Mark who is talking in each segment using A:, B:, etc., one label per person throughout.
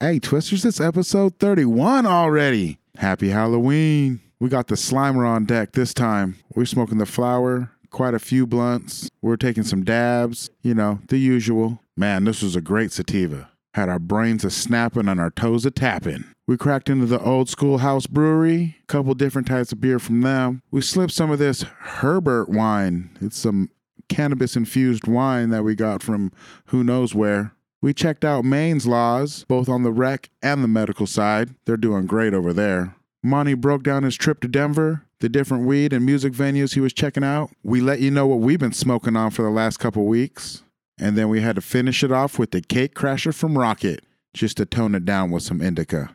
A: Hey, Twisters, it's episode 31 already. Happy Halloween. We got the Slimer on deck this time. We're smoking the flower, quite a few blunts. We're taking some dabs, you know, the usual. Man, this was a great sativa. Had our brains a snapping and our toes a tapping. We cracked into the old school house brewery, couple different types of beer from them. We slipped some of this Herbert wine. It's some cannabis infused wine that we got from who knows where. We checked out Maine's laws, both on the rec and the medical side. They're doing great over there. Monty broke down his trip to Denver, the different weed and music venues he was checking out. We let you know what we've been smoking on for the last couple weeks. And then we had to finish it off with the Cake Crasher from Rocket, just to tone it down with some indica.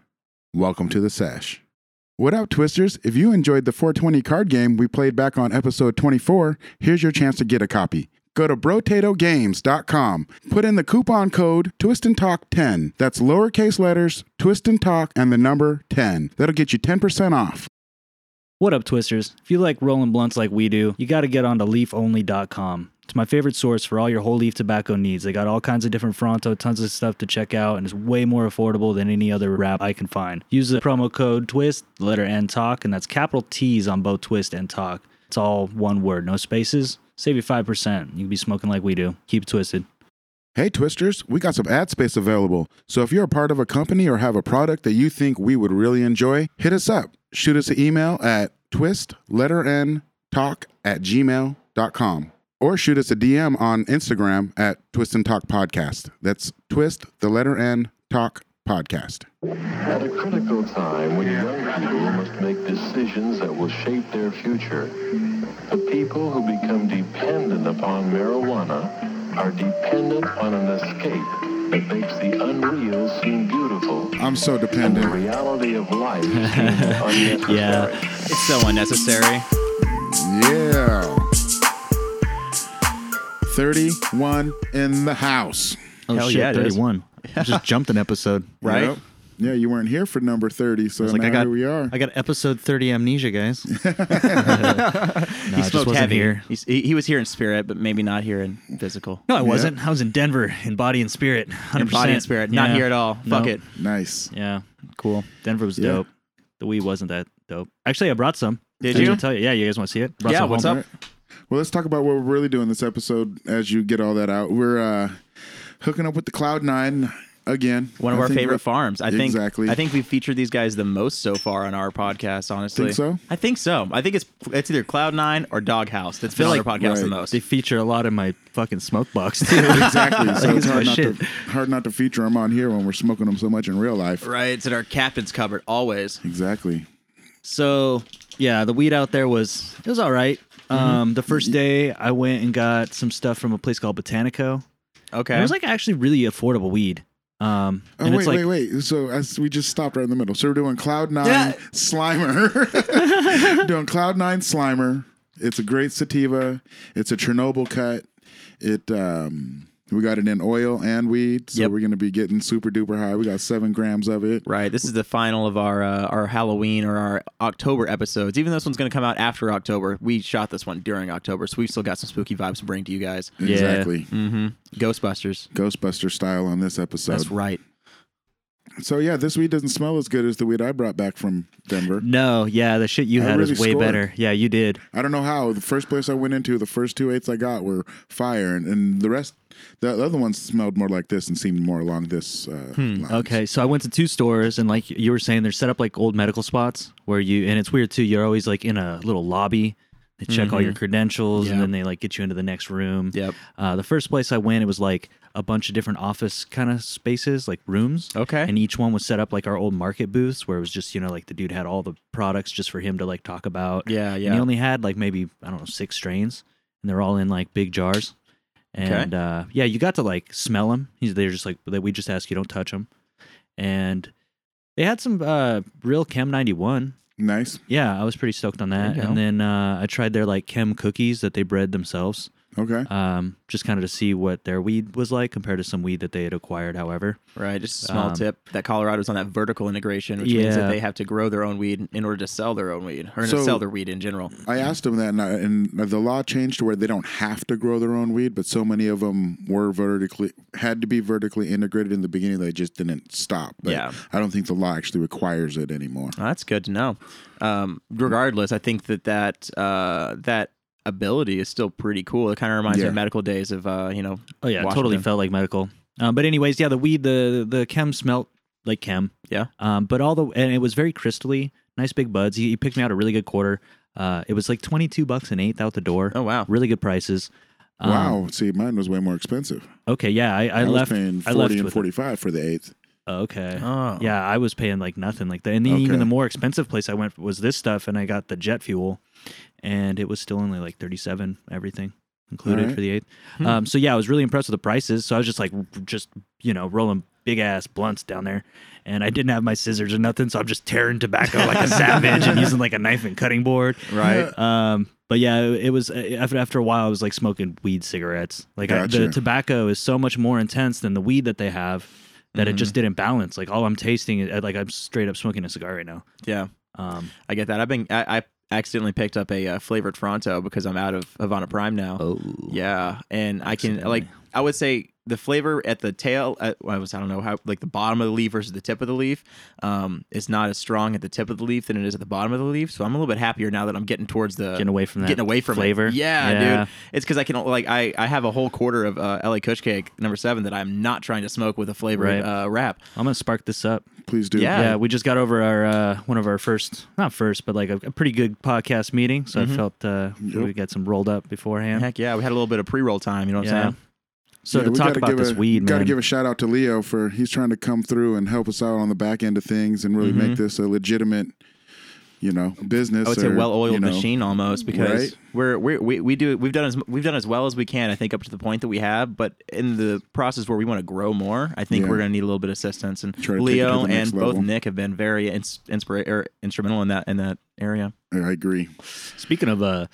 A: Welcome to the sesh. What up, Twisters? If you enjoyed the 420 card game we played back on episode 24, here's your chance to get a copy. Go to brotatogames.com, put in the coupon code TwistandTalk10. That's lowercase letters, twist and talk, and the number 10. That'll get you 10% off.
B: What up, Twisters? If you like rolling blunts like we do, you got to get onto leafonly.com. It's my favorite source for all your whole leaf tobacco needs. They got all kinds of different Fronto, tons of stuff to check out, and it's way more affordable than any other wrap I can find. Use the promo code TWIST, the letter N TALK, and that's capital T's on both TWIST and TALK. It's all one word, no spaces. Save you 5%. You can be smoking like we do. Keep it twisted.
A: Hey, Twisters, we got some ad space available. So if you're a part of a company or have a product that you think we would really enjoy, hit us up. Shoot us an email at twist, letter N, talk at gmail.com. Or shoot us a DM on Instagram at Twist and Talk Podcast. That's twist, the letter N, talk podcast.
C: At a critical time when young people must make decisions that will shape their future, the people who become dependent upon marijuana are dependent on an escape that makes the unreal seem beautiful
A: I'm so
C: and the
A: dependent.
C: reality of life seem unnecessary.
B: Yeah.
D: It's so unnecessary.
A: Yeah. 31 in the house.
B: Oh,
D: Hell yeah, it is.
B: I just jumped an episode.
D: Right?
A: Yep. Yeah, you weren't here for number 30, so
D: It's like
A: now
D: I got
A: here we are.
D: I got episode 30 amnesia, guys. he
B: Uh, just
D: smoked
B: wasn't
D: heavy.
B: here.
D: He's- he, he was here in spirit, but maybe not here in physical.
B: No, I wasn't. I was in Denver in body and spirit. 100%.
D: In body and spirit, not
B: Yeah.
D: here at all. Fuck
B: No.
D: it.
A: nice.
B: Yeah, cool. Denver was
A: Yeah.
B: dope. The weed wasn't that dope. Actually, I brought some.
D: Did
B: I
D: you?
B: tell you? Yeah, you guys want to see it? Brought
D: Yeah,
B: some
D: what's
B: home.
D: up?
A: Well, let's talk about what we're really doing this episode as you get all that out. We're uh, hooking up with the Cloud Nine again.
D: One of
A: I
D: our
A: think
D: favorite
A: we're-
D: farms. I think
A: Exactly.
D: I think we've featured these guys the most so far on our podcast, honestly.
A: Think so?
D: I think so. I think it's it's either Cloud Nine or Doghouse that's been
B: feel
D: on our
B: like-
D: podcast the
A: right.
D: most.
B: They feature a lot in my fucking smoke box too.
A: Exactly. So
B: Like,
A: it's
B: it's my
A: hard not, to,
B: shit.
A: hard not to feature them on here when we're smoking them so much in real life.
D: Right. It's in our captain's cupboard always.
A: Exactly.
B: So yeah, the weed out there was it was all right.
D: Mm-hmm.
B: Um, the first day I went and got some stuff from a place called Botanico.
D: Okay.
B: And It was like actually really affordable weed. Um,
A: Oh,
B: and
A: wait,
B: it's like
A: wait, wait. So as we just stopped right in the middle. So we're doing Cloud Nine
D: Yeah.
A: Slimer. doing Cloud Nine Slimer. It's a great sativa. It's a Chernobyl cut. It um we got it in oil and weed. So
D: Yep.
A: we're gonna be getting super duper high. We got seven grams of it.
D: Right. This is the final of our uh, our Halloween or our October episodes. Even though this one's going to come out after October, we shot this one during October, so we've still got some spooky vibes to bring to you guys.
B: Yeah.
A: Exactly.
D: Mm-hmm. Ghostbusters.
A: Ghostbuster style on this episode.
D: That's right.
A: So yeah, this weed doesn't smell as good as the weed I brought back from Denver.
B: no, yeah, the shit you
A: I
B: had was
A: really
B: way
A: scored.
B: better. Yeah, you did.
A: I don't know how. The first place I went into, the first two eights I got were fire, and, and the rest, the other ones smelled more like this and seemed more along this. Uh, lines.
B: Hmm, Okay, so I went to two stores, and like you were saying, they're set up like old medical spots where you, and it's weird too. You're always like in a little lobby. They check all your credentials, and
D: Yeah.
B: then they like get you into the next room.
D: Yep.
B: Uh, the first place I went, it was like a bunch of different office kind of spaces, like rooms.
D: Okay.
B: And each one was set up like our old market booths, where it was just you know like the dude had all the products just for him to like talk about.
D: Yeah,
B: And
D: yeah.
B: he only had like maybe I don't know six strains, and they're all in like big jars. And uh, yeah, you got to like smell them. He's, they're just like that. We just ask you don't touch them. And they had some uh, real Chem 91.
A: Nice.
B: Yeah, I was pretty stoked on that.
D: There you go.
B: And then uh, I tried their like Chem cookies that they bred themselves.
A: Okay.
B: um, just kind of to see what their weed was like compared to some weed that they had acquired. However,
D: Right, just a small
B: Um,
D: tip that Colorado's on that vertical integration, which means that
B: Yeah.
D: they have to grow their own weed in order to sell their own weed or
A: So-
D: to sell their weed in general.
A: I asked them that, and, I, and the law changed to where they don't have to grow their own weed, but so many of them were vertically had to be vertically integrated in the beginning. They just didn't stop. But
D: Yeah.
A: I don't think the law actually requires it anymore.
D: Well, that's good to know. Um, regardless, I think that that uh, that ability is still pretty cool. It kind of reminds me
A: Yeah.
D: of medical days of uh, you know.
B: oh yeah, it totally
D: Washington.
B: felt like medical. Um, but anyways, yeah, the weed, the the chem smelt like chem.
D: Yeah.
B: Um, but all the and it was very crystally, nice big buds. He, he picked me out a really good quarter. Uh, it was like twenty two bucks an eighth out the door.
D: Oh wow.
B: Really good prices. Um,
A: wow. See, mine was way more expensive.
B: Okay, yeah, I, I,
A: was
B: left.
A: paying
B: I
A: forty
B: left
A: and
B: with it.
A: forty five for the eighth.
B: Okay.
D: Oh
B: Yeah, I was paying like nothing like that. And then
A: Okay.
B: even the more expensive place I went was this stuff, and I got the jet fuel, and it was still only like thirty-seven everything included
A: Alright.
B: for the eighth.
D: Hmm.
B: Um, so yeah, I was really impressed with the prices. So I was just like, r- just you know, rolling big ass blunts down there, and I didn't have my scissors or nothing, so I'm just tearing tobacco like a savage and using like a knife and cutting board.
D: Right.
B: Um, but yeah, it was uh, after after a while, I was like smoking weed cigarettes. Like I,
A: Gotcha.
B: the tobacco is so much more intense than the weed that they have that it just didn't balance. Like all I'm tasting, is like I'm straight up smoking a cigar right now.
D: Yeah.
B: Um,
D: I get that. I've been I, I accidentally picked up a uh, flavored Fronto because I'm out of Havana Prime now.
B: oh
D: Yeah, and I can like I would say the flavor at the tail. At, well, I was I don't know how like the bottom of the leaf versus the tip of the leaf um, is not as strong at the tip of the leaf than it is at the bottom of the leaf. So I'm a little bit happier now that I'm getting towards the
B: getting away from that
D: getting away from it.
B: flavor.
D: Yeah, dude. It's because I can like I I have a whole quarter of uh, LA Kush Cake number seven that I'm not trying to smoke with a flavored
B: Right.
D: uh, wrap.
B: I'm gonna spark this up.
A: Please do.
D: Yeah.
B: Yeah, we just got over our uh, one of our first, not first, but like a, a pretty good podcast meeting. So I felt uh, we got some rolled up beforehand.
D: Heck yeah, we had a little bit of pre roll time. You know what
B: yeah.
D: I'm saying?
B: So
A: Yeah,
B: to
A: we
B: talk
A: gotta
B: about
A: give
B: this
A: a,
B: weed,
A: Got to
B: man.
A: give a shout out to Leo for he's trying to come through and help us out on the back end of things and really make this a legitimate, you know, business.
D: I would say
A: or,
D: well oiled
A: you know,
D: machine almost because
A: Right.
D: we're, we're we we do we've done as we've done as well as we can I think up to the point that we have, but in the process where we want to grow more, I think
A: Yeah.
D: we're going to need a little bit of assistance. And
A: Try to take it to
D: Leo
A: the next
D: and both
A: level.
D: Nick have been very ins- inspira- or instrumental in that in that area.
A: I agree.
B: Speaking of uh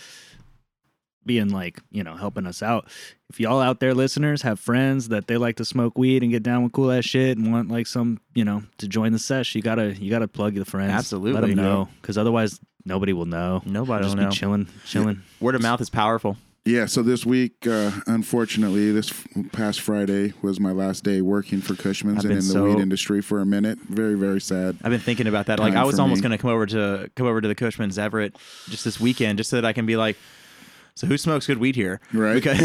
B: being like, you know, helping us out. If y'all out there listeners have friends that they like to smoke weed and get down with cool ass shit and want like some, you know, to join the sesh, you got to you got to plug your friends.
D: Absolutely,
B: Let them
D: dude.
B: know cuz otherwise nobody will know.
D: Nobody
B: Just
D: will
B: be
D: know.
B: chilling, chilling.
D: Word of mouth is powerful.
A: Yeah, so this week, uh, unfortunately, this f- past Friday was my last day working for Cushman's and
D: I've
A: in
D: been
A: the
D: so-
A: weed industry for a minute. Very, very sad.
D: I've been thinking about that. Like
A: Time
D: I was
A: for
D: almost
A: me.
D: gonna come over to come over to the Cushman's Everett just this weekend, just so that I can be like, so who smokes good weed here?
A: Right.
D: Because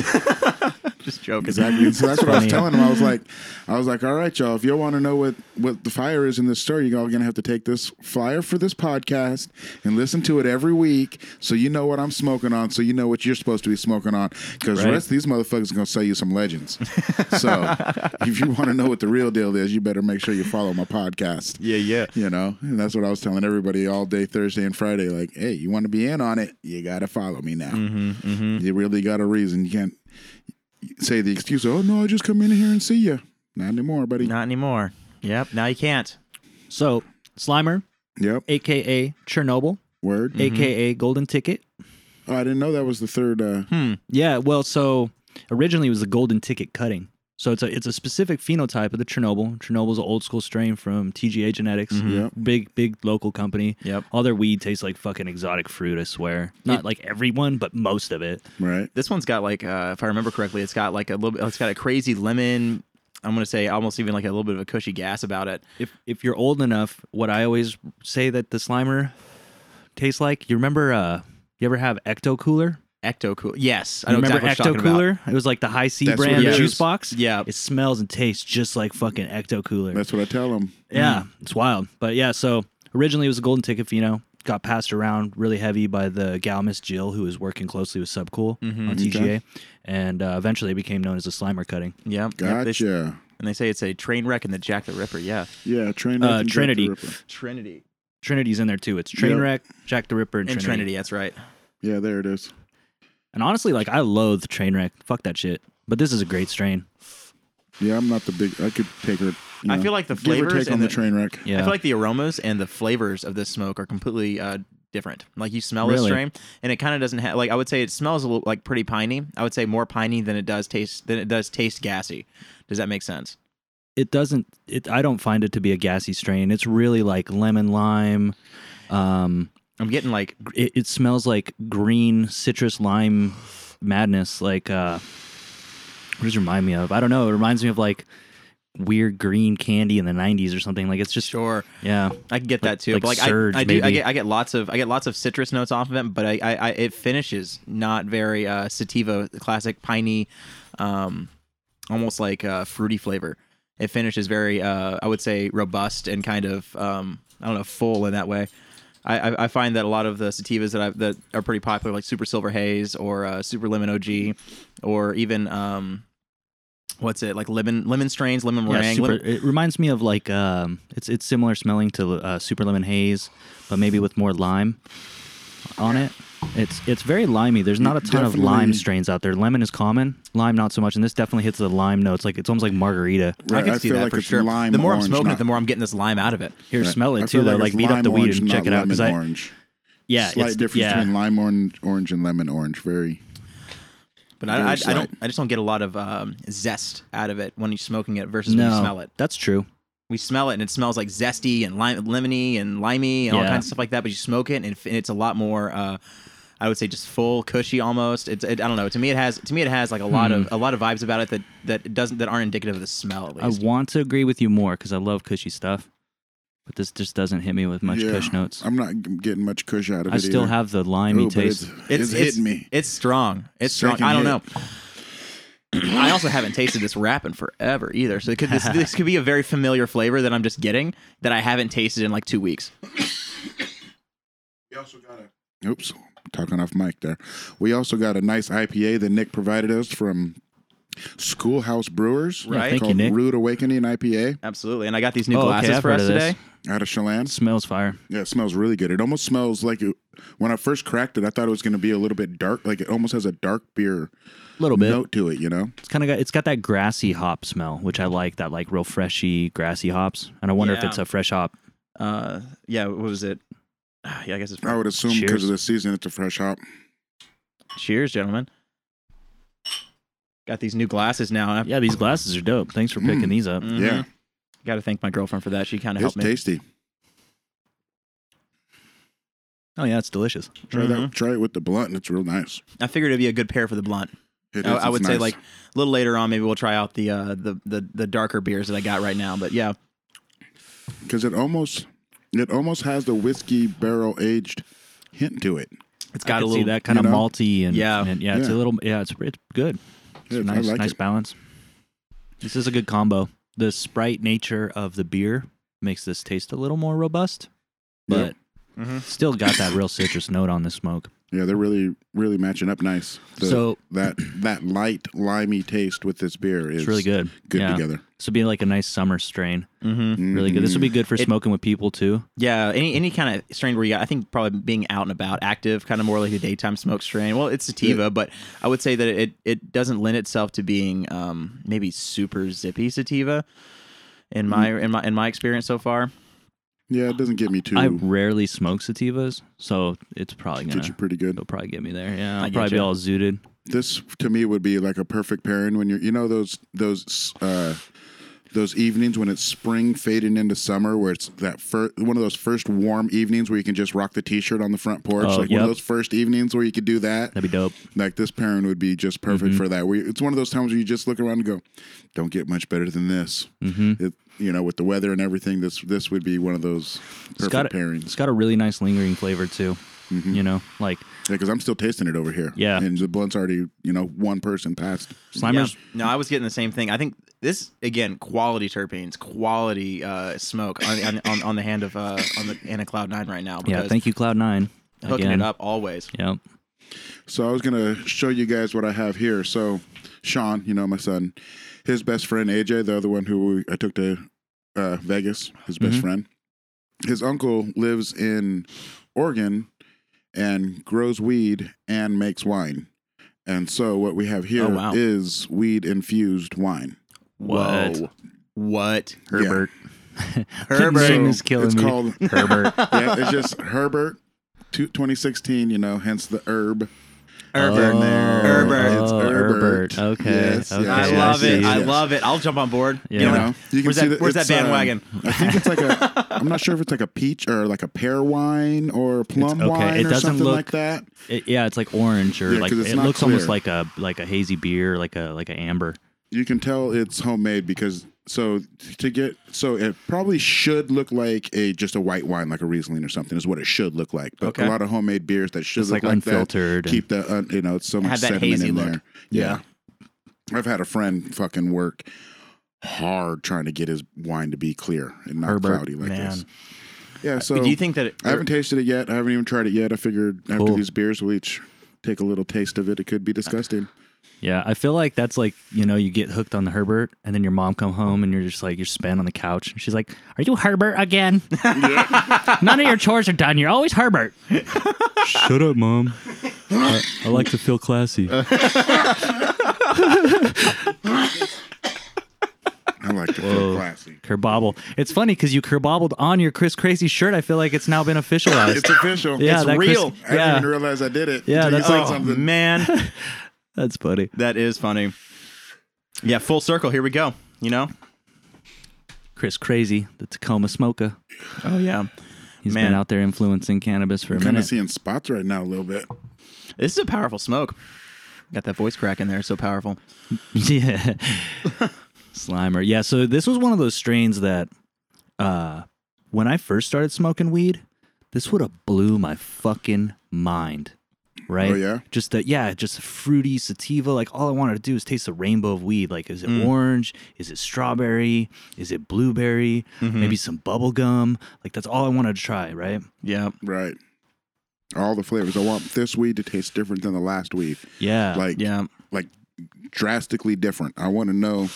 D: just joking.
A: Exactly. So that's what I was
B: funny.
A: telling him. I was like, I was like, all right, y'all. If y'all want to know what what the fire is in this story, you're all gonna have to take this flyer for this podcast and listen to it every week, so you know what I'm smoking on, so you know what you're supposed to be smoking on. Because the
D: Right.
A: rest of these motherfuckers are gonna sell you some legends. so if you want to know what the real deal is, you better make sure you follow my podcast.
D: Yeah, yeah.
A: You know, and that's what I was telling everybody all day Thursday and Friday. Like, hey, you want to be in on it? You got to follow me now.
D: Mm-hmm,
A: You really got a reason. You can't say the excuse, oh, no, I just come in here and see you. Not anymore, buddy.
D: Not anymore. Yep. Now you can't.
B: So, Slimer,
A: Yep.
B: aka Chernobyl,
A: Word.
D: Mm-hmm.
B: aka Golden Ticket.
A: Oh, I didn't know that was the third. Uh,
D: Hmm.
B: Yeah, well, so originally it was the golden ticket cutting. So it's a it's a specific phenotype of the Chernobyl. Chernobyl's an old school strain from TGA Genetics.
A: Yep.
B: Big big local company.
D: Yep.
B: All their weed tastes like fucking exotic fruit, I swear. Not like everyone, but most of it.
A: Right.
D: This one's got like, uh, if I remember correctly, it's got like a little bit. It's got a crazy lemon. I'm gonna say almost even like a little bit of a cushy gas about it.
B: If if you're old enough, what I always say that the slimer tastes like, you remember uh you ever have Ecto Cooler?
D: Ecto Cooler. Yes,
B: You
D: I know
B: remember
D: exactly what you're
B: Ecto
D: talking about.
B: Cooler? It was like the high C
A: That's
B: brand
A: what it
B: juice
A: is.
B: box.
D: Yeah.
B: It smells and tastes just like fucking Ecto Cooler.
A: That's what I tell them.
B: Yeah, Mm, it's wild. But yeah, so originally it was a golden ticket Fino. Got passed around really heavy by the gal Miss Jill, who was working closely with Subcool
D: Mm-hmm.
B: on TGA, and uh, eventually it became known as the Slimer cutting.
D: Yep. Yep, they-
A: Gotcha.
D: and they say it's a train wreck and the Jack the Ripper. Yeah.
A: Yeah. Trinity.
B: Uh, Trinity.
D: Trinity.
B: Trinity's in there too. It's Trainwreck, Jack the Ripper, and,
D: And
B: Trinity.
D: Trinity. That's right.
A: Yeah, there it is.
B: And honestly, like I loathe Trainwreck. Fuck that shit. But this is a great strain.
A: Yeah, I'm not the big. I could take her. you
D: I
A: know,
D: feel like the
A: give or
D: flavors
A: take on
D: and
A: the
D: the-
A: train wreck.
B: Yeah.
D: I feel like the aromas and the flavors of this smoke are completely uh, different. Like you smell the
B: Really?
D: strain, and it kind of doesn't have like I would say it smells a little like pretty piney. I would say more piney than it does taste than it does taste gassy. Does that make sense?
B: It doesn't. It. I don't find it to be a gassy strain. It's really like lemon lime. Um,
D: I'm getting like
B: gr- it, it smells like green citrus lime madness. Like uh, what does it remind me of? I don't know. It reminds me of like weird green candy in the '90s or something. Like it's just
D: sure.
B: yeah.
D: I can get
B: Like-
D: that too.
B: like
D: but like
B: Surge,
D: I, I do. I
B: maybe.
D: get, I get lots of I get lots of citrus notes off of it, but I, I, I it finishes not very uh, sativa, classic piney, um, almost like uh, fruity flavor. It finishes very uh, I would say robust and kind of um, I don't know full in that way. I, I, I find that a lot of the sativas that I, that are pretty popular, like Super Silver Haze or uh, Super Lemon OG, or even um, what's it like lemon lemon strains, lemon
B: Yeah,
D: meringue,
B: super-
D: lemon-
B: it reminds me of like um, it's it's similar smelling to uh, super lemon haze, but maybe with more lime on it. It's it's very limey. There's not a ton of lime
A: Definitely.
B: strains out there. Lemon is common, lime not so much, and this definitely hits the lime notes. Like it's almost like margarita.
D: I can see
A: feel
D: that
A: like
D: for
A: it's
D: sure.
A: Lime
D: the more
A: orange,
D: I'm smoking
A: not,
D: it, the more I'm getting this lime out of it.
B: Here,
A: Right.
B: smell
A: I
B: it
A: feel
B: too. Though,
A: like
B: like
A: it's
B: beat up
A: lime
B: the weed
A: orange,
B: and check
A: not
B: it
A: Lemon
B: out. Because I
A: orange.
B: yeah,
A: Slight
B: it's-
A: difference
B: yeah.
A: between lime orange, orange and lemon orange. Very.
D: But I,
A: Very
D: I, I
A: slight.
D: don't. I just don't get a lot of um, zest out of it when you're smoking it versus when you
B: No,
D: smell it.
B: that's true.
D: We smell it and it smells like zesty and lime, lemony and limey and all
B: Yeah.
D: kinds of stuff like that. But you smoke it and, it- and it's a lot more. Uh, I would say just full, cushy almost. It's. It, I don't know. To me, it has. To me, it has like a lot
A: Hmm.
D: of a lot of vibes about it that that it doesn't that aren't indicative of the smell at
B: I
D: least.
B: want to agree with you more because I love cushy stuff, but this just doesn't hit me with much
A: yeah,
B: cush notes.
A: I'm not g- getting much cush out of it.
B: I still
A: either.
B: have the
A: Ooh,
B: limey
A: but
B: taste.
A: It's, it's, hitting me.
D: It's strong. It's strong.
A: Second
D: I don't know.
A: hit.
D: I also haven't tasted this wrap in forever either. So it could, this, this could be a very familiar flavor that I'm just getting that I haven't tasted in like two weeks.
A: We also got a. Oops, talking off mic there. We also got a nice IPA that Nick provided us from Schoolhouse Brewers.
D: Yeah, Right. thank you,
A: Called
B: Nick.
A: Rude Awakening IPA
D: Absolutely. And I got these new
B: Oh, okay,
D: glasses
B: I've
D: for
B: heard
D: us
B: of this.
D: today.
A: out of
B: It
A: Chelan.
B: smells fire.
A: Yeah, it smells really good. It almost smells like it, when I first cracked it, I thought it was going to be a little bit dark. Like it almost has a dark beer
B: A little bit.
A: note to it, you know?
B: It's kind of got it's got that grassy hop smell, which I like. That like real freshy grassy hops, and I wonder if
D: Yeah.
B: it's a fresh hop.
D: Uh, yeah, what was it? Ah, Yeah, I guess it's
A: I would assume because
B: Cheers.
A: of the season, it's a fresh hop.
D: Cheers, gentlemen. Got these new glasses now.
B: Yeah, these glasses are dope. Thanks for picking
A: Mm.
B: these up.
A: Yeah,
D: Got to thank my girlfriend for that. She kind of
A: it's
D: helped me.
A: tasty.
B: Oh yeah, it's delicious.
A: Try
D: Mhm.
B: Mm-hmm.
A: that. Try it with the blunt, and it's real nice.
D: I figured it'd be a good pair for the blunt.
A: It
D: I,
B: Oh,
A: is,
D: I
A: it's
D: would say
A: nice.
D: like a little later on, maybe we'll try out the, uh, the, the, the darker beers that I got right now. But yeah,
A: because it almost it almost has the whiskey barrel aged hint to it.
D: it's
B: I
D: got a
B: could
D: little
B: see that kind
A: you
B: of
A: know?
B: malty and
D: Yeah.
B: and yeah, it's
A: Yeah.
B: a little yeah, it's it's good. It's
A: Yeah,
B: a
A: I
B: nice
A: like
B: nice
A: it.
B: balance. This is a good combo. The sprite nature of the beer makes this taste a little more robust, but
D: Mhm.
B: still got that real citrus note on the smoke.
A: Yeah, they're really really matching up nice. The-
B: so
A: that that light limey taste with this beer is
B: it's really good.
A: Good
B: yeah.
A: together.
B: This would be like a nice summer strain.
D: Mm-hmm.
B: Really good. This would be good for
D: It-
B: smoking with people too.
D: Yeah, any any kind of strain where you got, I think probably being out and about, active, kind of more like a daytime smoke strain. Well, it's sativa, but I would say that it it doesn't lend itself to being um, maybe super zippy sativa. In my
B: Mm-hmm.
D: in my in my experience so far,
A: Yeah, it doesn't get me too.
B: I rarely smoke sativas, so it's probably gonna
A: Get you pretty good.
B: it'll probably get me there. Yeah, I'll
D: get
B: probably be
D: ya.
B: all zooted.
A: This to me would be like a perfect pairing when you're you know those those uh those evenings when it's spring fading into summer, where it's that first one of those first warm evenings where you can just rock the t-shirt on the front porch,
B: Oh,
A: like one of
B: yep.
A: those first evenings where you could do that.
B: That'd be dope.
A: Like this pairing would be just perfect
B: Mm-hmm.
A: for that. Where you- it's one of those times where you just look around and go, "Don't get much better than this."
B: Mm-hmm.
A: It, you know, with the weather and everything, this this would be one of those
B: It's
A: perfect Mm-hmm.
B: got a,
A: pairings.
B: it's got a really nice lingering flavor too. You know, like
A: Yeah, because I'm still tasting it over here.
B: Yeah.
A: and the blunt's already you know one person passed.
B: Slimer's
D: Yeah. No, I was getting the same thing. I think this again, quality terpenes, quality uh, smoke on, on, on on the hand of uh, on the hand of Cloud Nine right now.
B: yeah.
D: because
B: thank you, Cloud Nine.
D: hooking
B: again.
D: it up always.
B: Yep.
A: So I was gonna show you guys what I have here. So Sean, you know my son, his best friend AJ, the other one who we, I took to uh, Vegas, his best
B: Mhm.
A: friend. His uncle lives in Oregon and grows weed and makes wine. And so what we have here is
D: Oh, wow.
A: weed infused wine.
B: What?
D: Whoa. What?
A: Herbert.
D: Herbert.
B: Name is killing
A: it's
B: me.
A: called
B: Herbert.
A: yeah, it's just Herbert two- 2016, you know, hence the herb.
D: Oh.
E: Herbert.
A: in there.
E: Herbert.
A: It's
B: Oh,
A: Herbert.
B: Herbert. Okay,
A: Yes,
B: okay.
A: yes,
E: I
A: yes,
E: love it.
A: yes,
E: I
A: yes.
E: love it. I'll jump on board.
F: Yeah.
E: You know,
A: You know, you can
E: where's
A: see
E: that? Where's that
A: it's, um,
E: bandwagon?
A: I think it's like a. I'm not sure if it's like a peach or like a pear wine or a plum
B: It's- okay,
A: wine
B: it
A: or
B: doesn't
A: something
B: look-
A: like that.
B: It, yeah, it's like orange or
A: Yeah,
B: like
A: 'cause it's
B: it
A: not
B: looks almost
A: clear.
B: like a like a hazy beer, like a like a amber.
A: You can tell it's homemade because so to get so it probably should look like a just a white wine like a Riesling or something is what it should look like. But
E: Okay.
A: a lot of homemade beers that should
B: It's
A: look
B: like
A: like,
B: unfiltered
A: That,
B: and-
A: keep the uh, you know it's so much
E: Have that
A: sediment
E: hazy
A: in
E: look.
A: there. Yeah. I've had a friend fucking work hard trying to get his wine to be clear and not
B: Herbert,
A: cloudy like
E: man. Uh,
A: this. Yeah. So
E: Do you think that? It,
A: I haven't tasted it yet. I haven't even tried it yet. I figured after
B: Cool.
A: these beers, we'll each take a little taste of it. It could be disgusting.
B: Yeah, I feel like that's like you know you get hooked on the Herbert, and then your mom come home and you're just like you're spent on the couch, and she's like, "Are you Herbert again? None of your chores are done. You're always Herbert." Shut up, mom. I, I like to feel classy.
A: I like to feel classy.
B: Kerbobble. It's funny because you kerbobbled on your Chris Crazy shirt. I feel like it's now been officialized.
A: It's official.
B: yeah, that Chris-
E: real.
A: I didn't
B: yeah,
A: even realize I did it.
B: Yeah,
A: until you
B: that's
A: said
B: like-
E: oh
A: something.
E: man,
B: that's funny.
E: that is funny. Yeah, full circle. Here we go. You know.
B: Chris Crazy, the Tacoma smoker.
E: Oh yeah.
B: He's
E: Man.
B: been out there influencing cannabis for a
A: Kind of
B: minute.
A: seeing spots right now a little bit.
E: This is a powerful smoke. Got that voice crack in there. So powerful.
B: yeah. Slimer. Yeah, so this was one of those strains that uh when I first started smoking weed, this would have blew my fucking mind. Right?
A: Oh, yeah?
B: Just that yeah, just fruity sativa. Like all I wanted to do is taste the rainbow of weed. Like is it
A: Mm.
B: orange? Is it strawberry? Is it blueberry?
A: Mm-hmm.
B: Maybe some bubble gum. Like that's all I wanted to try, right?
E: Yeah.
A: Right. All the flavors. I want this weed to taste different than the last weed.
B: Yeah.
A: Like,
E: Yeah.
A: like drastically different. I want to know.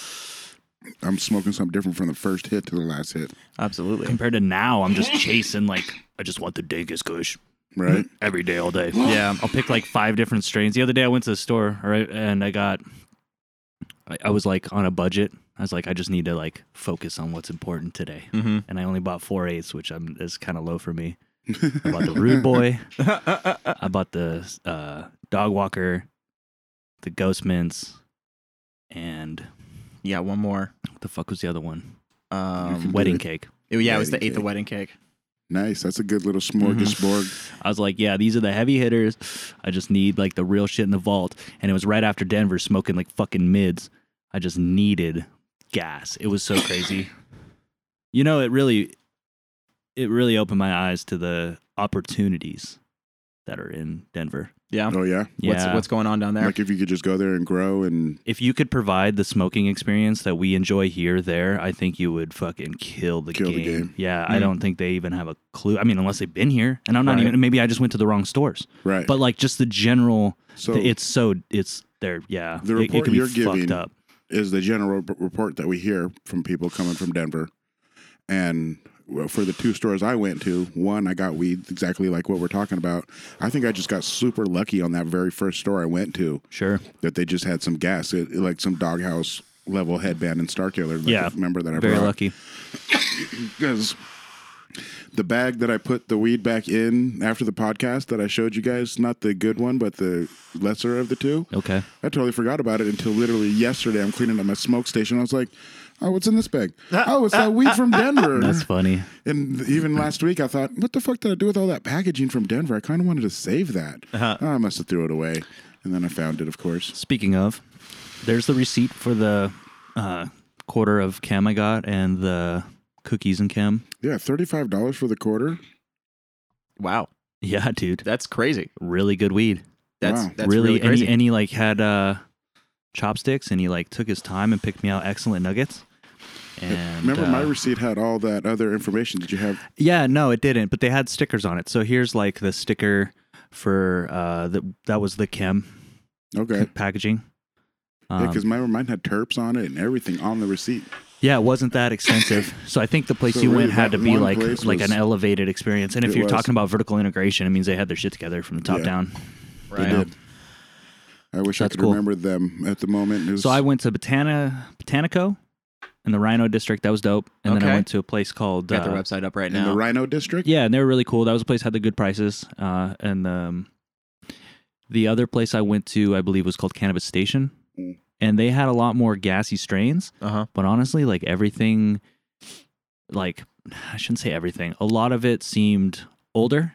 A: I'm smoking something different from the first hit to the last hit.
E: Absolutely.
B: compared to now, I'm just chasing like I just want the Dinkus Kush.
A: Right.
B: every day, all day.
E: Yeah.
B: I'll pick like five different strains. The other day I went to the store, all right, and I got, I, I was like on a budget. I was like, I just need to like focus on what's important today.
E: Mm-hmm.
B: And I only bought four eights, which I'm, is kind of low for me. I bought the Rude Boy. I bought the uh, Dog Walker, the Ghost Mints, and
E: Yeah. One more.
B: what the fuck was the other one?
E: Um,
B: Wedding Cake.
E: yeah, it was the
A: Wedding
E: eighth of
A: cake.
E: wedding cake.
A: nice. That's a good little smorgasbord.
B: Mm-hmm. I was like, yeah, these are the heavy hitters. I just need like the real shit in the vault. And it was right after Denver smoking like fucking mids. I just needed gas. It was so crazy. you know, it really it really opened my eyes to the opportunities that are in Denver.
E: Yeah.
A: Oh yeah.
B: Yeah.
E: What's what's going on down there?
A: Like if you could just go there and grow and
B: if you could provide the smoking experience that we enjoy here there, I think you would fucking kill the,
A: Kill the
B: game.
A: game.
B: Yeah,
E: Mm.
B: I don't think they even have a clue. I mean, unless they've been here, and I'm not
E: Right.
B: even. Maybe I just went to the wrong stores.
A: right.
B: But like, just the general
A: so
B: Th- it's so it's there. Yeah,
A: The
B: It- it,
A: report
B: can be
A: you're
B: fucked
A: giving-
B: up.
A: is the general rep- report that we hear from people coming from Denver. And well, for the two stores I went to, one I got weed exactly like what we're talking about. I think I just got super lucky on that very first store I went to
B: Sure.
A: that they just had some gas, it, like some doghouse level headband and star killer. Like
B: Yeah.
A: I remember that I
B: Very
A: brought
B: lucky.
A: because the bag that I put the weed back in after the podcast that I showed you guys, not the good one, but the lesser of the two.
B: Okay.
A: I totally forgot about it until literally yesterday. I'm cleaning up my smoke station. I was like, oh, what's in this bag? Oh, it's that weed from Denver.
B: That's funny.
A: and even last week, I thought, what the fuck did I do with all that packaging from Denver? I kind of wanted to save that.
B: Uh-huh.
A: Oh, I must have threw it away. And then I found it, of course.
B: Speaking of, there's the receipt for the uh, quarter of chem I got and the cookies and chem.
A: Yeah, $35 for the quarter.
E: Wow,
B: Yeah, dude,
E: that's crazy.
B: really good weed.
E: That's
A: Wow.
E: that's
B: really,
E: really,
B: and
E: crazy.
B: he, and he like had uh, chopsticks, and he like took his time and picked me out excellent nuggets. And
A: Remember, my
B: uh,
A: receipt had all that other information that you have.
B: Yeah, no, it didn't. But they had stickers on it. So here's like the sticker for uh, the, that was the chem
A: Okay.
B: packaging.
A: Yeah,
B: Um,
A: because my mine had terps on it and everything on the receipt.
B: yeah, it wasn't that extensive. So I think the place
A: So
B: you
A: really
B: went had
A: that
B: to be
A: one
B: like
A: place
B: like
A: was-
B: an elevated experience. And if
A: It
B: you're
A: was.
B: talking about vertical integration, it means they had their shit together from the top
A: Yeah.
B: down.
E: right.
A: did. I wish I
B: That's
A: could
B: cool.
A: remember them at the moment. It was-
B: So I went to Botana Botanico in the Rhino District. That was dope. And then I
D: Okay.
B: went to a place called
D: Got their
B: uh,
D: website up right
A: in the
D: now.
A: Rhino District.
B: Yeah, and they were really cool. That was a place that had the good prices. Uh, and um, the other place I went to, I believe, was called Cannabis Station,
A: Mm.
B: and they had a lot more gassy strains.
E: Uh-huh.
D: Uh huh.
B: But honestly, like everything, like I shouldn't say everything. A lot of it seemed older,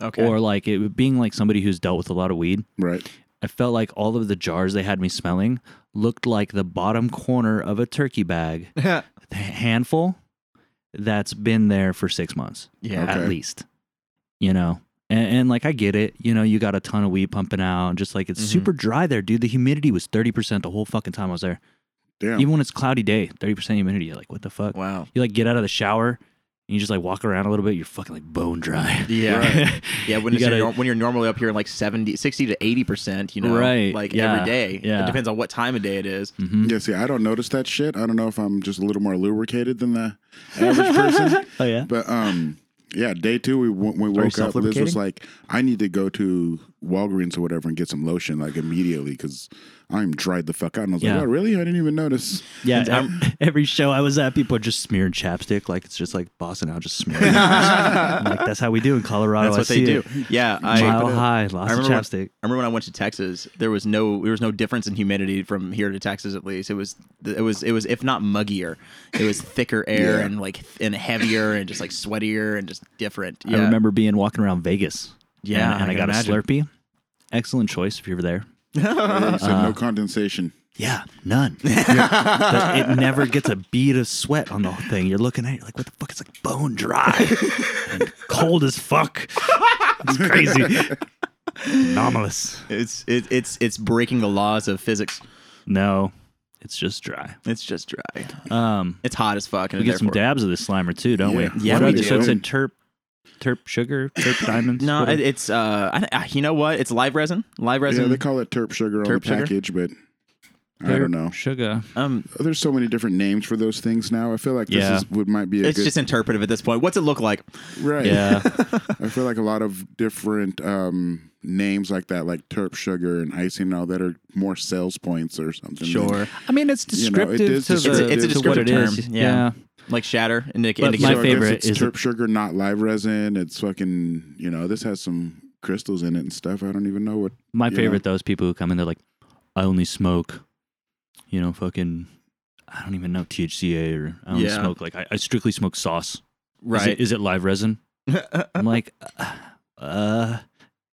D: Okay.
B: or like it being like somebody who's dealt with a lot of weed.
A: Right.
B: I felt like all of the jars they had me smelling looked like the bottom corner of a turkey bag, a handful that's been there for six months
D: yeah.
A: Okay.
B: at least, you know. And, and like I get it, you know, you got a ton of weed pumping out, and just like it's
D: Mhm.
B: super dry there, dude. The humidity was thirty percent the whole fucking time I was there.
A: Damn.
B: Even when it's cloudy day, thirty percent humidity. You're like, what the fuck?
D: Wow.
B: You like get out of the shower and you just like walk around a little bit. You're fucking like bone dry.
D: Yeah. Yeah, when,
B: You
D: it's your
B: gotta-
D: nor- when you're normally up here in like 70, 60 to 80%, you know,
B: Right,
D: like
B: yeah,
D: every day.
B: yeah.
D: It depends on what time of day it is.
B: Mhm.
A: Yeah, see, I don't notice that shit. I don't know if I'm just a little more lubricated than the average person.
B: Oh yeah.
A: But um, yeah, day two we w- we woke up. Liz was
D: self-lubricating?
A: like, "I need to go to Walgreens or whatever and get some lotion like immediately because I'm dried the fuck out." And I was
B: Yeah.
A: like, "Oh, really? I didn't even notice."
B: Yeah,
D: And
B: ev- every show I was at, people are just smearing chapstick. Like it's just like Boston out just smearing. it. I'm like that's how we do in Colorado.
D: That's
B: Oh, I
D: what they
B: see
D: do.
B: it.
D: Yeah. I,
B: Mile high, lots
D: I
B: of
D: remember-
B: chapstick.
D: I remember when I went to Texas, there was no there was no difference in humidity from here to Texas at least. It was it was it was if not muggier, it was thicker air
A: Yeah.
D: and like and heavier and just like sweatier and just different. Yeah.
B: I remember being walking around Vegas.
D: Yeah,
B: and, and
D: I
B: I,
D: can
B: got
D: imagine.
B: a Slurpee. Excellent choice if you were there.
A: And he said,
D: Uh-huh.
A: no condensation.
B: Yeah, none. But it never gets a bead of sweat on the whole thing. You're looking at it, you're like, what the fuck? It's like bone dry, and cold as fuck. It's crazy, anomalous.
D: It's it, it's it's breaking the laws of physics.
B: No, it's just dry.
D: It's just dry.
B: Um,
D: It's hot as fuck. And
B: we get some
D: therefore-
B: dabs of this slimer too, don't
A: Yeah.
B: we?
D: Yeah,
B: What
D: we
B: are they- So
D: do.
B: it's a terp, terp sugar, terp diamonds.
D: No,
B: whatever.
D: it, it's uh, I, I- you know what? It's live resin. Live
A: Yeah,
D: resin.
A: they call it terp sugar on
D: Terp
A: the
D: sugar?
A: package, but I don't
B: Terp
A: know.
B: Sugar.
D: um,
A: There's so many different names for those things now. I feel like this
B: Yeah.
A: is, would might be a
D: it's
A: good
D: just interpretive at this point. What's it look like?
A: right.
B: Yeah,
A: I feel like a lot of different um, names like that, like terp sugar and icing and all that, are more sales points or something. than-
B: I mean it's
A: You know, it
B: descriptive
A: is
B: to the
A: descriptive.
D: It's a- it's a
B: to what it
D: descriptive
B: is.
D: term, yeah. Like shatter. Indi-
B: But
D: indicator.
B: My
A: So I guess
B: favorite
A: it's
B: is-
A: terp sugar, not live resin. It's fucking you know this has some crystals in it and stuff. I don't even know what.
B: My
A: Yeah.
B: favorite though is people who come in, they're like, I only smoke, you know, fucking, I don't even know THCA or I only
D: Yeah.
B: smoke like I, I strictly smoke sauce. Is
D: right.
B: it- Is it live resin? I'm like, uh, uh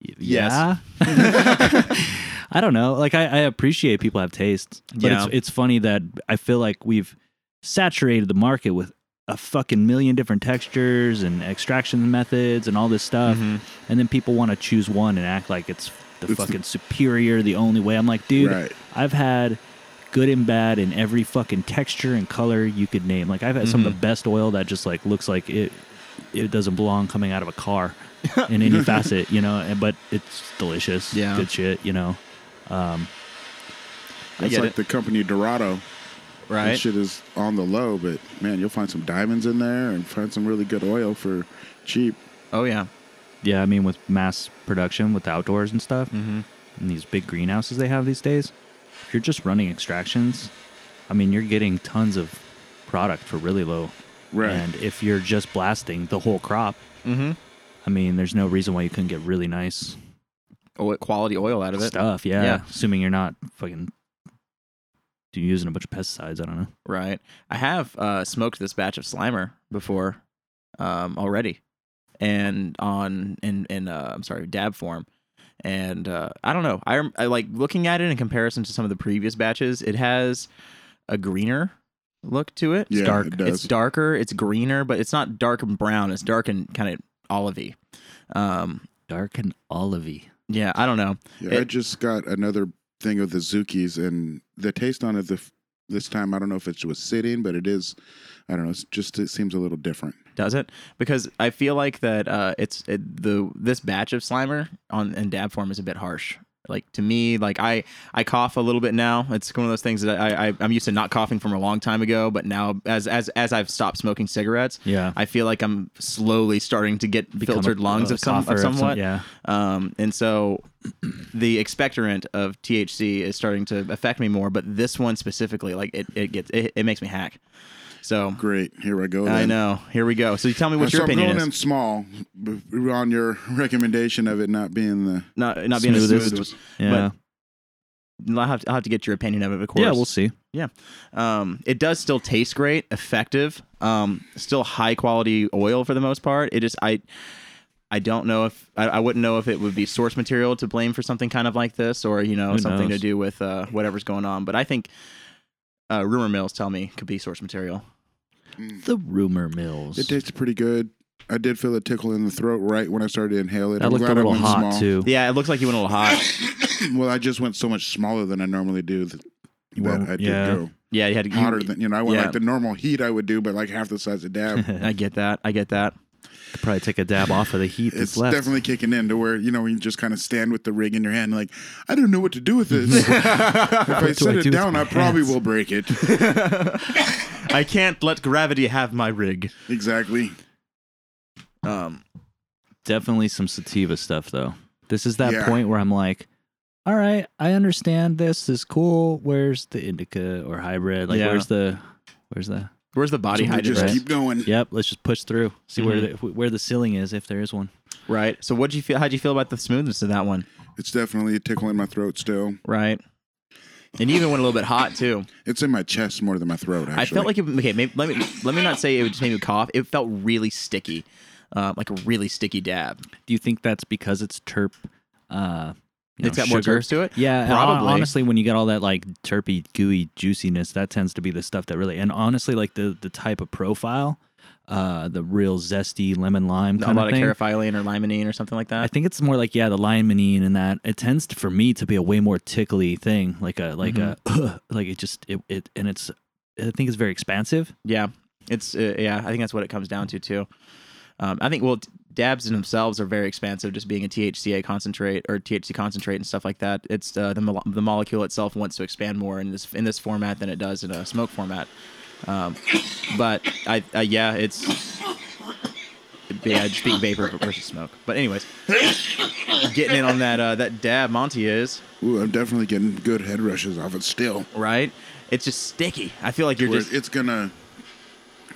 B: y-
D: Yes.
B: yeah. I don't know. Like I, I appreciate people have taste, but
D: Yeah.
B: it's it's funny that I feel like we've saturated the market with a fucking million different textures and extraction methods and all this stuff
D: Mhm.
B: and then people want to choose one and act like it's the
A: It's-
B: fucking superior, the only way. I'm like, dude,
A: Right.
B: I've had good and bad in every fucking texture and color you could name. Like I've had some
A: Mm-hmm.
B: of the best oil that just like looks like it it doesn't belong coming out of a car in any facet, you know, and- but it's delicious.
D: Yeah.
B: Good shit, you know.
D: I
A: It's
D: get
A: like
D: it.
A: the company Dorado. That
D: Right.
A: shit is on the low, but man, you'll find some diamonds in there and find some really good oil for cheap.
D: Oh yeah.
B: Yeah, I mean with mass production with outdoors and stuff
A: Mm-hmm.
D: Mhm.
B: and these big greenhouses they have these days, if you're just running extractions, I mean you're getting tons of product for really low
A: Right.
B: And if you're just blasting the whole crop,
D: Mhm.
B: I mean, there's no reason why you couldn't get really nice
D: Oh, quality oil out of it.
B: stuff. Yeah,
D: Yeah.
B: assuming you're not fucking do- using a bunch of pesticides. I don't know.
D: Right. I have uh, smoked this batch of Slimer before um, already, and on in in uh, I'm sorry dab form, and uh, I don't know. I, rem- I like looking at it in comparison to some of the previous batches. It has a greener look to it.
A: Yeah,
B: dark.
A: it does.
D: It's darker. It's greener, but it's not dark and brown. It's dark and kind of olivey. Um,
B: Dark and olivey.
D: yeah, I don't know.
A: Yeah, I
D: It-
A: just got another thing of the Zukis, and the taste on it the, f- this time, I don't know if it was sitting, but it is, I don't know, it's just, it seems a little different.
D: Does it? Because I feel like that uh, it's it, the this batch of Slimer on in dab form is a bit harsh. Like to me, like I I cough a little bit now. It's one of those things that I, I I'm used to not coughing from a long time ago, but now as as as I've stopped smoking cigarettes,
B: Yeah.
D: I feel like I'm slowly starting to get
B: Become a-
D: filtered lungs
B: a
D: of, some,
B: cougher
D: of
B: of some-
D: somewhat.
B: yeah.
D: Um, and so the expectorant of THC is starting to affect me more, but this one specifically, like it, it gets it, it makes me hack. So
A: Great. Here I go.
D: I
A: then.
D: know. Here we go. So you tell me what
A: so
D: your
A: I'm
D: opinion
A: going
D: is.
A: in small b- on your recommendation of it not being the.
D: not not being
B: Smoothest.
D: as smooth.
B: Yeah.
D: But I'll have to, I'll have to get your opinion of it, of course.
B: yeah, we'll see.
D: Um, it does still taste great, effective, um, still high quality oil for the most part. It just I I don't know if I, I wouldn't know if it would be source material to blame for something kind of like this, or you know
B: Who
D: something
B: knows?
D: to do with uh, whatever's going on. But I think uh, rumor mills tell me could be source material.
B: The rumor mills.
A: It tasted pretty good. I did feel a tickle in the throat right when I started to inhale it.
B: that
A: I'm
B: looked
A: glad
B: a little
A: I went
B: hot
A: small.
B: too.
D: Yeah, it looks like you went a little hot.
A: well, I just went so much smaller than I normally do that, that
B: weren't-
A: I did
B: yeah.
A: go
D: Yeah, you had you-
A: hotter than you know. I went
D: yeah.
A: like the normal heat I would do, but like half the size of dab.
D: I get that. I get that.
B: Could probably take a dab off of the heat that's
A: it's
B: left.
A: definitely kicking in to where you know you just kind of stand with the rig in your hand, like I don't know what to do with this. if I
B: do I
A: set
B: do
A: it
B: with
A: down,
B: my
A: I probably
B: hands?
A: will break it.
D: I can't let gravity have my rig.
A: exactly.
D: Um,
B: Definitely some sativa stuff though. This is that
A: Yeah.
B: point where I'm like, all right, I understand this is cool. Where's the indica or hybrid? Like,
D: Yeah.
B: where's the, where's the?
D: where's the body
A: I
D: hydrate?
A: just
B: right.
A: keep going.
B: Yep, let's just push through. See where
D: Mhm.
B: the, where the ceiling is if there is one.
D: Right. So what'd you feel? How'd you feel about the smoothness of that one?
A: It's definitely a tickle in my throat still.
D: Right. And you even went a little bit hot too.
A: It's in my chest more than my throat. Actually,
D: I felt like it, okay. Maybe, let me let me not say it just made me cough. It felt really sticky, uh, like a really sticky dab.
B: Do you think that's because it's terp? Uh, you
D: it's
B: know,
D: got more
B: sugar?
D: germs to it.
B: Yeah, and hon-
D: Probably.
B: honestly, when you get all that like terpy, gooey juiciness, that tends to be the stuff that really. And honestly, like the the type of profile, uh, the real zesty lemon lime
D: A
B: kind
D: lot of
B: thing.
D: carafilene or limonene or something like
B: I
D: that.
B: think it's more like yeah, the limonene and that. It tends to, for me to be a way more tickly thing, like a like a
D: Mm-hmm.
B: like it just it, it and it's. I think it's very expansive.
D: Yeah. It's uh, yeah. I think that's what it comes down to too. Um, I think well, d- dabs in themselves are very expansive. Just being a THCA concentrate or THC concentrate and stuff like that. It's uh, the mo- the molecule itself wants to expand more in this in this format than it does in a smoke format. Um, but I uh, yeah, it's yeah, just being vapor versus smoke. But anyways, getting in on that uh, that dab Monty is
A: Ooh, I'm definitely getting good head rushes off it still.
D: right. It's just sticky. I feel like you're
A: Where
D: just
A: it's gonna.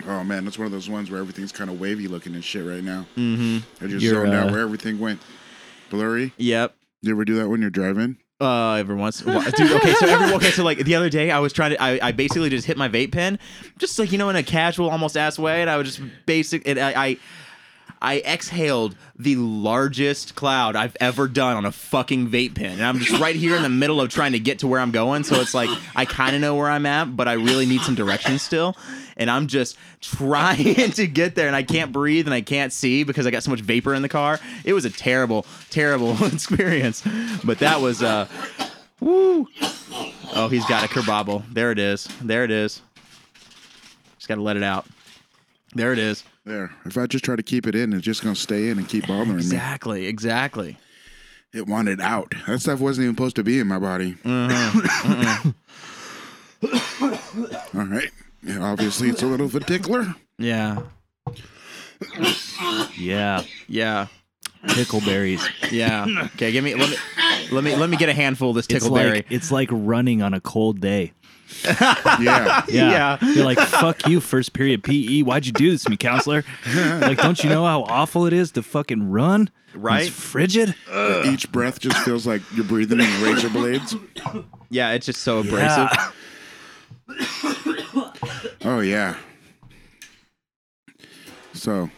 A: Oh man, that's one of those ones where everything's kind of wavy looking and shit right now. Mm-hmm. I just
B: You're,
A: zoned out
B: uh,
A: where everything went blurry.
D: yep.
A: You ever do that when you're driving?
D: Uh, every once, wa- dude. Okay, so every okay, so like the other day, I was trying to, I, I basically just hit my vape pen, just like you know, in a casual, almost ass way, and I was just basic, and I, I, I exhaled the largest cloud I've ever done on a fucking vape pen, and I'm just right here in the middle of trying to get to where I'm going, so it's like I kind of know where I'm at, but I really need some direction still, and I'm just trying to get there, and I can't breathe and I can't see because I got so much vapor in the car. It was a terrible, terrible experience, but that was uh. Oh, he's got a kerbobble. There it is. There it is. Just got to let it out. There it is.
A: There. If I just try to keep it in, it's just gonna stay in and keep bothering
D: Exactly. Exactly.
A: me. It wanted out. That stuff wasn't even supposed to be in my body.
B: Uh-huh.
A: All right. Yeah, obviously, it's a little of a tickler.
D: Yeah.
B: Yeah,
D: Yeah.
B: pickleberries.
D: Yeah. Okay. Give me. Let me. Let me. Let me get a handful of this
B: It's
D: tickleberry.
B: like it's like running on a cold day.
A: Yeah.
B: Yeah.
D: Yeah.
B: You're like, fuck you, first period PE. Why'd you do this to me, counselor? like, don't you know how awful it is to fucking run? when
D: Right.
B: It's frigid.
A: Each breath just feels like you're breathing in razor blades.
D: yeah. It's just so abrasive.
A: Oh yeah. So,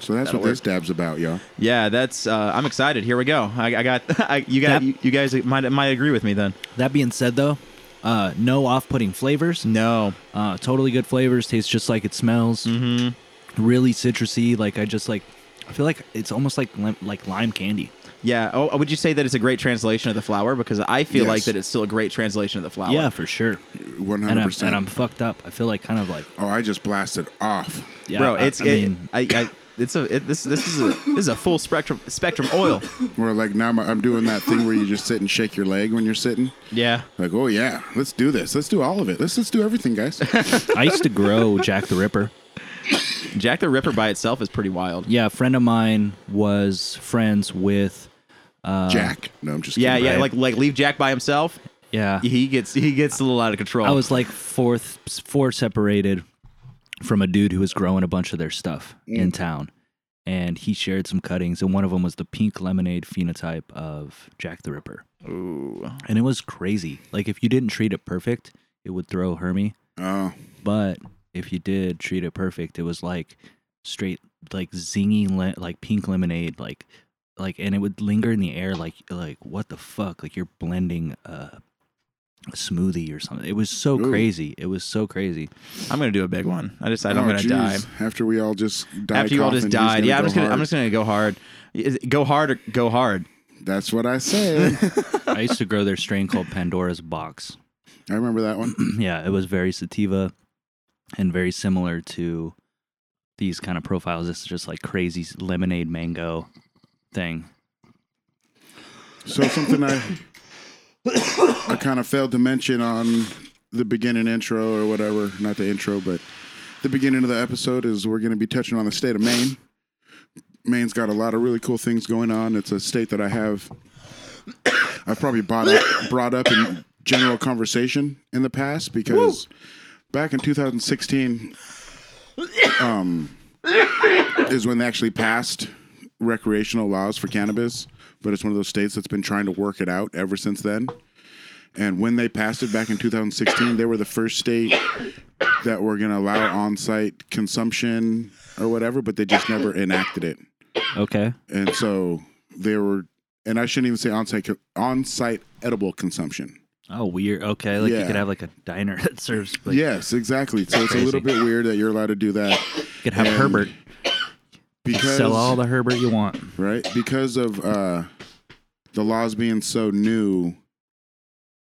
A: so that's
D: That'll
A: what this dab's about, y'all.
D: Yeah. That's. Uh, I'm excited. Here we go. I, I got. I, you
B: Yep.
D: got. You, you guys might might agree with me then.
B: That being said, though, uh, no off putting flavors.
D: No.
B: Uh, totally good flavors. Tastes just like it smells. Mm-hmm. Really citrusy. Like, I just like, I feel like it's almost like lim- like lime candy.
D: Yeah. Oh, would you say that it's a great translation of the flower? Because I feel
A: Yes.
D: like that it's still a great translation of the flower.
B: Yeah, for sure.
A: One
B: And
A: hundred
B: I'm, and I'm
A: percent.
B: fucked up. I feel like kind of like,
A: Oh, I just blasted off.
B: yeah,
D: Bro,
B: I-
D: it's.
B: I
D: it-
B: mean,
D: I, I,
E: it's a it, this this is a this is a full spectrum spectrum oil.
A: Where like now I'm, I'm doing that thing where you just sit and shake your leg when you're sitting.
E: Yeah.
A: Like, oh yeah, let's do this. Let's do all of it. Let's let's do everything, guys.
E: Uh,
B: I used to grow Jack the Ripper.
E: Jack the Ripper by itself is pretty wild.
B: Yeah, a friend of mine was friends with.
A: Jack. No, I'm just
E: Yeah,
A: kidding.
E: yeah, like like leave Jack by himself.
B: Yeah,
E: He gets he gets a little out of control.
B: I was like fourth, four separated from a dude who was growing a bunch of their stuff
E: Mm.
B: in town, and he shared some cuttings, and one of them was the pink lemonade phenotype of Jack the Ripper.
E: Ooh.
B: and it was crazy. Like if you didn't treat it perfect, it would throw Hermy.
A: Oh,
B: But if you did treat it perfect, it was like straight, like zingy, le- like pink lemonade, like like, and it would linger in the air, like like what the fuck, like you're blending uh, a smoothie or something. It was so
A: Ooh.
B: crazy. It was so crazy.
E: I'm gonna do a big one. I decided
A: oh,
E: I'm gonna
A: geez.
E: die.
A: After we all just died.
E: After you all just
A: coughing,
E: died,
A: he's
E: yeah, I'm
A: go
E: just gonna I'm
A: hard.
E: just gonna go hard. Is it Go hard or go hard.
A: That's what I said.
B: I used to grow their strain called Pandora's Box.
A: I remember that one.
B: yeah, it was very sativa and very similar to these kind of profiles. This is just like crazy lemonade mango thing.
A: So something I I kind of failed to mention on the beginning intro or whatever, not the intro, but the beginning of the episode is we're going to be touching on the state of Maine. Maine's got a lot of really cool things going on. It's a state that I have I've probably brought up, brought up in general conversation in the past because back in 2016 is when they actually passed recreational laws for cannabis, but it's one of those states that's been trying to work it out ever since then. And when they passed it back in 2016, they were the first state that were going to allow on site consumption or whatever, but they just never enacted it.
B: Okay.
A: And so they were, and I shouldn't even say on site on site edible consumption.
B: Oh, weird. Okay, like
A: Yeah.
B: you could have like a diner that serves. Like,
A: yes, exactly. So it's a little bit weird that you're allowed to do that
B: You could have
A: And
B: Herbert.
A: because
B: Sell all the Herbert you want.
A: right? Because of uh, the laws being so new,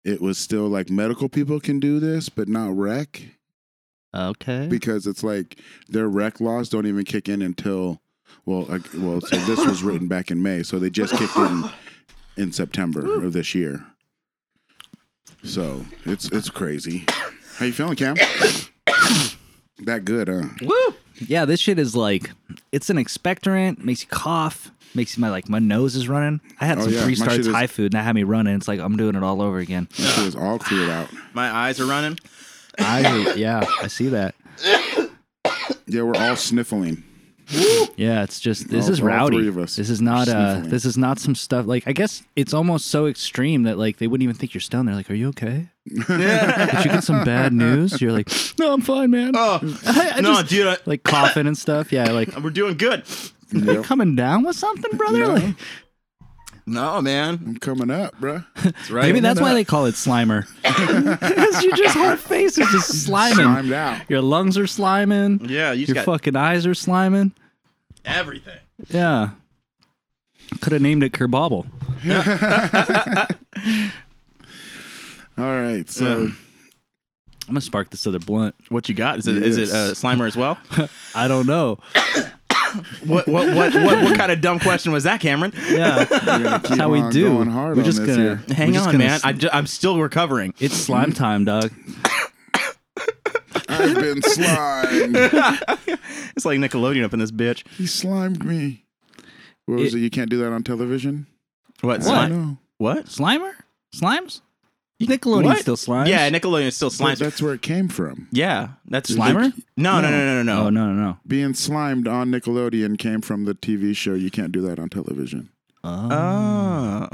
A: it was still like medical people can do this, but not rec
B: Okay.
A: because it's like their rec laws don't even kick in until well, like, well, so this was written back in May, so they just kicked in in September of this year. So it's it's crazy. How you feeling, Cam? That good, huh?
B: Yeah, this shit is like it's an expectorant, makes you cough, makes you my like my nose is running. I had
A: Oh,
B: some
A: yeah,
B: three
A: my
B: star
A: shit is-
B: Thai food and that had me running. It's like I'm doing it all over again.
A: That shit is all cleared out.
E: My eyes are running.
B: I yeah, I see that.
A: Yeah, we're all sniffling.
B: Yeah, it's just this
A: All-
B: is
A: all
B: rowdy.
A: three of us
B: This is not uh
A: sniffling.
B: this is not some stuff like I guess it's almost so extreme that like they wouldn't even think you're stoned. They're like, Are you okay? Did you get some bad news? You're like, No, I'm fine, man.
E: Oh
B: I, I
E: no,
B: just-
E: dude, I,
B: like coughing and stuff. Yeah, like
E: we're doing good.
A: Yep.
B: coming down with something, brother?
A: No.
B: Like,
E: No, man.
A: I'm coming up, bruh.
E: That's right.
B: maybe that's why they call it slimer. Because your just whole face is just sliming.
A: Slimed out.
B: Your lungs are sliming.
E: Yeah, you just
B: your
E: got
B: fucking eyes are sliming.
E: everything.
B: Yeah. Could have named it Kerbobble.
A: All right, so
B: I'm gonna spark this other blunt.
E: What you got? Is it is
A: Yes.
E: it uh, Slimer as well?
B: I don't know.
E: what, what what what what kind of dumb question was that, Cameron?
B: Yeah, that's how we
A: on
B: do.
A: going hard
B: we're
A: on
B: just
A: this
B: gonna
A: here.
B: we're
E: Hang
B: just
E: on,
B: gonna
E: man.
B: s-
E: I ju- I'm still recovering.
B: it's slime time, dog.
A: I've been slimed.
E: It's like Nickelodeon up in this bitch.
A: he slimed me. What was it,
B: It-
A: You can't do that on television.
E: What?
A: I
E: Slime?
A: know.
E: What?
B: Slimer? Slimes? Nickelodeon
E: What?
B: still slimes?
E: Yeah, Nickelodeon still
A: But
E: slimes.
A: that's where it came from.
E: Yeah, that's
B: Slimer?
E: No, no, no, no, no, no.
B: Oh no no no.
A: Being slimed on Nickelodeon came from the TV show. You can't do that on television.
E: Oh.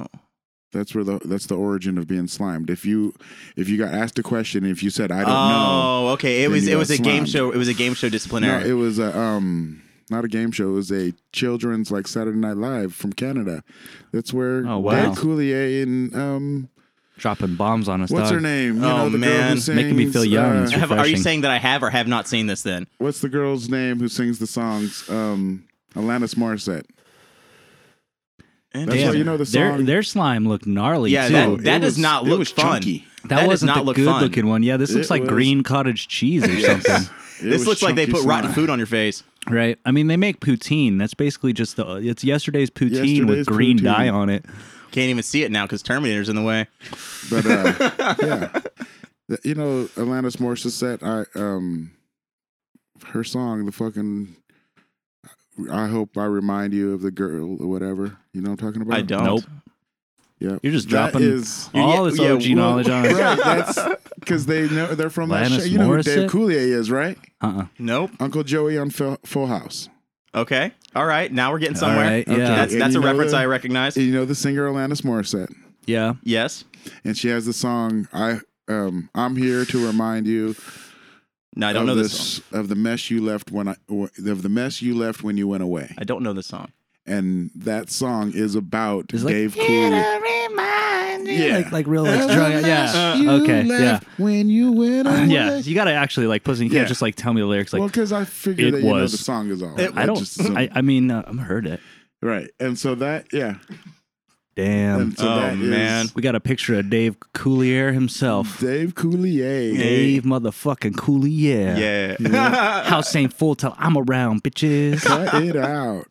A: That's where the that's the origin of being slimed. If you if you got asked a question, if you said I don't
E: Oh, okay. It
A: Then
E: was
A: you
E: it
A: got
E: was a game
A: slimed.
E: show. It was a game show
A: know, no,
E: disciplinary.
A: it was a um not a game show. It was a children's like Saturday Night Live from Canada. That's where
B: Oh, wow.
A: Dan Coulier and um
B: Dropping bombs on us.
A: what's
B: dog.
A: her name?
E: Oh,
A: the
E: man.
B: Making me feel young.
A: uh,
B: It's
E: Have- are you
B: refreshing.
E: saying that I have or have not seen this then?
A: what's the girl's name who sings the songs? Um, Alanis Morissette. That's why you know the
B: Their,
A: song.
B: their slime looked gnarly
D: Yeah,
B: too.
A: Dude,
D: that, that
A: it
D: does
A: was-
D: not
A: it
D: look
A: was
D: fun.
A: chunky.
D: that
B: that
D: does
B: wasn't
D: not
B: the
D: look
B: good
D: fun.
B: looking one. Yeah, this
A: It
B: looks like
A: was-
B: green cottage cheese or something,
A: It
D: This
A: was
D: looks like they
A: chunky
D: put rotten
A: slime.
D: food on your face.
B: right? I mean, they make poutine. That's basically just the it's yesterday's poutine
A: Yesterday's
B: with green
A: poutine.
B: dye on it.
D: Can't even see it now because Terminator's in the way.
A: But uh, yeah, Th- you know, Alanis Morissette. I um, her song, the fucking. I hope I remind you of the girl or whatever. You know what I'm talking about?
D: I don't.
B: Nope.
A: Yeah,
B: You're just
A: That
B: dropping
A: is-
B: all
D: Yeah,
B: this
D: yeah,
B: OG knowledge on us.
A: right. That's because they know they're from that
B: Alanis
A: show. You know who Dave
B: Morissette?
A: Coulier is, right?
B: Uh-uh.
D: Nope.
A: Uncle Joey on Full Full House.
D: Okay. All right. Now we're getting somewhere.
B: All right.
A: Okay.
B: Yeah.
D: That's
A: And
D: that's
A: you
D: a
A: know
D: reference
A: the-
D: I recognize.
A: You know the singer Alanis Morissette.
B: Yeah.
D: Yes.
A: and she has the song I um I'm here to remind you
D: No, I don't
A: of
D: know
A: the
D: this. song.
A: s- of the mess you left when I w- of the mess you left when you went away.
D: I don't know this song.
A: And that song is about
B: It's like,
A: Dave Cooley. Yeah.
B: Like like real like drug. Yeah. Uh, okay. Yeah. Uh,
A: When you went away.
B: Yeah. You gotta actually like pussy. You
A: Yeah.
B: can't just like tell me the lyrics.
A: well,
B: Like
A: because I figured
B: it
A: that you know the
B: was.
A: song is all.
B: I don't.
A: just assumed.
B: I, I mean, uh, I'm heard it.
A: right. And so that yeah.
B: Damn.
A: And so
D: Oh,
A: that is
D: man.
B: We got a picture of Dave Coulier himself.
A: Dave Coulier.
B: Dave motherfucking Coulier.
D: Yeah.
B: House ain't full till I'm around, bitches.
A: Cut it out.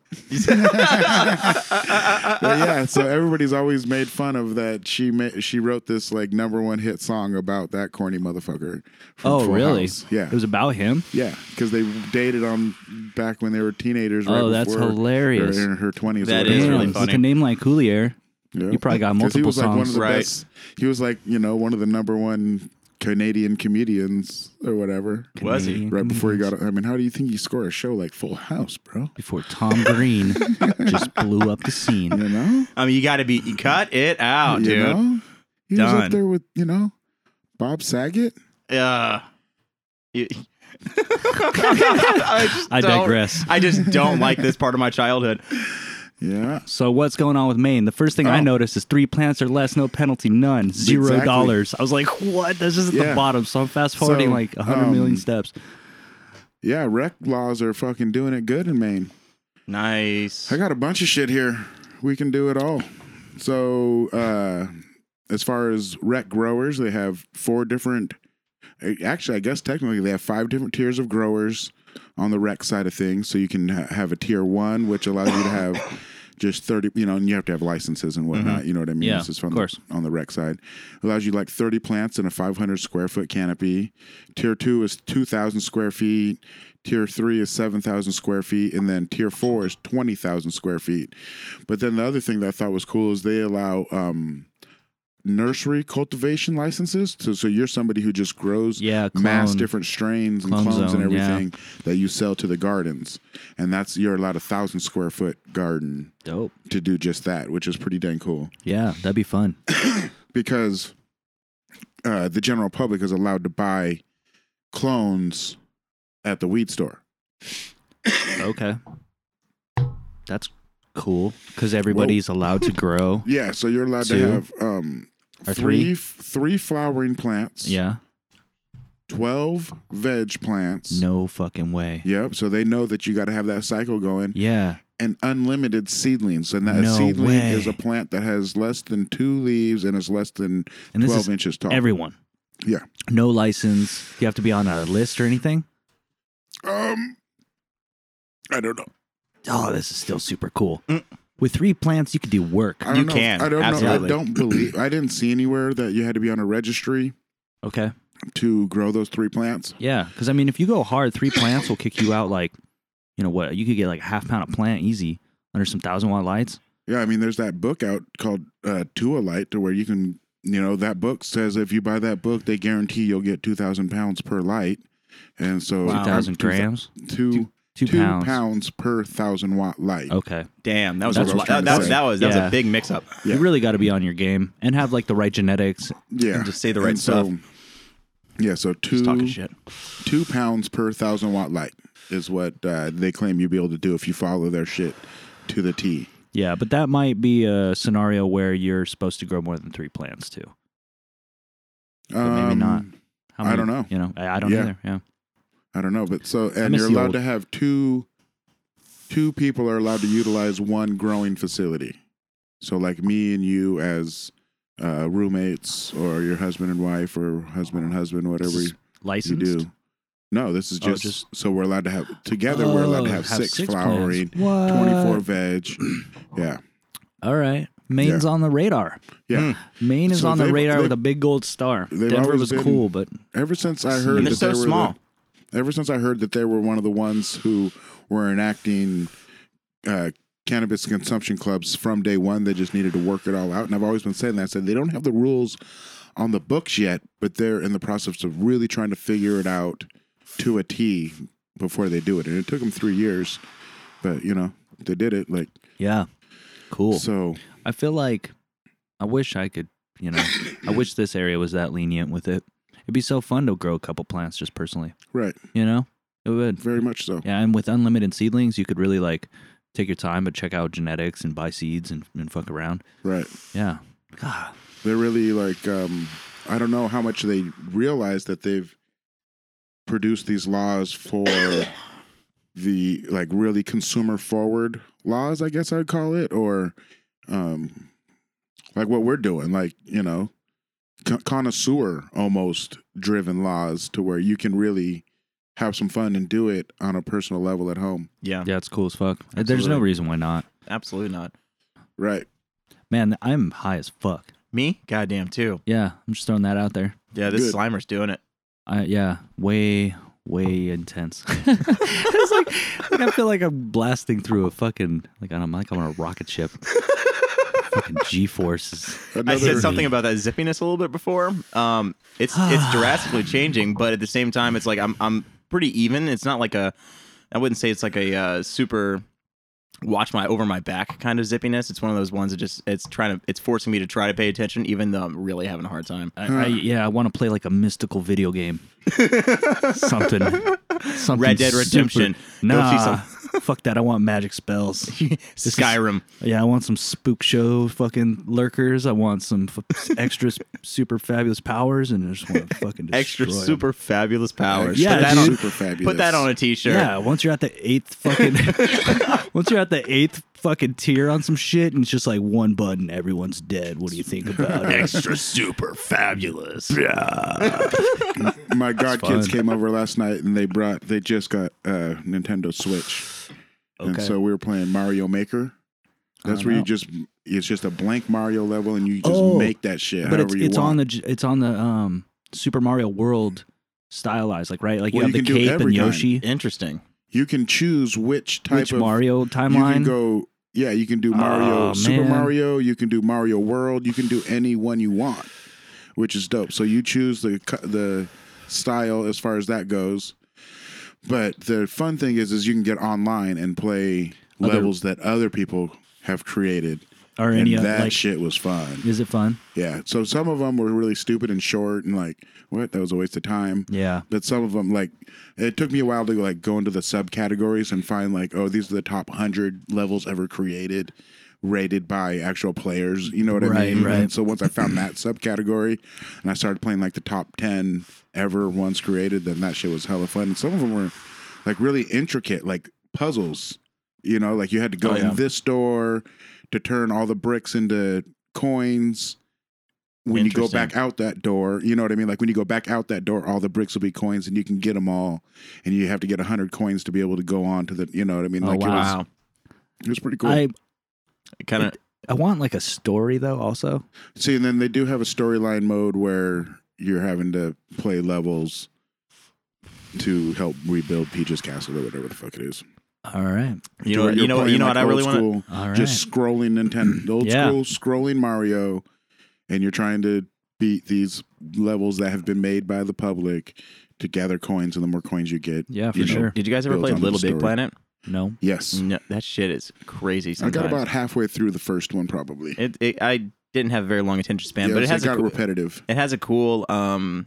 A: But yeah, so everybody's always made fun of that. She ma- she wrote this like number one hit song about that corny motherfucker. from
B: oh,
A: Full
B: really?
A: House. Yeah,
B: It was about him.
A: yeah, because they dated on back when they were teenagers. Right
B: Oh, that's
A: before-
B: hilarious.
A: or in her twenties.
D: That
B: Damn,
D: is really
B: with
D: funny.
B: a name like Coulier.
A: Yeah.
B: You probably got
A: 'Cause he
B: multiple
A: was like one of
B: songs.
A: the
D: Right.
A: best. He was like you know one of the number one Canadian comedians or whatever.
D: Was he?
B: Canadian
A: Right before he
B: comedians.
A: got, I mean, how do you think he scored a show like Full House, bro?
B: Before Tom Green just blew up the scene.
A: You know.
D: I mean, you got to be. You cut it
B: Oh,
D: out,
A: you
D: dude.
A: know? He was up
D: Done.
A: there with, you know, Bob Saget.
D: Uh, you- I, just
B: I
D: don't-
B: digress.
D: I just don't like this part of my childhood.
A: Yeah.
B: So what's going on with Maine? The first thing
A: Oh.
B: I noticed is three plants or less, no penalty, none, zero
A: Exactly.
B: dollars. I was like, what? This is at
A: Yeah.
B: the bottom. So I'm fast forwarding
A: So,
B: like like 100 million
A: um,
B: steps.
A: Yeah, rec laws are fucking doing it good in Maine.
D: Nice.
A: I got a bunch of shit here. We can do it all. So, uh, as far as rec growers, they have four different, actually, I guess technically they have five different tiers of growers on the rec side of things. So you can ha- have a tier one, which allows you to have just 30, you know, and you have to have licenses and whatnot. You know what I mean?
B: Mm-hmm. Yeah,
A: This is from
B: of course.
A: The, on the rec side. allows you like 30 plants in a 500 square foot canopy. Tier two is 2,000 square feet. Tier three is 7,000 square feet. And then tier four is 20,000 square feet. But then the other thing that I thought was cool is they allow, um, nursery cultivation licenses so, so you're somebody who just grows
B: Yeah,
A: mass
B: clone.
A: different strains and
B: Clone
A: clones and
B: zone, yeah.
A: everything that you sell to the gardens and that's you're allowed a thousand square foot garden
B: Dope.
A: to do just that, which is pretty dang cool
B: Yeah, that'd be fun.
A: because uh, the general public is allowed to buy clones at the weed store.
B: Okay. That's cool because everybody's allowed to grow.
A: Yeah, so you're allowed
B: Two?
A: to have um,
B: Or
A: three three flowering plants,
B: Yeah.
A: twelve veg plants.
B: No fucking way.
A: Yep. So they know that you got to have that cycle going,
B: Yeah.
A: and unlimited seedlings. And that a
B: No
A: seedling
B: way.
A: is a plant that has less than two leaves and is less than
B: And this
A: twelve
B: is
A: inches tall.
B: Everyone.
A: Yeah.
B: No license. Do you have to be on a list or anything?
A: um, I don't know.
B: Oh, this is still super cool. With three plants, you could do work.
A: Mm. I don't
D: You
A: know.
D: can,
A: I don't
D: absolutely.
A: know. I don't believe. I didn't see anywhere that you had to be on a registry
B: Okay.
A: to grow those three plants.
B: Yeah, because I mean, if you go hard, three plants will kick you out like, you know what? You could get like a half pound of plant easy under some thousand watt lights.
A: Yeah, I mean, there's that book out called uh, Tua Light, to where you can, you know, that book says if you buy that book, they guarantee you'll get two thousand pounds per light, and so
D: Wow.
A: I'm-
B: Two thousand grams,
A: two
B: two,
A: two
B: pounds.
A: pounds. per thousand watt light.
B: Okay,
D: Damn, that was
B: That's
D: a
B: what I was
D: lot.
A: trying
D: That,
A: to
D: that was
A: say.
D: that was that was
B: Yeah.
D: a big mix up.
A: Yeah.
B: you really got to be on your game and have like the right genetics.
A: Yeah,
D: and just say the right
A: so-
D: stuff.
A: yeah, so
D: Just talking
A: two
D: shit.
A: two pounds per thousand watt light is what uh, they claim you'll be able to do if you follow their shit to the T.
B: Yeah, but that might be a scenario where you're supposed to grow more than three plants too. But maybe
A: Um,
B: not. How
A: I don't know.
B: You know, I, I don't
A: Yeah.
B: either. Yeah,
A: I don't know, but so and
B: miss
A: you're
B: the
A: allowed
B: old-
A: to have two two people are allowed to utilize one growing facility. So like me and you as uh, roommates or your husband and wife or husband and husband, whatever
B: This is
A: you- you
B: Licensed?
A: do. No, this is
B: Oh,
A: just,
B: just-
A: so we're allowed to have together. we're allowed to
B: Oh,
A: have,
B: have
A: six,
B: six plants.
A: flowering, twenty four veg. yeah,
B: All right. Maine's on the radar.
A: yeah.
B: Maine is
A: So
B: on the
A: they've-
B: radar
A: they've-
B: with a big gold star.
A: they've
B: Denver
A: always
B: was
A: been-
B: cool, but
A: Ever since I heard
D: And
A: that
D: they're so
A: they were the-
D: small.
A: ever since I heard that they were one of the ones who were enacting uh, cannabis consumption clubs from day one, they just needed to work it all out. And I've always been saying that. I said they don't have the rules on the books yet, but they're in the process of really trying to figure it out to a T before they do it. And it took them three years, but you know they did it. Like
B: yeah. Cool.
A: so,
B: I feel like I wish I could, you know, I wish this area was that lenient with it. It'd be so fun to grow a couple plants just personally,
A: right,
B: you know? It would.
A: very much so.
B: Yeah, and with unlimited seedlings, you could really like take your time but check out genetics and buy seeds and, and fuck around.
A: Right.
B: Yeah. God.
A: they're really like um i don't know how much they realize that they've produced these laws for the like really consumer forward laws i guess i'd call it or um like what we're doing like you know con- connoisseur almost driven laws to where you can really have some fun and do it on a personal level at home
D: Yeah,
B: Yeah, it's cool as fuck. There's no
D: Absolutely.
B: reason why not.
D: absolutely not.
A: right
B: Man, I'm high as fuck.
E: Me? Goddamn too.
B: Yeah, I'm just throwing that out there.
D: Yeah, this
A: Good.
D: Slimer's doing it.
B: I yeah, way way intense. it's like, like I feel like I'm blasting through a fucking like I'm like I'm on a rocket ship. fucking G forces.
D: I said
A: Another-
D: something about that zippiness a little bit before. Um, it's it's drastically changing, but at the same time, it's like I'm I'm pretty even. It's not like a, I wouldn't say it's like a uh, super watch my over my back kind of zippiness. It's one of those ones that just it's trying to it's forcing me to try to pay attention, even though I'm really having a hard time.
B: I, I, yeah, I want to play like a mystical video game. something, something.
D: Red Dead
B: super-
D: Redemption. Go
B: Nah,
D: see some-
B: fuck that. I want magic spells.
D: Skyrim.
B: Yeah, I want some spook show fucking lurkers. I want some f- extra s- super fabulous powers, and I just want to fucking destroy
D: Extra
B: 'em.
D: super fabulous powers.
B: Yeah,
D: put that,
B: dude.
D: on,
A: super fabulous
D: put that on a t-shirt.
B: Yeah, once you're at the eighth fucking, once you're at the eighth fucking tier on some shit, and it's just like one button, everyone's dead. What do you think about it?
D: Extra super fabulous.
A: My godkids
B: fun.
A: came over last night and they brought they just got uh Nintendo Switch. And
B: Okay.
A: so we were playing Mario Maker. That's where you just it's just a blank Mario level and you just
B: Oh,
A: make that shit
B: but
A: however
B: it's
A: you
B: it's
A: want.
B: on the j- it's on the um Super Mario World stylized, like right, like you
A: Well,
B: have
A: you
B: the
A: can do
B: cape and
A: every kind.
B: Yoshi,
D: Interesting.
A: you can choose which type
B: which
A: of
B: Mario
A: you can
B: timeline.
A: go yeah, you can do Mario
B: Oh,
A: Super
B: man.
A: Mario, you can do Mario World, you can do any one you want, which is dope. So you choose the cu- the style as far as that goes. But the fun thing is is you can get online and play
B: Other-
A: levels that other people have created.
B: or
A: And
B: any of
A: that
B: like,
A: shit was fun.
B: is it fun?
A: Yeah. So some of them were really stupid and short and like, what? That was a waste of time.
B: Yeah,
A: But some of them, like, it took me a while to like go into the subcategories and find like, oh, these are the top hundred levels ever created, rated by actual players. You know what I
B: Right,
A: mean?
B: right.
A: And so once I found that subcategory, and I started playing like the top ten ever once created, then that shit was hella fun. And some of them were like really intricate, like puzzles. You know, like you had to go
D: Oh, yeah.
A: in this door to turn all the bricks into coins. When you go
D: Interesting.
A: back out that door, you know what I mean? Like when you go back out that door, all the bricks will be coins and you can get them all. And you have to get 100 coins to be able to go on to the, you know what I mean?
B: Oh,
A: Like it, was,
D: Wow.
A: it was pretty cool.
B: I
D: Kind of
B: I want like a story though. Also,
A: See, and then they do have a storyline mode where you're having to play levels to help rebuild Peach's Castle or whatever the fuck it is.
B: all right,
D: you
A: To
D: know
A: where
D: you
A: you're
D: know
A: playing,
D: you know
A: like,
D: what I really
A: old
D: want to
A: school-
B: all right.
A: just scrolling Nintendo, old
B: Yeah.
A: school scrolling Mario, and you're trying to beat these levels that have been made by the public to gather coins, and the more coins you get,
B: yeah, for
A: you know.
B: sure.
D: Did you guys ever
A: Builds
D: play
A: on the
D: Little Big
A: story.
D: Planet?
B: No,
A: yes.
D: No, that shit is crazy.
A: I
D: Mm-hmm. Sometimes
A: got about halfway through the first one, probably.
D: it, it. I didn't have a very long attention span,
A: yeah,
D: but it
A: was-
D: has a
A: got
D: cool,
A: repetitive.
D: it has a cool um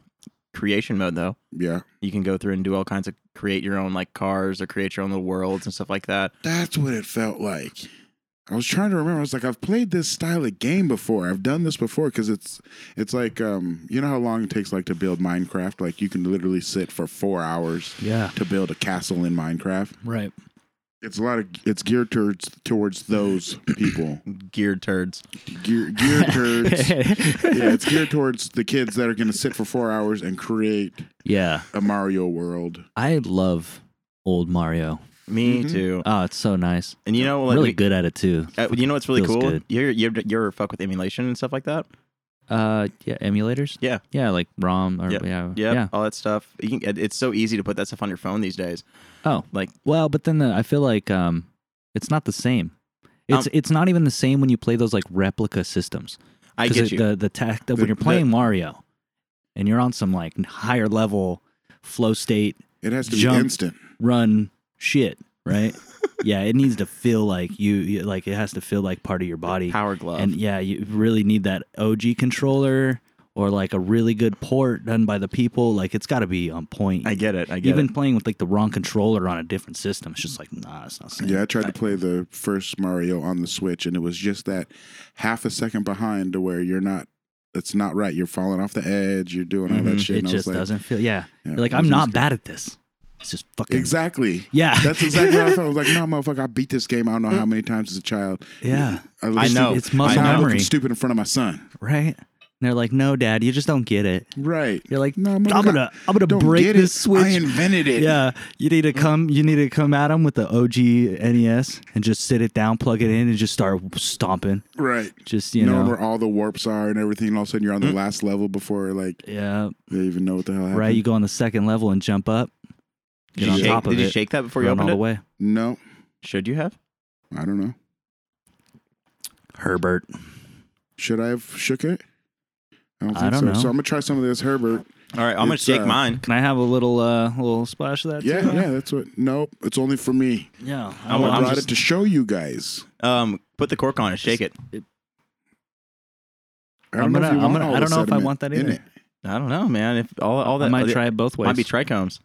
D: creation mode though.
A: Yeah,
D: You can go through and do all kinds of create your own like cars or create your own little worlds and stuff like that.
A: that's what it felt like. I was trying to remember. I was like, I've played this style of game before. I've done this before because it's it's like um, you know how long it takes like to build Minecraft. Like you can literally sit for four hours
B: yeah,
A: to build a castle in Minecraft.
B: right.
A: It's a lot of it's geared towards towards those people.
D: Geared turds.
A: Gear, geared towards yeah, it's geared towards the kids that are going to sit for four hours and create
B: yeah,
A: a Mario world.
B: I love old Mario.
D: Me
A: Mhm.
D: too.
B: Oh, it's so nice.
D: And you know, like,
B: really
D: we-
B: good at it too.
D: uh, you know what's really
B: Feels
D: cool?
B: good.
D: You're, you're you're fuck with emulation and stuff like that.
B: Uh, yeah, emulators.
D: Yeah.
B: yeah, like ROM or
D: Yep.
B: yeah,
D: Yep,
B: yeah.
D: all that stuff. You can, it- it's so easy to put that stuff on your phone these days.
B: Oh,
D: Like-
B: well, but then the, I feel like um, it's not the same.
D: Um,
B: It's it's not even the same when you play those like replica systems.
D: I
B: 'Cause
D: get
B: it-
D: you.
B: The the tact that when you're playing Mario, and you're on some like higher level flow state
A: It has to
B: Jump.
A: be instant.
B: run shit, right? yeah, it needs to feel like you, you like it has to feel like part of your body.
D: Power glove.
B: And yeah, you really need that OG controller or like a really good port done by the people. Like it's got to be on point.
D: I get it. I get
B: Even
D: it.
B: playing with like the wrong controller on a different system, it's just like nah, it's not. Same.
A: Yeah, I tried to play the first Mario on the Switch, and it was just that half a second behind to where you're not. It's not right. You're falling off the edge. You're doing all that
B: Mhm.
A: shit.
B: It
A: and I was
B: just
A: like,
B: doesn't feel. Yeah,
A: Yeah,
B: You're like
A: it
B: I'm
A: was
B: not
A: just-
B: bad at this. It's just fucking.
A: Exactly.
B: Yeah,
A: That's exactly what I thought. I was like, no, motherfucker, I beat this game. I don't know how many times as a child.
B: yeah,
A: I, was
D: I know.
B: It's
A: I'm
B: muscle
A: not looking
B: memory,
A: stupid in front of my son.
B: right? And they're like, no, dad, you just don't get it.
A: Right.
B: You're like,
A: No,
B: I'm
A: motherfucker,
B: gonna, I'm gonna
A: don't
B: break
A: get
B: this
A: it.
B: switch.
A: I invented it.
B: Yeah, you need to come. You need to come at them with the OG NES E and just sit it down, plug it in, and just start stomping.
A: Right.
B: Just you
A: Knowing
B: know, Mm.
A: where all the warps are and everything. And all of a sudden, you're on the last level before like
B: yeah,
A: they even know what the hell happened.
B: right. You go on the second level and jump up.
D: Mm-hmm. Did
B: Get
D: you,
B: on
D: shake,
B: top of
D: did you
B: it.
D: shake that before you
B: Run all
D: opened
B: the
D: it?
B: way.
A: No,
D: Should you have?
A: I don't know.
B: Herbert.
A: Should I have shook it? I don't
B: I
A: think
B: don't
A: so.
B: know.
A: So I'm gonna try some of this Herbert.
D: All right, I'm gonna
A: It's,
D: shake
A: uh,
D: mine.
B: Can I have a little, uh, little splash of that?
A: Yeah,
B: too?
A: yeah, that's what. Nope, it's only for me.
B: yeah.
A: I
D: I'm- I'm
A: brought
D: just-
A: it to show you guys.
D: Um, put the cork on it. Shake it.
A: I don't
B: I'm
A: know
B: gonna-
A: if you
B: I'm
A: want
B: gonna-
A: all
B: I
A: the
B: don't know if I
A: sediment
B: want that
A: in
B: either.
A: it.
D: I don't know, man. If all all
B: I
D: that
B: might
D: it
B: try it both ways.
D: might be trichomes.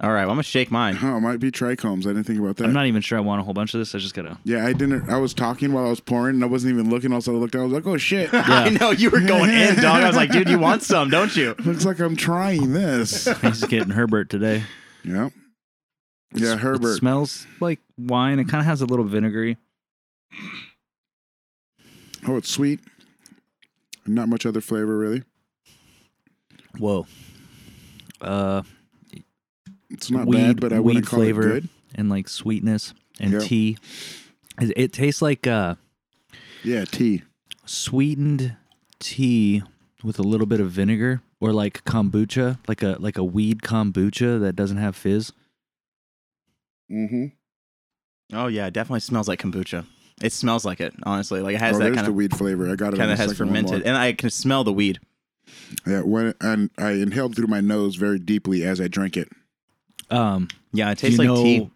D: All right, well, I'm gonna shake mine.
A: Huh, it might be trichomes. I didn't think about that.
B: I'm not even sure I want a whole bunch of this. I just gotta.
A: yeah, I didn't. I was talking while I was pouring, and I wasn't even looking. Also, I looked. I was like, "Oh shit!"
D: I know you were going in, dog. I was like, dude, you want some, don't you?
A: Looks like I'm trying this.
B: He's getting Herbert today.
A: yeah, yeah,
B: It
A: Herbert.
B: smells like wine. It kind of has a little vinegary.
A: oh, it's sweet. Not much other flavor, really.
B: Whoa. Uh,
A: It's not
B: Weed-
A: bad, but I wouldn't
B: weed
A: call
B: flavor.
A: it good.
B: and like sweetness and
A: Yeah.
B: tea. It, it tastes like uh,
A: Yeah, tea.
B: sweetened tea with a little bit of vinegar, or like kombucha, like a like a weed kombucha that doesn't have fizz.
A: Mm-hmm.
D: Oh yeah, it definitely smells like kombucha. It smells like it, honestly. Like it has
A: oh,
D: that
A: there's
D: kind
A: the
D: of
A: weed flavor. I got it. on
D: kind
A: the
D: of has
A: second one more.
D: fermented, and I can smell the weed.
A: Yeah, when and I inhaled through my nose very deeply as I drank it.
B: Um,
D: Yeah, it
B: do you
D: tastes like
B: know
D: tea.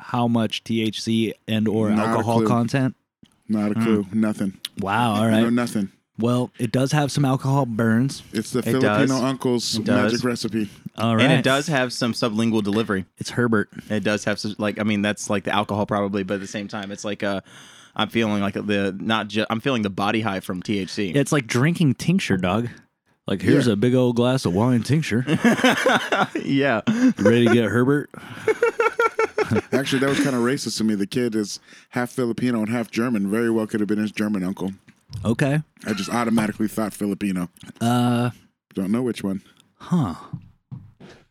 B: How much THC and or
A: Not a
B: alcohol
A: clue.
B: content?
A: Not
D: Hmm.
A: a clue. Nothing.
B: Wow. All
A: No,
B: right.
A: nothing.
B: Well, it does have some alcohol burns.
A: It's the
D: It
A: Filipino
D: does.
A: uncle's
D: It does.
A: magic recipe.
B: All right.
D: And it does have some sublingual delivery.
B: It's Herbert.
D: It does have some, like I mean that's like the alcohol probably, but at the same time it's like uh I'm feeling like the not ju- I'm feeling the body high from THC.
B: Yeah, it's like drinking tincture, dog. Like here's
A: Yeah.
B: a big old glass of wine tincture. You
D: yeah.
B: ready to get Herbert?
A: Actually, that was kind of racist to me. The kid is half Filipino and half German. Very well could have been his German uncle.
B: Okay.
A: I just automatically thought Filipino.
B: Uh,
A: Don't know which one.
B: huh.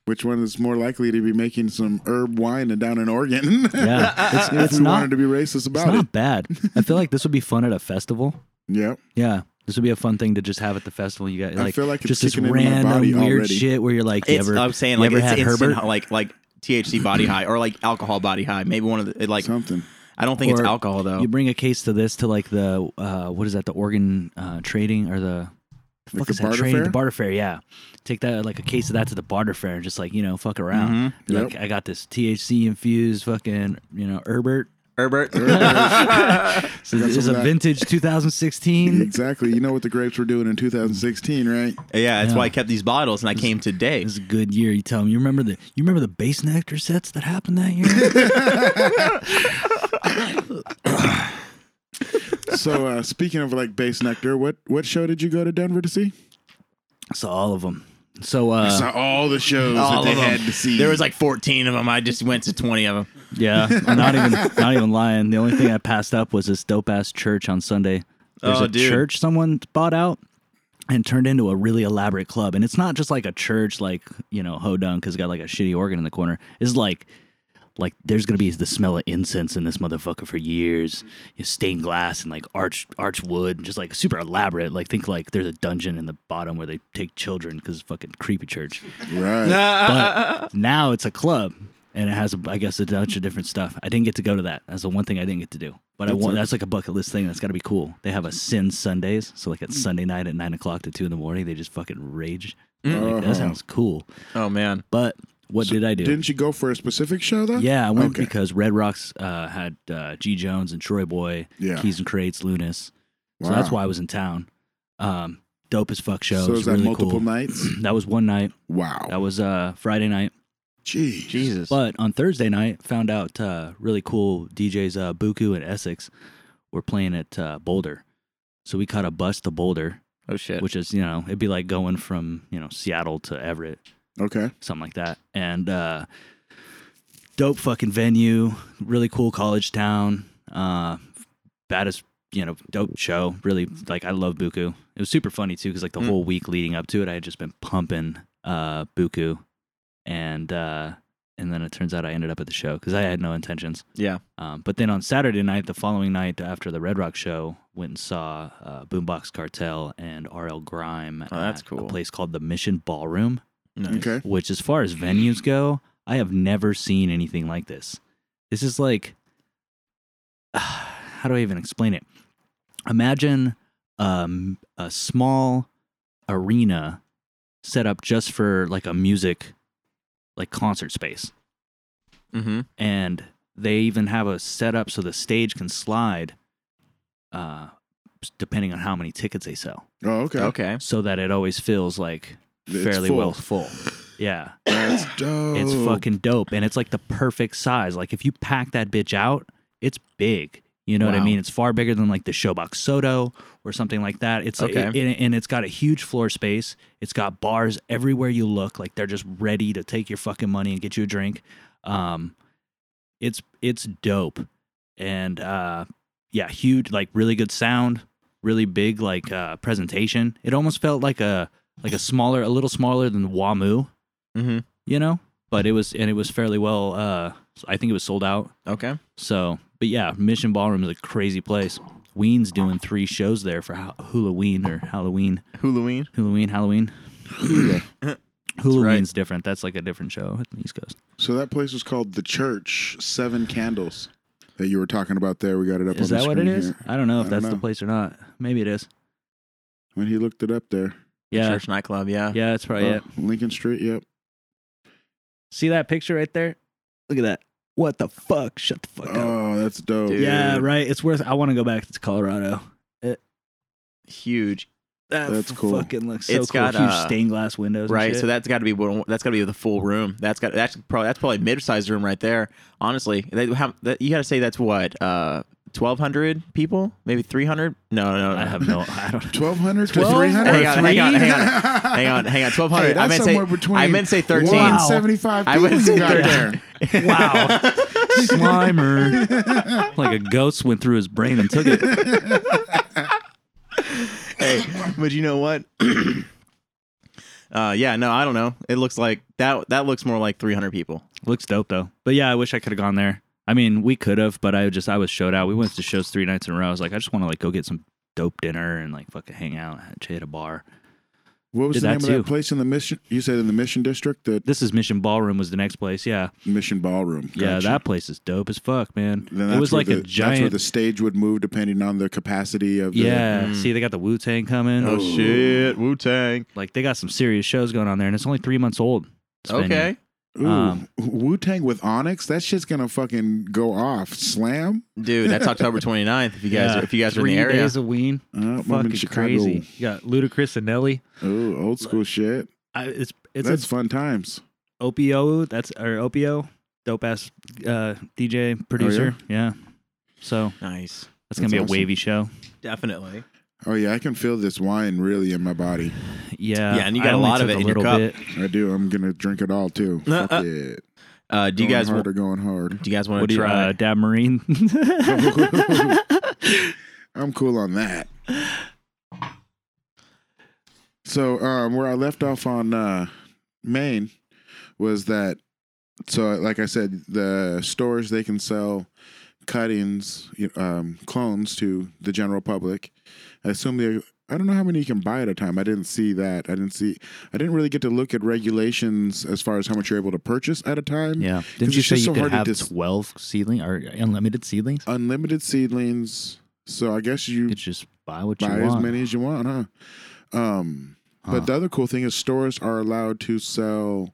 A: Which one is more likely to be making some herb wine and down in Oregon?
B: Yeah. It's,
A: if
B: it's
A: we
B: not.
A: wanted to be racist
B: It's
A: about it.
B: not bad. I feel like this would be fun at a festival.
A: Yep.
B: Yeah. This would be a fun thing to just have at the festival. You got
A: I
B: like
A: feel like it's
B: just this
A: kicking into my
B: random
A: body
B: weird
A: already.
B: shit where you're like, you
D: It's,
B: ever,
D: I'm saying
B: you
D: like
B: ever
D: it's
B: had
D: instant,
B: Herbert?
D: like like THC body high or like alcohol body high. Maybe one of the it, like
A: Something.
D: I don't think it's
B: Or
D: alcohol though.
B: You bring a case to this to like the uh, what is that? The Oregon uh, trading or the, the
A: Like
B: fuck
A: the
B: is that
A: barter
B: trading?
A: fair?
B: The barter fair, yeah. Take that like a case of that to the barter fair and just like you know fuck around.
D: Mm-hmm.
B: Be Like I got this THC infused fucking you know Herbert.
D: Herbert.
B: So this
A: some
B: is
A: of
B: a
A: that.
B: vintage 2016.
A: exactly. You know what the grapes were doing in 2016, right?
D: yeah, that's
B: Yeah.
D: why I kept these bottles and I came today.
B: This is a good year. You tell me. You remember the you remember the bass nectar sets that happened that year?
A: So uh, speaking of like base nectar, what what show did you go to Denver to see?
B: I saw all of them. So uh,
A: saw all the shows
D: All
A: that they
D: of 'em.
A: had to see.
D: Oh, There was like 14 of them. I just went to 20 of them.
B: Yeah, I'm not even not even lying. The only thing I passed up was this dope ass church on Sunday. There's
D: Oh,
B: a
D: dude.
B: church someone bought out and turned into a really elaborate club, and it's not just like a church like you know hodunk because it's got like a shitty organ in the corner. It's like like there's gonna be the smell of incense in this motherfucker for years. You stained glass and like arch arch wood, and just like super elaborate. Like think like there's a dungeon in the bottom where they take children because fucking creepy church
A: right. Uh-huh.
B: but now it's a club and it has i guess a bunch of different stuff i didn't get to go to that that's the one thing i didn't get to do but i want that's like a bucket list thing that's got to be cool they have a sin sundays so
A: Hmm.
B: like at sunday night at 9 o'clock to 2 in the morning they just fucking rage like, that sounds cool
D: Oh, man.
B: but what did i do
A: Uh-huh. Didn't you go for a specific show though?
B: yeah, I went
A: Okay.
B: because Red Rocks uh, had uh, G Jones and Troy Boy,
A: Yeah.
B: Keys and Crates, Lunas. So
A: Wow.
B: that's why I was in town. Um, dope as fuck show.
A: So
B: it
A: was
B: was
A: that
B: really
A: multiple
B: cool.
A: nights?
B: That was one night.
A: Wow.
B: That was uh, Friday night.
A: Jeez.
D: Jesus.
B: But on Thursday night, found out uh, really cool DJs uh, Buku and Essex were playing at uh, Boulder. So we caught a bus to Boulder,
D: oh, shit.
B: which is you know it'd be like going from you know Seattle to Everett,
A: Okay.
B: something like that. And uh, dope fucking venue, really cool college town, uh, baddest you know dope show. Really like I love Buku. It was super funny too because like the
D: Mm.
B: whole week leading up to it, I had just been pumping uh, Buku, and uh, and then it turns out I ended up at the show because I had no intentions.
D: Yeah.
B: Um, but then on Saturday night, the following night after the Red Rock show, went and saw uh, Boombox Cartel and RL Grime
D: Oh, that's
B: at a
D: cool.
B: place called the Mission Ballroom
D: Nice.
A: Okay.
B: which as far as venues go, I have never seen anything like this. This is like how do I even explain it? Imagine um, a small arena set up just for like a music like concert space
D: Mm-hmm.
B: and they even have a setup so the stage can slide uh depending on how many tickets they sell
A: Oh, okay.
D: Okay.
B: so that it always feels like
A: It's
B: fairly
A: full.
B: well full yeah
A: That's dope.
B: it's fucking dope. And it's like the perfect size. Like if you pack that bitch out, it's big. You know what I
D: Wow.
B: mean? It's far bigger than like the Showbox Soto or something like that. It's like,
D: Okay.
B: and- and it's got a huge floor space. It's got bars everywhere you look. Like they're just ready to take your fucking money and get you a drink. Um, it's it's dope, and uh, yeah, huge. Like really good sound, really big like uh presentation. It almost felt like a like a smaller, a little smaller than Wamu
D: Mhm.
B: you know but it was and it was fairly well uh i think it was sold out
D: Okay.
B: so but yeah mission ballroom is a crazy place ween's doing three shows there for ha- halloween or halloween
D: Halloween.
B: halloween halloween halloween's different that's like a different show at the east coast
A: So that place was called the Church Seven Candles that you were talking about. There, we got it up.
B: is
A: on
B: that
A: the
B: what it
A: screen
B: is
A: Here.
B: i don't know
A: I
B: if
A: don't
B: that's
A: know.
B: the place or not maybe it is
A: When he looked it up there,
B: yeah
D: Church nightclub. Yeah.
B: yeah that's probably
A: Oh,
B: it
A: Lincoln Street. Yep.
B: see that picture right there look at that what the fuck shut the fuck up
A: Oh, that's dope.
D: Dude.
B: yeah right it's worth i want to go back to colorado
D: Huge.
B: that
A: That's
B: f-
A: cool.
B: fucking looks so
D: It's
B: cool
D: got,
B: huge
D: uh,
B: stained glass windows and
D: Right.
B: shit.
D: So that's got to be one- that's got to be the full room. That's got that's probably that's probably mid sized room right there. Honestly, that, how, that, you got to say that's what uh twelve hundred people, maybe three hundred. No, no, no.
B: I have no. I don't.
A: Twelve hundred to
D: Twelve?
A: three hundred.
D: Hang on, hang on, hang on, hang on, hang on. Twelve hundred.
A: Hey,
D: I
A: that's
D: meant say
A: somewhere between.
D: I meant say thirteen.
A: One seventy-five.
D: I would
A: people
D: say
A: you got there.
D: thirteen.
B: Wow, Slimer, like a ghost went through his brain and took it.
D: hey, but you know what? uh, yeah, no, I don't know. It looks like that. That looks more like 300 people.
B: Looks dope though. But yeah, I wish I could have gone there. I mean, we could have, but I just I was showed out. We went to shows three nights in a row. I was like, I just want to like go get some dope dinner and like fucking hang out at a bar.
A: What was
B: Did
A: the name
B: that
A: of
B: too.
A: that place in the mission? You said in the Mission District, the
B: This is Mission Ballroom was the next place. Yeah,
A: Mission Ballroom.
B: yeah,
A: Gotcha.
B: that place is dope as fuck, man.
A: Then
B: it
A: that's
B: was
A: where
B: like
A: the,
B: a
A: That's where
B: giant.
A: the stage would move depending on the capacity of the.
B: yeah,
D: Mm. Oh,
B: see, they got the Wu Tang coming.
D: shit, Wu Tang.
B: Like they got some serious shows going on there, and it's only three months old. It's been-
D: Okay,
A: Ooh,
B: Um,
A: Wu Tang with Onyx. That shit's gonna fucking go off. Slam.
D: dude, that's October 29th. If you guys,
B: Yeah,
D: if you guys are in
B: three
D: the area,
B: days of Ween.
A: Uh, I'm in
B: fucking
A: Chicago.
B: crazy. You got Ludacris and Nelly.
A: Ooh, old school shit.
B: I, it's it's
A: That's
B: a
A: fun times.
B: OPO. That's or OPO, dope ass uh, DJ producer. yeah? So
D: nice,
B: that's gonna
A: Oh, That's
B: be
A: awesome.
B: a wavy show.
D: definitely.
A: Oh yeah, I can feel this wine really in my body.
B: Yeah.
D: Yeah, and you
B: I
D: got a
B: only
D: lot of
B: took
D: it in your
B: little
D: cup.
B: bit.
A: I do. I'm gonna drink it all too.
D: Uh,
A: Fuck
D: uh,
A: it.
D: Uh, do you
A: Going
D: guys
A: hard
D: want?
A: or going hard?
D: Do you guys want
B: What
D: to
B: do you,
D: try?
B: uh, Dab Marine?
A: I'm cool on that. So um, where I left off on uh, Maine was that. So like I said, the stores they can sell cuttings, you- um, clones to the general public. I assume they. I don't know how many you can buy at a time. I didn't see that. I didn't see. I didn't really get to look at regulations as far as how much you're able to purchase at a time.
B: yeah.
A: Didn't
B: Didn't
A: you
B: you
A: it's say just
B: say you
A: you so could
B: could
A: hard to
B: have
A: have dis-
B: 12 seedlings or unlimited seedlings?
A: Unlimited seedlings. So I guess you
B: You could just buy what
A: buy
B: you
A: as
B: want.
A: many as you want, huh? Um,
B: Huh.
A: but the other cool thing is stores are allowed to sell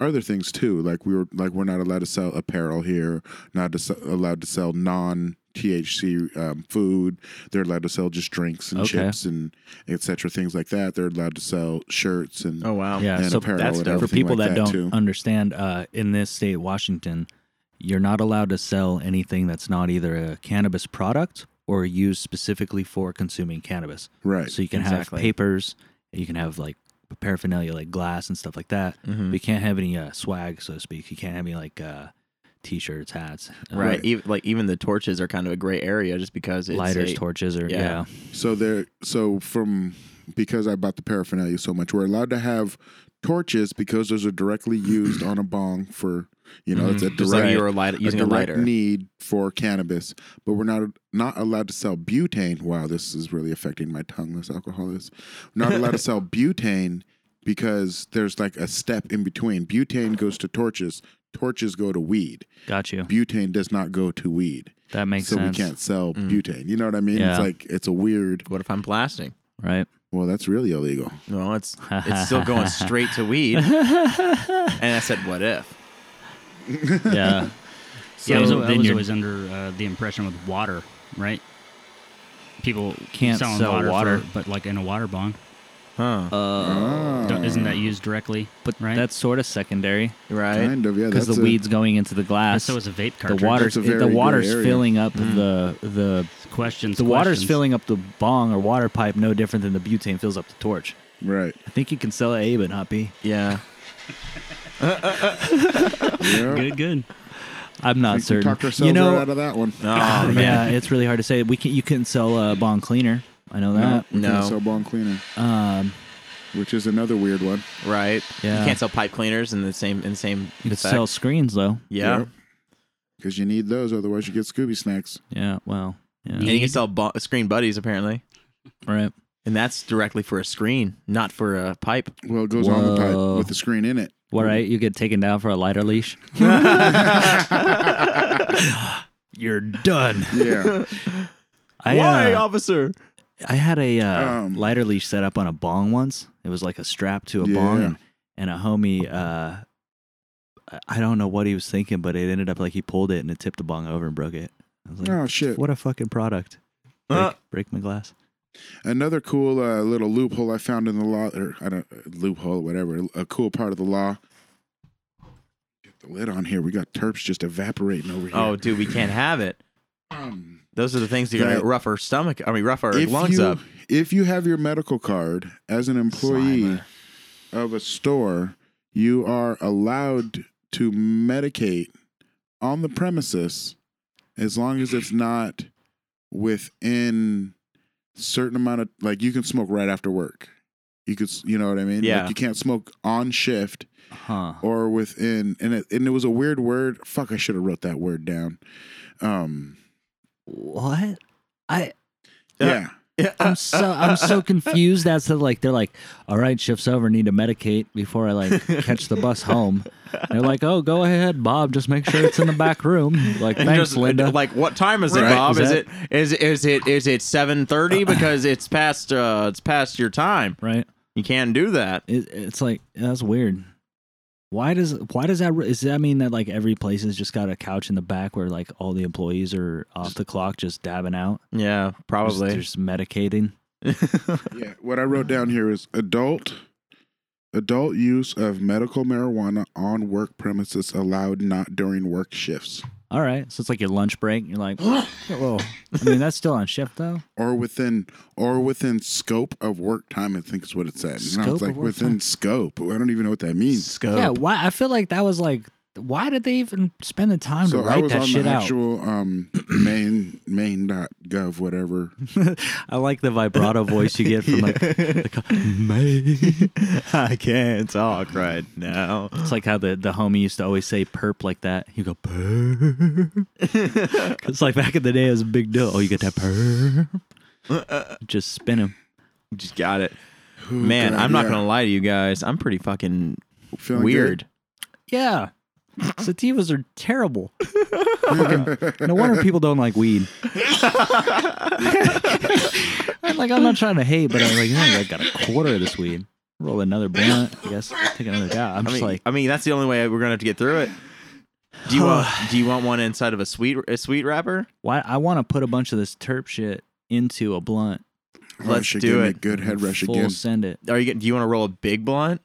A: other things too. Like we were like we're not allowed to sell apparel here, not to se- allowed to sell non THC um, food. They're allowed to sell just drinks and
B: Okay.
A: chips and etc. Things like that. They're allowed to sell shirts and
D: oh wow.
B: yeah.
A: and
B: so
A: apparel
D: that's
A: and
D: dope.
B: for
A: everything
B: people
A: like
B: that, don't
A: too.
B: understand, uh, in this state, Washington, you're not allowed to sell anything that's not either a cannabis product or used specifically for consuming cannabis.
A: right.
B: So you can
D: Exactly.
B: have papers, you can have like paraphernalia like glass and stuff like that.
D: Mhm.
B: But you can't have any uh, swag, so to speak. You can't have any like uh, t-shirts, hats, uh,
D: Right. Even, like even the torches are kind of a gray area just because it's
B: lighters,
D: a-
B: torches, or
D: yeah.
B: yeah.
A: So there, so from because I bought the paraphernalia so much, we're allowed to have torches because those are directly used on a bong for you know it's a
B: Mm-hmm.
A: direct,
D: just like you were light, using Mm-hmm. a,
A: direct
D: lighter.
A: need for cannabis, but we're not not allowed to sell butane. Wow, this is really affecting my tongue. This alcohol is not allowed to sell butane because there's like a step in between. Butane goes to torches. Torches go to weed.
B: Got you.
A: Butane does not go to weed.
B: That makes
A: so
B: sense.
A: we can't sell butane. You know what I mean? It's
B: Yeah.
A: like it's a weird
D: What if I'm blasting?
B: Right.
A: well, that's really illegal.
D: No, it's it's still going straight to weed. and I said, what if?
B: Yeah.
F: I
B: So
F: was, I
B: then
F: was
B: you're-
F: always under uh, the impression with water, right? People
B: Can't
F: selling
B: sell
F: water,
B: water.
F: for- but like in a water bong,
D: Huh?
A: Ah,
F: Don't- isn't that used directly?
B: but
F: right?
B: that's sort of secondary
D: right.
A: kind of yeah.
B: because
A: that's
B: the
A: a-
B: weed's going into the
F: And
B: glass.
F: so is a vape
B: the
F: cartridge.
B: water's
A: That's a
B: the
A: very
B: water's
A: good area.
B: filling up the the
F: questions.
B: the water's
F: questions.
B: filling up the bong or water pipe no different than the butane fills up the torch.
A: right.
B: I think you can sell it A but not B.
D: Yeah.
A: Yeah.
F: Good, good.
B: I'm not
A: We
B: certain.
A: talked ourselves
B: you know,
A: right out of that one.
D: Oh man.
B: yeah, it's really hard to say. We can you couldn't sell a bong cleaner. I know that.
A: We can't
D: No.
A: sell bong cleaner,
B: Um,
A: which is another weird one.
D: Right.
B: Yeah.
D: You can't sell pipe cleaners in the same in the same.
B: you could
D: effect.
B: sell screens though.
D: Yeah.
A: Because you need those, otherwise you get Scooby snacks.
B: Yeah. Well. Yeah.
D: And you can sell bu- screen buddies apparently,
B: Right.
D: and that's directly for a screen, not for a pipe.
A: Well, it goes on the pipe
B: Whoa.
A: with the screen in it.
B: What? Right. You get taken down for a lighter leash. You're done.
A: Yeah.
B: I, uh,
D: officer?
B: I had a uh,
A: Um,
B: lighter leash set up on a bong once. It was like a strap to a bong, and, and a homie. Uh, I- I don't know what he was thinking, but it ended up like he pulled it and it tipped the bong over and broke it. I was like,
A: oh shit.
B: "What a fucking product! Break,
D: Uh.
B: break my glass."
A: Another cool uh, little loophole I found in the law, or I don't loophole, whatever. A cool part of the law. Get the lid on here. We got terps just evaporating over here.
D: Oh, dude, we can't have it.
A: Um,
D: Those are the things that are
A: That-
D: gonna rough our stomach. I mean, rough our lungs
A: you,
D: up.
A: If you have your medical card as an employee of a store, you are allowed to medicate on the premises as long as it's not within certain amount of like you can smoke right after work. You could, s- you know what I mean?
D: Yeah.
A: Like you can't smoke on shift
B: Huh.
A: or within and it, and it was a weird word. Fuck, I should have wrote that word down. Um
B: What? I
A: yeah. Uh,
B: I'm so I'm so confused as to like they're like, all right, shift's over, need to medicate before I like catch the bus home. They're like, oh, go ahead, Bob, just make sure it's in the back room. Like,
D: And
B: thanks,
D: just,
B: Linda.
D: Like, what time is it,
A: Right.
D: Bob?
B: Is
D: Is,
B: that-
D: it is is it is it seven thirty? Because it's past uh, it's past your time.
B: right?
D: You can't do that.
B: It, it's like that's weird. Why does why does that re- does that mean that like every place has just got a couch in the back where like all the employees are off the clock just dabbing out,
D: Yeah,
B: just,
D: probably.
B: just medicating?
A: Yeah, what I wrote down here is adult adult use of medical marijuana on work premises allowed not during work shifts.
B: All right. So it's like your lunch break. and You're like, whoa. I mean, that's still on shift though.
A: or within or within scope of work time. I think is what it said. You know,
B: Scope of
A: it's like
B: work
A: within
B: time.
A: scope. I don't even know what that means.
B: Scope. Yeah. Why? I feel like that was like, why did they even spend the time
A: So
B: to
A: I
B: write
A: was
B: that
A: on the
B: shit out?
A: actual um, main main.gov whatever.
B: I like the vibrato voice you get from like, like,
D: I can't talk right now.
B: it's like how the, the homie used to always say perp like that. You go perp. it's like back in the day, it was a big deal. Oh, you get that perp. Just spin him.
D: Just got it. Man,
A: God,
D: I'm not
A: yeah.
D: gonna lie to you guys. I'm pretty fucking
A: Feeling
D: weird.
B: Yeah. Sativas are terrible. no wonder people don't like weed. I'm like, I'm not trying to hate, but I'm like, "Man, I got a quarter of this weed. Roll another blunt, I guess. Take another guy. I'm
D: I
B: just
D: mean,
B: like,
D: I mean, that's the only way we're gonna have to get through it. Do you want? Do you want one inside of a sweet a sweet wrapper?
B: why? I want to put a bunch of this terp shit into a blunt.
A: Oh, I
D: Let's
A: should
D: do
A: give me
D: it.
A: a good head rush
B: full
A: again.
B: Send it.
D: Are you? getting- Do you want to roll a big blunt?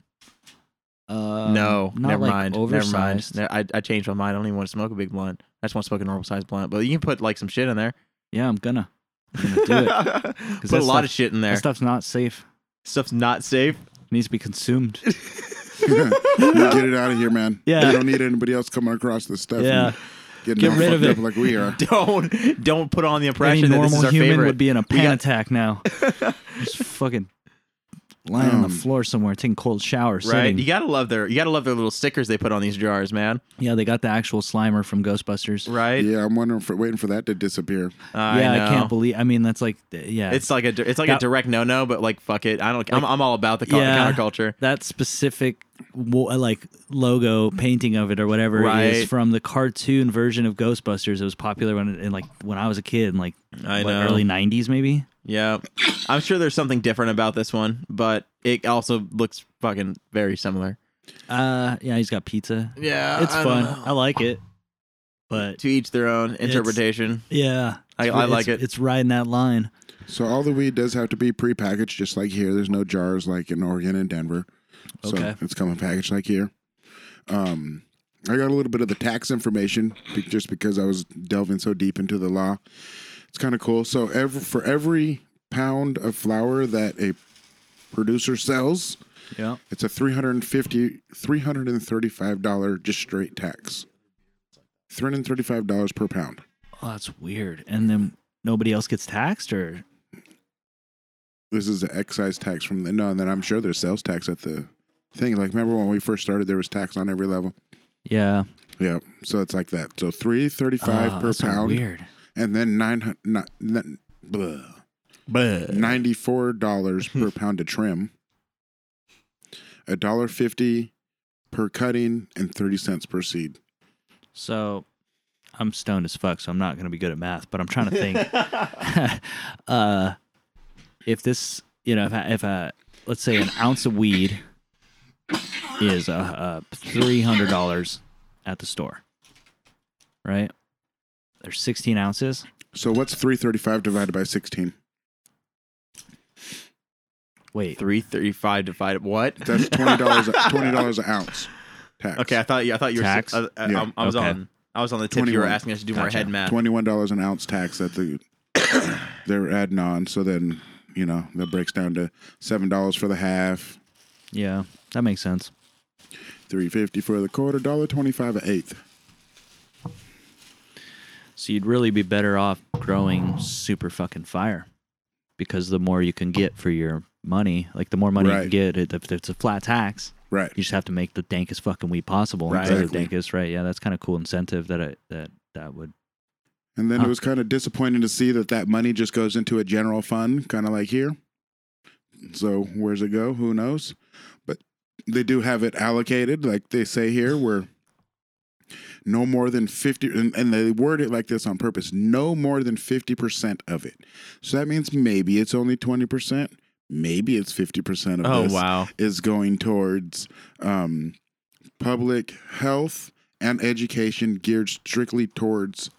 B: Um,
D: no,
B: not
D: never
B: like
D: mind. Never mind.
B: Oversized.
D: Ne- I, I changed my mind. I don't even want to smoke a big blunt. I just want to smoke a normal size blunt. But you can put like some shit in there.
B: Yeah, I'm gonna. I'm gonna do it.
D: put a
B: that
D: lot
B: stuff-
D: of shit in there.
B: That stuff's not safe.
D: Stuff's not safe.
B: It needs to be consumed.
A: Get it out of here, man.
B: Yeah.
A: You don't need anybody else coming across this stuff.
B: Yeah.
A: and Getting
B: Get
A: all
B: rid
A: fucked
B: of it.
A: up like we are.
D: Don't don't put on
B: Any
D: the impression that this
B: normal
D: is our
B: human
D: favorite.
B: would be in a
D: We
B: panic
D: got-
B: attack now. Just fucking lying on the
A: Um,
B: floor somewhere, taking cold showers.
D: right.
B: sitting.
D: You gotta love their you gotta love their little stickers they put on these jars, man.
B: yeah, they got the actual Slimer from Ghostbusters.
D: Right.
A: Yeah, I'm wondering for waiting for that to disappear.
D: I
B: yeah,
D: know.
B: I can't believe. I mean, that's like, yeah,
D: It's like a di- it's like
B: That-
D: a direct no no, but like fuck it. I don't. I'm, I'm all about the cul-
B: Yeah.
D: counterculture.
B: that specific wo- like logo painting of it or whatever is
D: Right.
B: from the cartoon version of Ghostbusters. It was popular when in like when I was a kid, in like
D: I
B: what,
D: know.
B: early '90s maybe.
D: Yeah, I'm sure there's something different about this one, but it also looks fucking very similar.
B: Uh, yeah, he's got pizza.
D: Yeah,
B: It's fun. I like it, but
D: To each their own interpretation.
B: yeah,
D: I-
B: it's-
D: I like
B: it's-
D: it.
B: It's riding that line.
A: So all the weed does have to be prepackaged, just like here. There's no jars like in Oregon and Denver. So
B: Okay.
A: it's coming packaged like here. Um, I got a little bit of the tax information be- just because I was delving so deep into the law. It's kind of cool. So every, for every pound of flour that a producer sells,
B: Yeah.
A: it's a 350 $335 just straight tax. $335 per pound.
B: Oh, that's weird. And then nobody else gets taxed, or
A: this is the excise tax from the no, and then I'm sure there's sales tax at the thing. Like remember when we first started, there was tax on every level.
B: yeah,
A: Yeah, so it's like that. So three thirty five
B: Oh,
A: per
B: that's so
A: pound,
B: Weird.
A: and then nine hundred ninety four dollars per pound to trim, a dollar fifty per cutting, and thirty cents per seed.
B: So I'm stoned as fuck, so I'm not gonna be good at math, but I'm trying to think. uh, if this, you know, if I, if I, let's say an ounce of weed is uh, uh three hundred dollars at the store, right? There's 16 ounces.
A: So what's three thirty five divided by sixteen?
B: Wait,
D: Three thirty-five divided what?
A: That's twenty dollars. twenty dollars an ounce. Tax.
D: Okay, I thought you. I thought you were.
B: Tax?
D: I, I,
A: Yeah.
D: I, I was
B: Okay.
D: on. I was on the tip. You were
A: 21.
D: asking us to do more
B: Gotcha.
D: head math.
A: twenty-one dollars an ounce tax at the they're adding on. So then you know that breaks down to seven dollars for the half,
B: yeah, that makes sense.
A: three fifty for the quarter, dollar twenty-five an eighth.
B: So you'd really be better off growing super fucking fire because the more you can get for your money, like the more money you
A: Right.
B: can get, it, if it's a flat tax,
A: Right.
B: you just have to make the dankest fucking weed possible.
D: Right.
B: instead of
A: Exactly.
B: dankest, right? Yeah, that's kind of cool incentive that I, that that would.
A: And then
B: Huh.
A: it was kind of disappointing to see that that money just goes into a general fund, kind of like here. So where's it go? Who knows? But they do have it allocated, like they say here, where no more than 50, and, and they word it like this on purpose no more than 50% of it. So that means maybe it's only 20%, maybe it's 50% of
D: Oh
A: this
D: wow!
A: is going towards um, public health and education geared strictly towards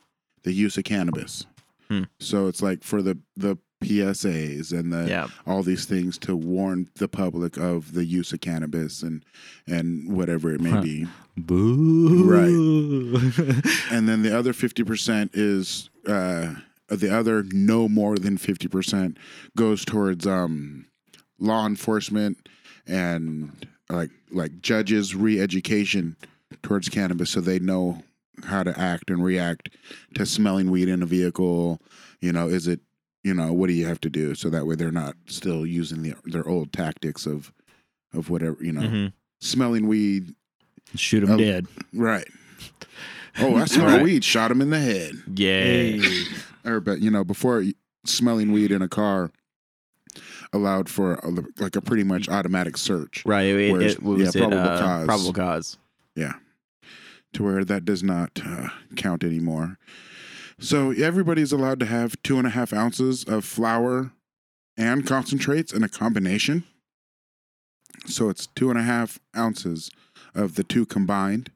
A: the use of cannabis.
D: Hmm.
A: So it's like for the the PSAs and the
E: Yeah.
A: all these things to warn the public of the use of cannabis and and whatever it may be.
B: Boo.
A: And then the other fifty percent is uh, the other no more than fifty percent goes towards um, law enforcement and like like judges re-education towards cannabis so they know how to act and react to smelling weed in a vehicle. You know, is it you know what do you have to do so that way they're not still using the, their old tactics of of whatever you know
D: Mm-hmm.
E: Mhm.
A: smelling weed
B: Shoot him
A: Um,
B: dead.
A: right. Oh, I smell
E: Right.
A: weed. Shot him in the head.
E: Yeah.
A: Or, but you know, before smelling weed in a car allowed for a, like a pretty much automatic search
E: Right. It, it,
A: Whereas-
E: it- what
A: yeah,
E: was it,
A: probable
E: uh,
A: cause.
E: Probable cause.
A: to where that does not uh, count anymore. So everybody's allowed to have two and a half ounces of flour and concentrates in a combination. So it's two and a half ounces of the two combined.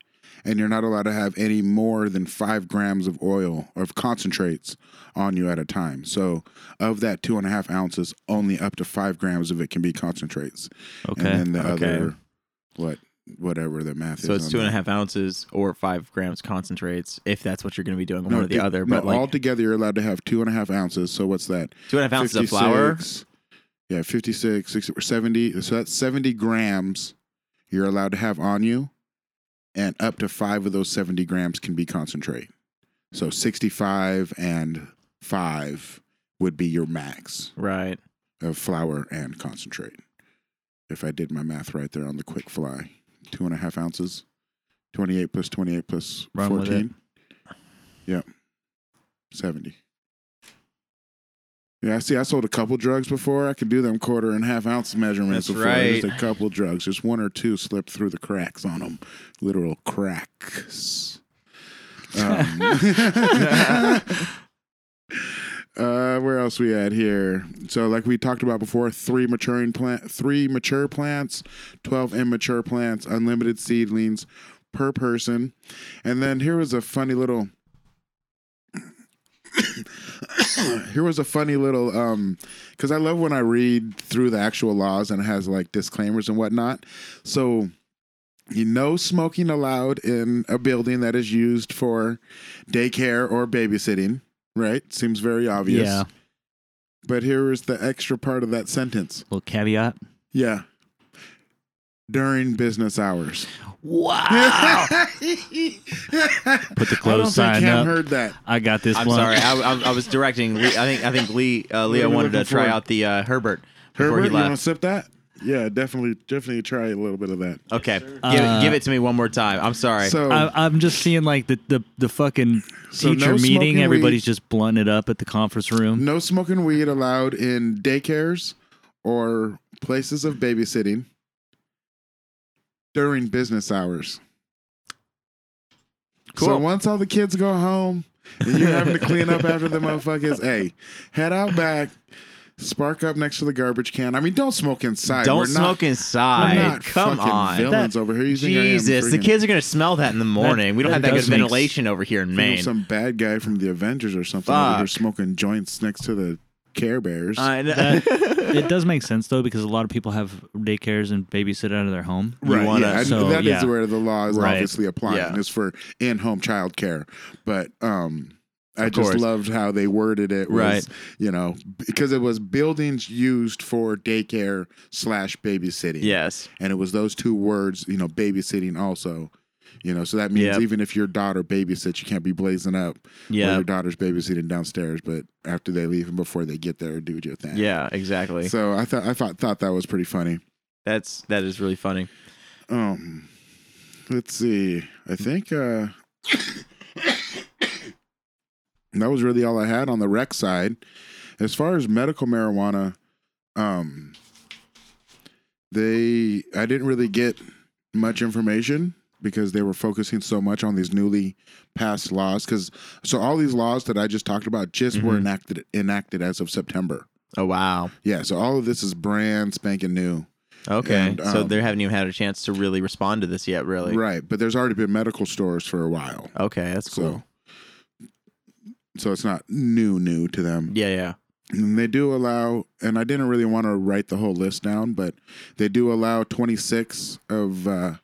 A: And you're not allowed to have any more than five grams of oil of concentrates on you at a time. So, of that two and a half ounces, only up to five grams of it can be concentrates.
B: Okay.
A: And then the
E: okay.
A: other, what, whatever the math is.
E: So it's
A: on
E: two and
A: that.
E: a half ounces or five grams concentrates, if that's what you're going to be doing, one or the
A: di-
E: other.
A: No,
E: But like
A: altogether, you're allowed to have two and a half ounces. So what's that?
E: two and a half ounces of flour.
A: 56 Yeah, 56, 60, or 70. So that's 70 grams you're allowed to have on you. And up to five of those 70 grams can be concentrate. So 65 and five would be your max
E: Right.
A: of flour and concentrate. If I did my math right there on the quick fly, two and a half ounces, 28 plus 28 plus
B: Run with it.
A: 14. Yep. 70. Yeah, see, I sold a couple drugs before. I could do them quarter and half ounce measurements
E: That's
A: before.
E: right.
A: Just a couple drugs. Just one or two slipped through the cracks on them. Literal cracks. Um, Uh, where else we at here? So, like we talked about before, three maturing plant, three mature plants, twelve immature plants, unlimited seedlings per person, and then here was a funny little. here was a funny little um because i love when i read through the actual laws and it has like disclaimers and whatnot so you know smoking allowed in a building that is used for daycare or babysitting right seems very obvious
B: Yeah.
A: but here is the extra part of that sentence
B: Little caveat.
A: yeah during business hours
B: Wow. Put the
A: i don't
B: closed
A: think
B: sign
A: Cam
B: up.
A: heard that
B: I got this
E: I'm
B: one.
E: sorry. I, I, I was directing. Lee, I think I think Lee uh,
A: are
E: Leo
A: we
E: wanted to
A: looking
E: try
A: for?
E: out the uh, Herbert before
A: herbert
E: he
A: you want to
E: left.
A: sip that yeah definitely definitely try a little bit of that
E: okay. Give,
B: Uh,
E: it, give it to me one more time. I'm sorry.
A: so
B: I, I'm just seeing like the the, the fucking
A: So
B: teacher
A: no smoking
B: meeting.
A: weed.
B: Everybody's just blunting it up at the conference room.
A: No smoking weed allowed in daycares or places of babysitting during business hours. So
E: Cool.
A: once all the kids go home and you're having to clean up after the motherfuckers, hey, head out back, spark up next to the garbage can. I mean, don't smoke inside.
E: Don't
A: We're
E: smoke
A: not,
E: inside.
A: We're not
E: Come
A: fucking
E: on.
A: villains over here. You think I am
E: Jesus, the
A: freaking-
E: kids are gonna smell that in the morning. we don't
B: that
E: have that good
B: does make s-
E: ventilation over here in
A: think I'm
E: Maine.
A: Some bad guy from the Avengers or something over here
E: Fuck.
A: smoking joints next to the Care Bears.
E: I know.
B: it does make sense though because a lot of people have daycares and babysit out of their home.
E: you wanna-
A: yeah, I-
B: so,
A: that is
B: yeah.
A: where the law is
B: Right.
A: obviously applying.
E: Yeah.
A: It's for in-home child care, but um, I
E: Of
A: just
E: course.
A: loved how they worded it. was,
E: Right.
A: you know, because it was buildings used for daycare slash babysitting.
E: yes.
A: and it was those two words. You know, babysitting also. You know, so that means
E: Yep.
A: even if your daughter babysits, you can't be blazing up. while
E: Yeah.
A: your daughter's babysitting downstairs, but after they leave and before they get there, do your thing.
E: Yeah. Exactly.
A: So I thought I thought thought that was pretty funny.
E: That's that is really funny.
A: Um, let's see. I think uh, that was really all I had on the rec side. As far as medical marijuana, um, they I didn't really get much information because they were focusing so much on these newly passed laws. Because so all these laws that I just talked about just were
E: Mhm.
A: enacted enacted as of September.
E: Oh wow.
A: Yeah, so all of this is brand spanking new.
E: Okay.
A: And,
E: so
A: um,
E: they haven't even had a chance to really respond to this yet, really.
A: Right, but there's already been medical stores for a while.
E: Okay. That's cool.
A: So, so it's not new, new to them.
E: yeah. Yeah.
A: And they do allow, and I didn't really want to write the whole list down, but they do allow 26 of uh,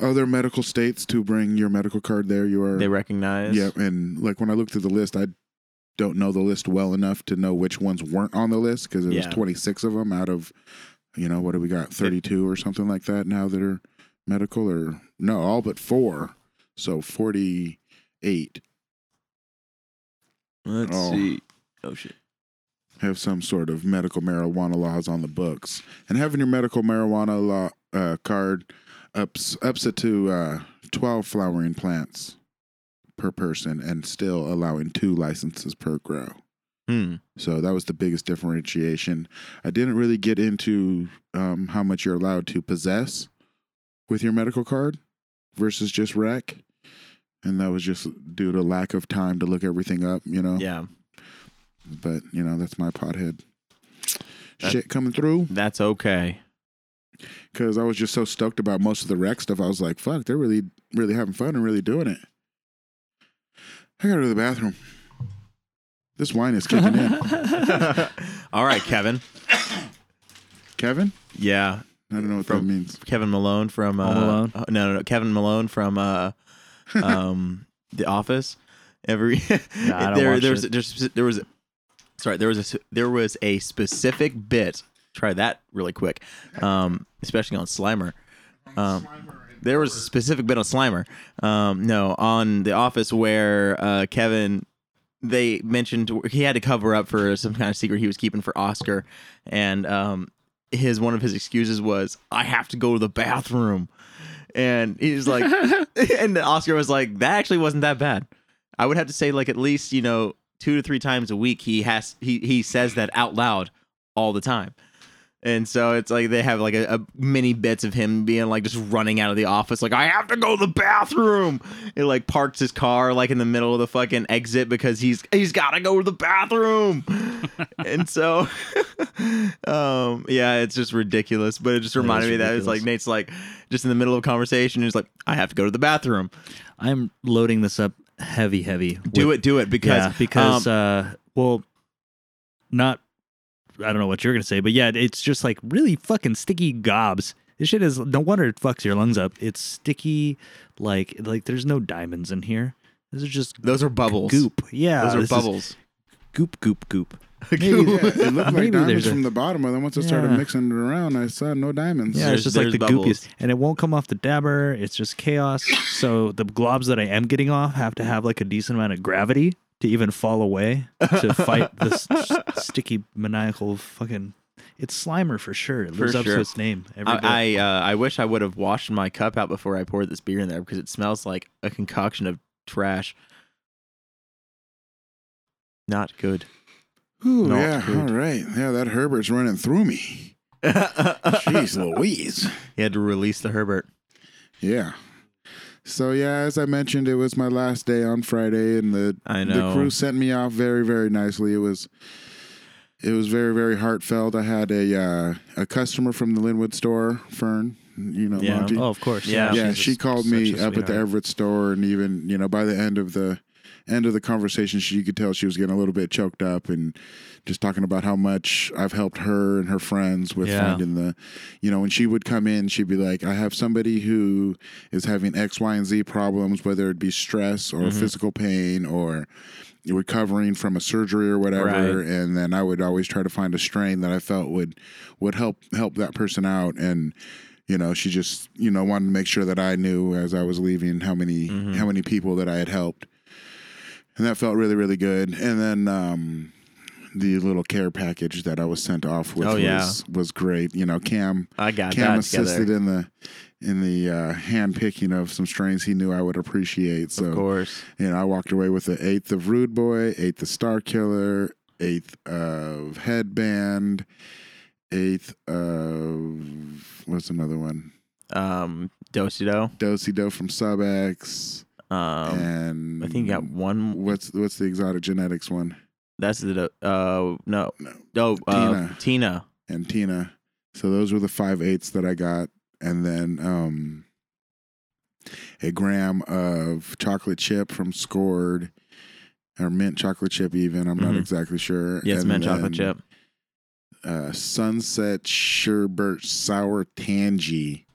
A: other medical states to bring your medical card there. You are
D: They recognize.
A: yeah, and like when I looked at the list, I don't know the list well enough to know which ones weren't on the list because there
D: Yeah.
A: was 26 of them out of, you know, what do we got, 32 or something like that now that are medical or no, all but four, so 48
D: Let's
A: Oh.
D: see. Oh shit.
A: have some sort of medical marijuana laws on the books, and having your medical marijuana law uh, card ups ups it to uh, twelve flowering plants per person, and still allowing two licenses per grow.
D: Hmm.
A: So that was the biggest differentiation. I didn't really get into um, how much you're allowed to possess with your medical card versus just rec. And that was just due to lack of time to look everything up, you know?
D: Yeah.
A: But, you know, that's my pothead
D: That-
A: shit coming through.
D: That's okay.
A: Cause I was just so stoked about most of the rec stuff. I was like, fuck, they're really, really having fun and really doing it. I gotta go to the bathroom. This wine is kicking in.
D: All right, Kevin.
A: Kevin?
D: Yeah,
A: I don't know what that
D: From-
A: means.
D: Kevin Malone from uh,
B: Home Alone?
D: uh, No, no, no, Kevin Malone from uh, um, The Office. Every
B: I don't
D: there,
B: watch
D: there's,
B: it.
D: there's, there was, sorry, there was a, s- there was a specific bit. Try that really quick, um, especially on Slimer. Um, there was a specific bit on Slimer. Um, no, on The Office where uh, Kevin they mentioned he had to cover up for some kind of secret he was keeping for Oscar, and um, his one of his excuses was I have to go to the bathroom, and he's like, and Oscar was like, that actually wasn't that bad. I would have to say like at least you know two to three times a week he has he he says that out loud all the time. And so it's like they have like a, a mini bits of him being like just running out of the office, like I have to go to the bathroom. It like parks his car like in the middle of the fucking exit because he's he's got to go to the bathroom. and so, um, yeah, it's just ridiculous. But it just reminded me that it's like Nate's like just in the middle of a conversation, he's like, I have to go to the bathroom.
B: I'm loading this up heavy, heavy.
D: Do it, do it because
B: yeah, because
D: um,
B: uh, well, not. I don't know what you're gonna say, but yeah, it's just like really fucking sticky gobs. This shit is no wonder it fucks your lungs up. It's sticky, like like there's no diamonds in here. This is just
D: those are bubbles.
B: goop. Yeah,
D: Those are
B: this is
D: bubbles.
B: Goop, goop, goop.
A: Maybe, yeah, it looked
B: Maybe
A: like diamonds
B: there's a-
A: from the bottom, but then once I started
B: Yeah.
A: mixing it around, I saw no diamonds.
B: Yeah,
D: There's-
B: it's just like
D: there's
B: the
D: bubbles.
B: goopiest, and it won't come off the dabber. It's just chaos. so the globs that I am getting off have to have like a decent amount of gravity to even fall away to fight this s- sticky maniacal fucking. It's Slimer for sure. It lives up
D: sure.
B: to its name. Every day.
D: I I, uh, I wish I would have washed my cup out before I poured this beer in there because it smells like a concoction of trash. Not good.
A: Ooh,
D: Not
A: yeah.
D: good.
A: All right. Yeah, that Herbert's running through me. Jeez Louise.
D: He had to release the Herbert.
A: Yeah. So yeah, as I mentioned, it was my last day on Friday, and the
D: I
A: the
D: know.
A: crew sent me off very, very nicely. It was it was very, very heartfelt. I had a uh, a customer from the Linwood store, Fern. You know,
D: Yeah.
A: Monty.
B: oh, of course.
D: Yeah.
A: yeah,
B: she's
A: she
B: just
A: called
B: such
A: me
B: a
A: up at the
B: sweetheart.
A: Everett store, and even you know by the end of the end of the conversation, she you could tell she was getting a little bit choked up and just talking about how much I've helped her and her friends with
B: Yeah.
A: finding the, you know, when she would come in, she'd be like, I have somebody who is having X, Y, and Z problems, whether it be stress or
B: Mm-hmm.
A: physical pain or recovering from a surgery or whatever
D: Right.
A: and then I would always try to find a strain that I felt would would help help that person out and you know she just you know wanted to make sure that I knew as I was leaving how many
D: Mm-hmm.
A: how many people that I had helped and that felt really really good and then um the little care package that I was sent off with
D: Oh, yeah.
A: was was great you know Cam
D: I got
A: Cam
D: that together.
A: assisted in the in the uh, hand picking of some strains he knew I would appreciate so
D: Of course.
A: you know, I walked away with an eighth of Rude Boy, eighth of Star Killer, eighth of Headband, eighth of what's another one?
D: Um, Dosido.
A: Dosey Do from Sub X,
D: Um,
A: and
D: I think you got one.
A: what's what's the exotic genetics one?
D: That's the. Do- Uh, no.
A: No.
D: Oh, uh,
A: Tina.
D: Tina.
A: And Tina. So those were the five eighths that I got, and then um, a gram of chocolate chip from Scored, or mint chocolate chip. Even I'm not
D: Mhm.
A: exactly sure.
D: Yeah, it's
A: And
D: mint chocolate
A: then,
D: chip.
A: Uh, sunset sherbet sour tangy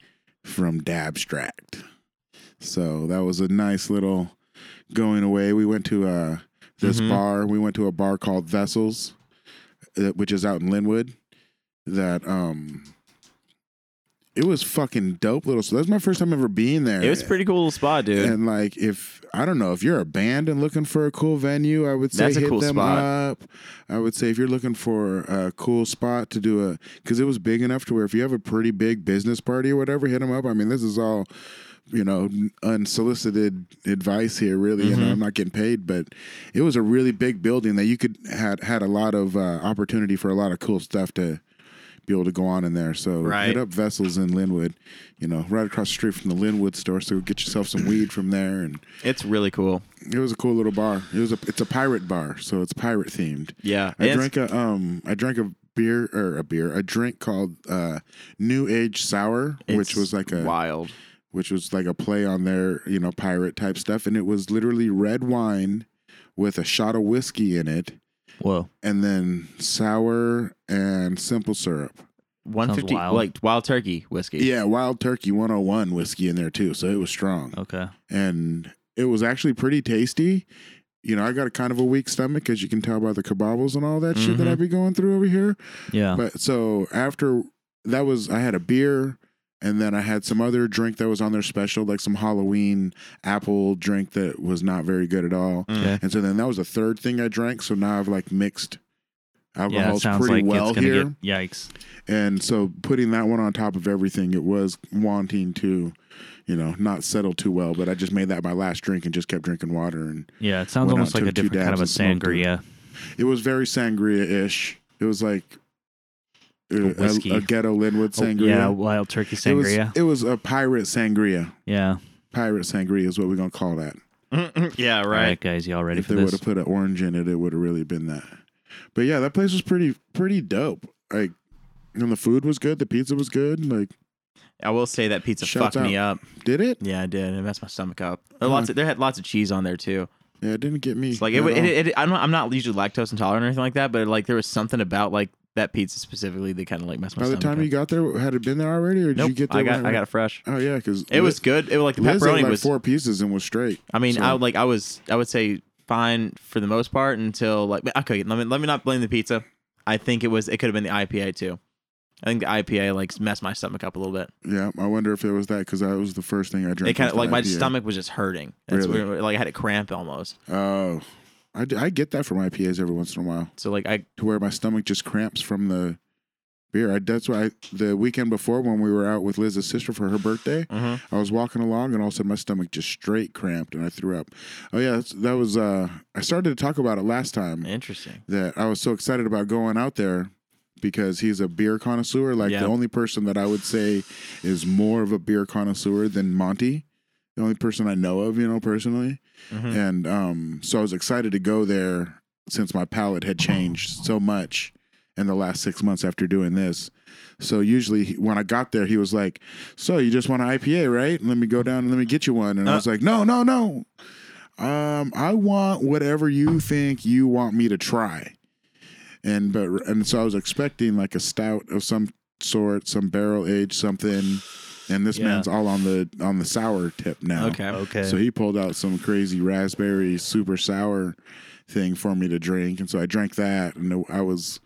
A: from Dabstract. So that was a nice little going away. We went to uh, this
D: Mhm.
A: bar. We went to a bar called Vessels, uh, which is out in Linwood. That um, it was fucking dope little. So that's my first time ever being there.
D: It was a pretty cool little spot, dude.
A: And like, if I don't know, if you're a band and looking for a cool venue, I would say
D: That's a
A: hit
D: cool
A: them
D: spot.
A: up. I would say if you're looking for a cool spot to do a, because it was big enough to where if you have a pretty big business party or whatever, hit them up. I mean, this is all, you know, unsolicited advice here, really. You
D: Mm-hmm.
A: know, I'm not getting paid, but it was a really big building that you could had had a lot of uh, opportunity for a lot of cool stuff to. Be able to go on in there, so
D: Right.
A: hit up Vessels in Linwood you know, right across the street from the Linwood store. So get yourself some weed from there, and
D: It's really cool.
A: it was a cool little bar. It was a it's a pirate bar, so it's pirate themed.
D: Yeah.
A: I
D: And it's-
A: drank a um I drank a beer or a beer a drink called uh New Age Sour, which
D: it's
A: was like a
D: wild.
A: which was like a play on their you know pirate type stuff, and it was literally red wine with a shot of whiskey in it,
B: Whoa.
A: and then sour and simple syrup.
D: 150
B: wild.
D: like wild turkey whiskey.
A: Yeah, Wild Turkey 101 whiskey in there too, so it was strong.
B: Okay.
A: and it was actually pretty tasty. You know, I got a kind of a weak stomach, as you can tell by the kebabs and all that shit that I be going through over here.
B: Yeah.
A: But so after that was, I had a beer, and then I had some other drink that was on their special, like some Halloween apple drink that was not very good at all.
B: Okay.
A: And so then that was the third thing I drank. So now I've like mixed
B: Yeah, it
A: alcohols
B: sounds
A: pretty
B: like
A: well
B: it's gonna
A: here.
B: get yikes.
A: And so putting that one on top of everything, it was wanting to, you know, not settle too well. But I just made that my last drink and just kept drinking water. And
B: Yeah, it sounds
A: Went
B: almost
A: out,
B: like a
A: took two
B: different kind of a
A: dabs and smoked it.
B: sangria.
A: it was very sangria ish. It was like uh,
B: whiskey.
A: a, a ghetto Linwood
B: Oh,
A: sangria.
B: yeah, wild turkey
A: It was,
B: sangria.
A: it was a pirate sangria.
B: yeah.
A: Pirate sangria is what we're going to call that.
D: yeah,
B: All
D: right.
B: right, guys, y'all ready
A: if
B: for
A: they would
B: this?
A: have put an orange in it, it would have really been that. But yeah, that place was pretty, pretty dope. Like, and the food was good. The pizza was good. Like,
D: I will say that pizza
A: Shouts
D: fucked me up.
A: did it?
D: Yeah, it did. It messed my stomach up. There, lots of, there had lots of cheese on there too.
A: Yeah, it didn't get me.
D: It's like it,
A: at
D: wa- it,
A: all.
D: it, I'm not I'm not usually lactose intolerant or anything like that, but like there was something about like that pizza specifically that kind of like messed my
A: By the
D: stomach
A: time
D: up.
A: you got there, had it been there already, or did
D: nope,
A: you get there?
D: I got
A: when
D: I got it fresh.
A: Oh yeah, because
D: It was good. It was like the
A: Liz
D: pepperoni
A: ate like
D: was
A: four pieces and was straight.
D: I mean,
A: So-
D: I like I was I would say fine for the most part until like okay, let me let me not blame the pizza. I think it was it could have been the IPA too. I think the IPA like messed my stomach up a little bit.
A: Yeah, I wonder if it was that because that was the first thing I drank.
D: It kind of
A: was
D: like my
A: IPA.
D: stomach was just hurting. That's
A: Really?
D: weird. Like I had a cramp almost.
A: Oh, I, d- I get that from IPAs every once in a while
D: So like I
A: to where my stomach just cramps from the beer. I, that's why I, the weekend before when we were out with Liz's sister for her birthday,
D: Mhm.
A: I was walking along and all of a sudden my stomach just straight cramped and I threw up. Oh yeah, that's, that was. uh I started to talk about it last time.
D: interesting.
A: that I was so excited about going out there because he's a beer connoisseur. Like
D: Yeah.
A: the only person that I would say is more of a beer connoisseur than Monty. The only person I know of, you know, personally.
D: Mhm.
A: And um, so I was excited to go there since my palate had changed so much in the last six months after doing this. So usually he- when I got there, he was like, "So you just want an IPA, right? Let me go down and let me get you one." And I
D: Uh.
A: was like, "No, no, no. Um, I want whatever you think you want me to try." And but and so I was expecting like a stout of some sort, some barrel aged something. And this
B: Yeah.
A: man's all on the on the sour tip now.
D: Okay.
B: Okay.
A: So he pulled out some crazy raspberry super sour thing for me to drink, and so I drank that, and I was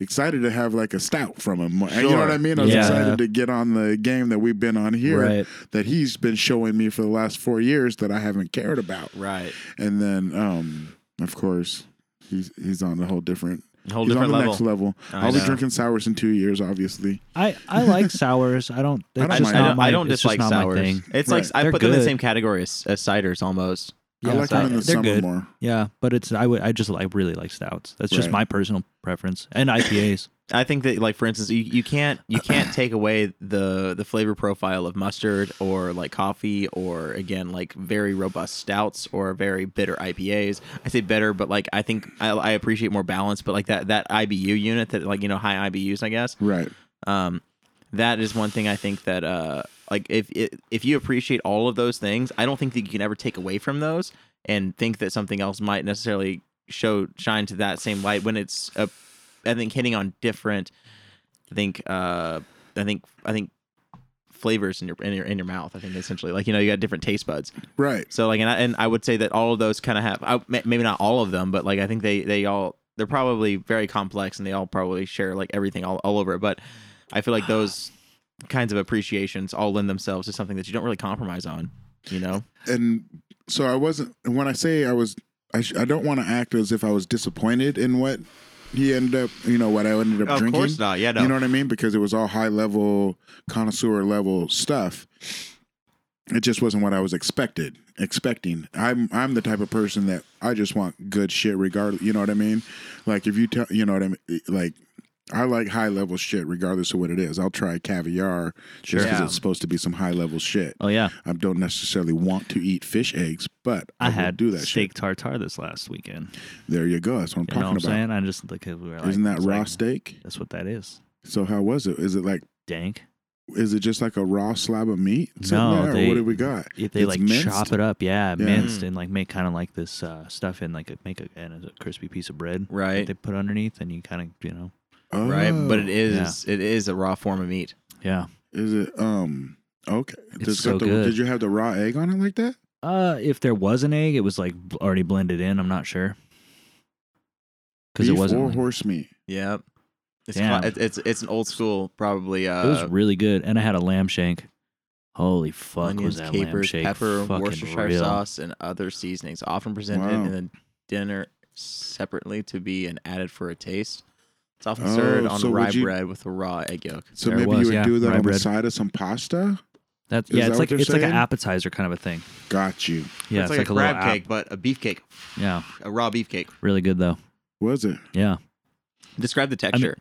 A: excited to have like a stout from him. And You know
D: Sure.
A: what I mean? I was
B: Yeah.
A: excited to get on the game that we've been on here
B: Right.
A: that he's been showing me for the last four years that I haven't cared about.
D: Right.
A: And then, um, of course, he's he's on a whole different.
D: Whole
A: he's
D: different
A: on the
D: level.
A: next level.
D: I
A: I'll be
D: know.
A: drinking sours in two years, obviously.
B: I, I like sours. I don't. It's
A: I don't
B: just
A: mind.
B: not
A: I don't-
B: my,
D: I don't
B: it's just
D: dislike
B: not my
D: sours.
B: thing.
D: It's
A: Right.
D: like I
B: They're
D: put them in the
B: good.
D: same category as, as ciders almost.
A: I
B: Yeah,
A: like them in the
B: they're
A: summer
B: good.
A: more.
B: Yeah, but it's I would I just I really like stouts. That's just
A: Right.
B: my personal preference and IPAs.
D: I think that like for instance, you, you can't you can't take away the the flavor profile of mustard or like coffee or again like very robust stouts or very bitter IPAs. I say bitter, but like I think I, I appreciate more balance. But like that that IBU unit that like you know high IBUs, I guess.
A: Right.
D: Um, that is one thing I think that uh like if if you appreciate all of those things, I don't think that you can ever take away from those. and think that something else might necessarily show shine to that same light when it's uh, I think hitting on different I think uh I think I think flavors in your in your in your mouth I think essentially like you know you got different taste buds
A: Right.
D: so like, and I, and I would say that all of those kind of have I, ma- maybe not all of them, but like I think they they all they're probably very complex and they all probably share like everything all, all over. it. But I feel like those kinds of appreciations all lend themselves to something that you don't really compromise on. You know,
A: and so I wasn't. and When I say I was, I, sh- I don't want to act as if I was disappointed in what he ended up. You know what I ended up
D: of
A: drinking.
D: course not. Yeah, no.
A: You know what I mean? Because it was all high level, connoisseur level stuff. It just wasn't what I was expected expecting. I'm I'm the type of person that I just want good shit regardless. You know what I mean? Like if you tell, you know what I mean? Like I like high level shit regardless of what it is. I'll try caviar just because
D: Yeah.
A: it's supposed to be some high level shit.
B: Oh yeah,
A: I don't necessarily want to eat fish eggs, but I,
B: I,
A: will
B: had
A: do that
B: steak tartare this last weekend.
A: shit. There you go. That's what I'm
B: You know what I'm
A: talking about.
B: saying? I just like we were like,
A: Isn't that
B: it's
A: raw
B: like,
A: steak?
B: That's what that is.
A: So how was it? Is it like
B: Dank.
A: is it just like a raw slab of meat? sitting
B: No,
A: there, or
B: they-
A: what did we got?
B: If they
A: It's
B: like
A: minced?
B: chop it up, yeah,
A: Yeah.
B: minced and like make kind of like this uh, stuff and like a, make a, and a crispy piece of bread that
D: right,
B: they put underneath, and you kind of you know,
A: Oh,
D: right. But it is it is a raw form of meat.
B: yeah.
A: is it um okay. Does it
B: so
A: got the-
B: good.
A: Did you have the raw egg on it like that?
B: Uh, if there was an egg, it was like bl- already blended in. I'm not sure because it
A: Beef
B: wasn't.
A: or
B: like-
A: horse meat.
D: Yeah. It's,
B: Damn.
D: cla- it's it's it's an old school probably uh
B: it was really good, and I had a lamb shank. Holy fuck,
D: onions,
B: was that lamb
D: capers,
B: shank
D: pepper,
B: fucking
D: Worcestershire
B: real.
D: sauce, and other seasonings, often presented
A: Wow.
D: in the dinner separately to be and added for a taste. It's often
A: Oh,
D: served on
A: so would
D: rye
A: you-
D: bread with a raw egg yolk.
A: So
B: There it
A: maybe you
B: was,
A: would
B: yeah,
A: do that
B: rye
A: on the
B: bread.
A: side of some pasta.
B: That's
A: Is
B: yeah,
A: that
B: it's
A: what
B: like
A: they're
B: it's like
A: saying?
B: an appetizer kind of a thing.
A: Got you.
B: Yeah,
D: it's, like, a,
B: little
D: crab
B: app-
D: cake, but a beef cake,
B: Yeah,
D: a raw beef cake.
B: really good though.
A: Was it?
B: Yeah,
D: Describe the texture.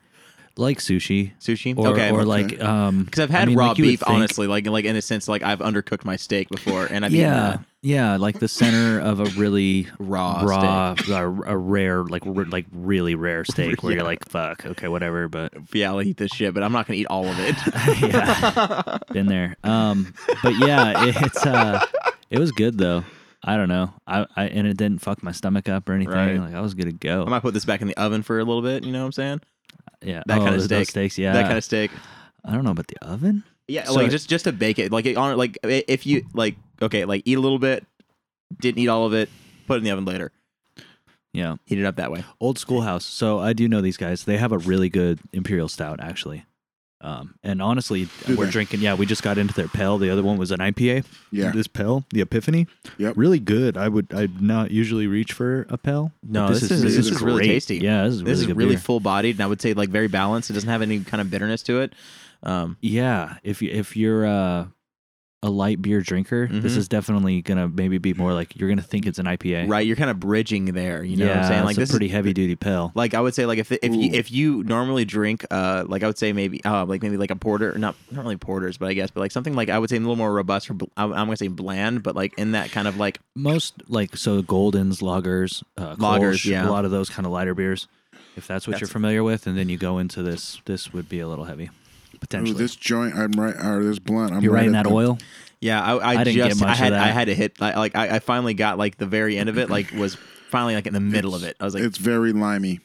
B: like sushi
D: Sushi,
B: or
D: okay.
B: or
D: Because
B: like um
D: I've had
B: I mean,
D: raw
B: like, you would
D: beef,
B: think-
D: honestly, like like in a sense, like I've undercooked my steak before, and I've eaten
B: yeah,
D: that
B: yeah, like the center of a really
D: uh, raw,
B: raw, a, a rare, like r- like really rare steak where you're like, fuck, okay, whatever, but
D: steak. Yeah, I'll eat this shit, but I'm not gonna eat all of it.
B: yeah, been there. Um, but yeah, it, it's uh, it was good though. I don't know. I, I and it didn't fuck my stomach up or anything.
D: Right.
B: Like I was good to
D: I
B: go.
D: might put this back in the oven for a little bit. You know what I'm saying?
B: Yeah,
D: that
B: oh,
D: kinda
B: those- those
D: steak.
B: steaks. Yeah,
D: That kind of steak.
B: I don't know about the oven.
D: Yeah,
B: So-
D: like just just to bake it, like it on like i- if you like okay, like eat a little bit, didn't eat all of it, put it in the oven later,
B: Yeah,
D: heat it up that way.
B: old schoolhouse. So I do know these guys. They have a really good imperial stout actually. Um, and honestly,
A: Do
B: we're
A: they?
B: drinking. Yeah, we just got into their pale. The other one was an IPA.
A: Yeah.
B: this pale, the Epiphany.
A: Yep.
B: really good. I would. I'd not usually reach for a pale.
D: No,
B: but
D: this is- this is really
B: great.
D: tasty.
B: Yeah, this is
D: This
B: really
D: is
B: good
D: really
B: beer.
D: full bodied, and I would say like very balanced. It doesn't have any kind of bitterness to it. Um,
B: yeah if you if you're uh, a light beer drinker this
D: Mhm.
B: is definitely gonna maybe be more like you're gonna think it's an ipa
D: right, you're kind of bridging there. You know
B: yeah,
D: what I'm saying? Like
B: it's
D: this
B: a pretty
D: is,
B: heavy duty pill
D: Like I would say, like if if you
A: Ooh.
D: if you normally drink, uh, like I would say maybe, uh, like maybe like a porter, not not really porters, but I guess, but like something like I would say a little more robust or bl- I'm I'm gonna say bland, but like in that kind of like
B: most like so goldens lagers uh
D: Lagers,
B: Kolsch,
D: yeah.
B: a lot of those kind of lighter beers if that's what you're familiar with and then you go into this this would be a little heavy
A: Ooh,
B: potentially
A: this joint, I'm right, or this blunt, I'm
B: you're right in
A: at
B: that
A: the-
B: oil
D: Yeah, I, I,
B: I didn't
D: just
B: get much
D: I
B: of
D: had I
B: that.
D: had to hit I, like I, I finally got like the very end of it like was finally like in the middle of it. I was like,
A: It's very limey.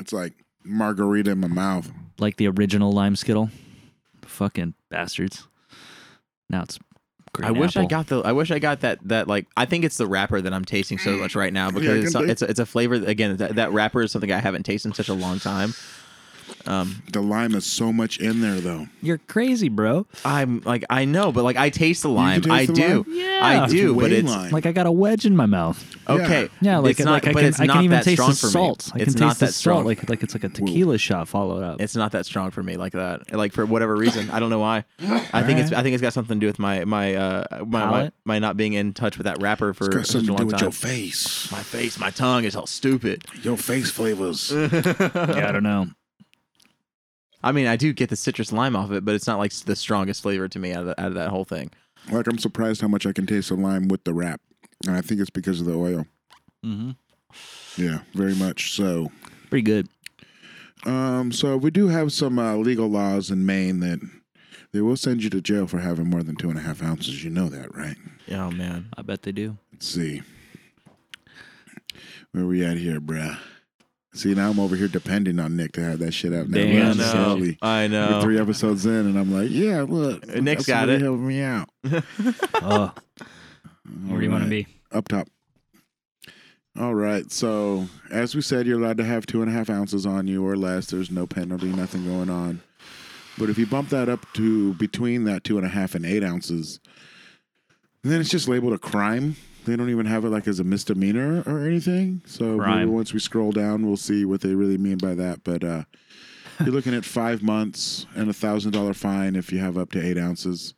A: It's like margarita in my mouth.
B: like the original lime skittle fucking bastards now it's green
D: I wish I
B: apple.
D: got the I wish I got that that like I think it's the wrapper that I'm tasting so much right now because
A: it
D: it's,
A: can be.
D: it's a, it's a flavor that- again that, that wrapper is something I haven't tasted in such a long time. Um,
A: The lime is so much in there, though.
B: you're crazy bro
D: I'm like I know, but like I taste the lime.
A: taste
D: I
A: the
D: do,
A: lime?
D: I
A: It's
D: do, but
A: way
D: it's
A: lime.
B: like i got a wedge in my mouth
D: okay.
B: Yeah, like,
D: it's
B: like
D: not,
B: I
D: but
B: can,
D: it's
B: I
D: not
B: can even
D: that
B: taste
D: strong
B: the
D: for me.
B: salt. I can
D: It's
B: taste
D: not
B: the
D: that
B: salt
D: strong.
B: like like it's like a tequila shot followed up.
D: It's not that strong for me like that. Like for whatever reason, I don't know why. I think it's I think it's got something to do with my my uh my my,
B: Palate?
D: my not being in touch with that rapper for
A: It's got
D: such
A: something to
D: a
A: do
D: long
A: with
D: time.
A: your face.
D: my face, my tongue is all stupid.
A: Your face flavors.
D: Eh.
B: yeah, I don't know.
D: I mean, I do get the citrus lime off it, but it's not like the strongest flavor to me out of, the, out of that whole thing.
A: Like I'm surprised how much I can taste the lime with the wrap, and I think it's because of the oil.
B: Mm-hmm.
A: Yeah, very much so.
B: Pretty good.
A: Um, so we do have some uh, legal laws in Maine that they will send you to jail for having more than two and a half ounces. You know that, right?
D: Oh man,
B: I bet they do.
A: Let's see. Where we at here, bruh? See, now I'm over here depending on Nick to have that shit out. Now.
B: Damn.
A: We're
B: I know.
A: absolutely-
D: I
A: we're
D: know.
A: three episodes in, and I'm like, yeah, look, that's
D: Nick's got
A: really
D: it.
A: Helping me out. All
B: Oh, where do you want to
A: right.
B: be?
A: Up top. All right. So, as we said, you're allowed to have two and a half ounces on you or less. There's no penalty, nothing going on. But if you bump that up to between that two and a half and eight ounces, then it's just labeled a crime. They don't even have it like as a misdemeanor or anything. So maybe
B: Crime.
A: once we scroll down, we'll see what they really mean by that. But uh, you're looking at five months and a thousand dollar fine if you have up to eight ounces,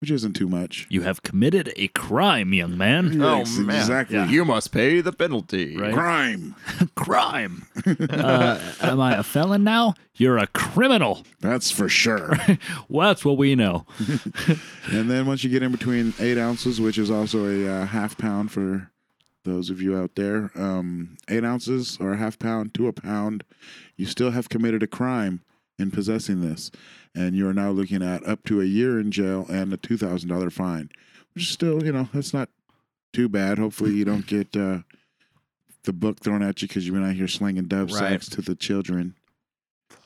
A: which isn't too much.
B: You have committed a crime, young man.
D: Oh
A: Yes,
D: man!
A: exactly.
D: You must pay the penalty.
B: Right.
A: Crime.
B: crime. uh, am I a felon now? You're a criminal.
A: That's for sure.
B: Well, that's what we know.
A: and then once you get in between eight ounces, which is also a uh, half pound for those of you out there, um, eight ounces or a half pound to a pound, you still have committed a crime in possessing this. And you are now looking at up to a year in jail and a $2,000 fine, which is still, you know, that's not too bad. Hopefully you don't get uh, the book thrown at you because you've been out here slinging dove
D: Right.
A: sacks to the children.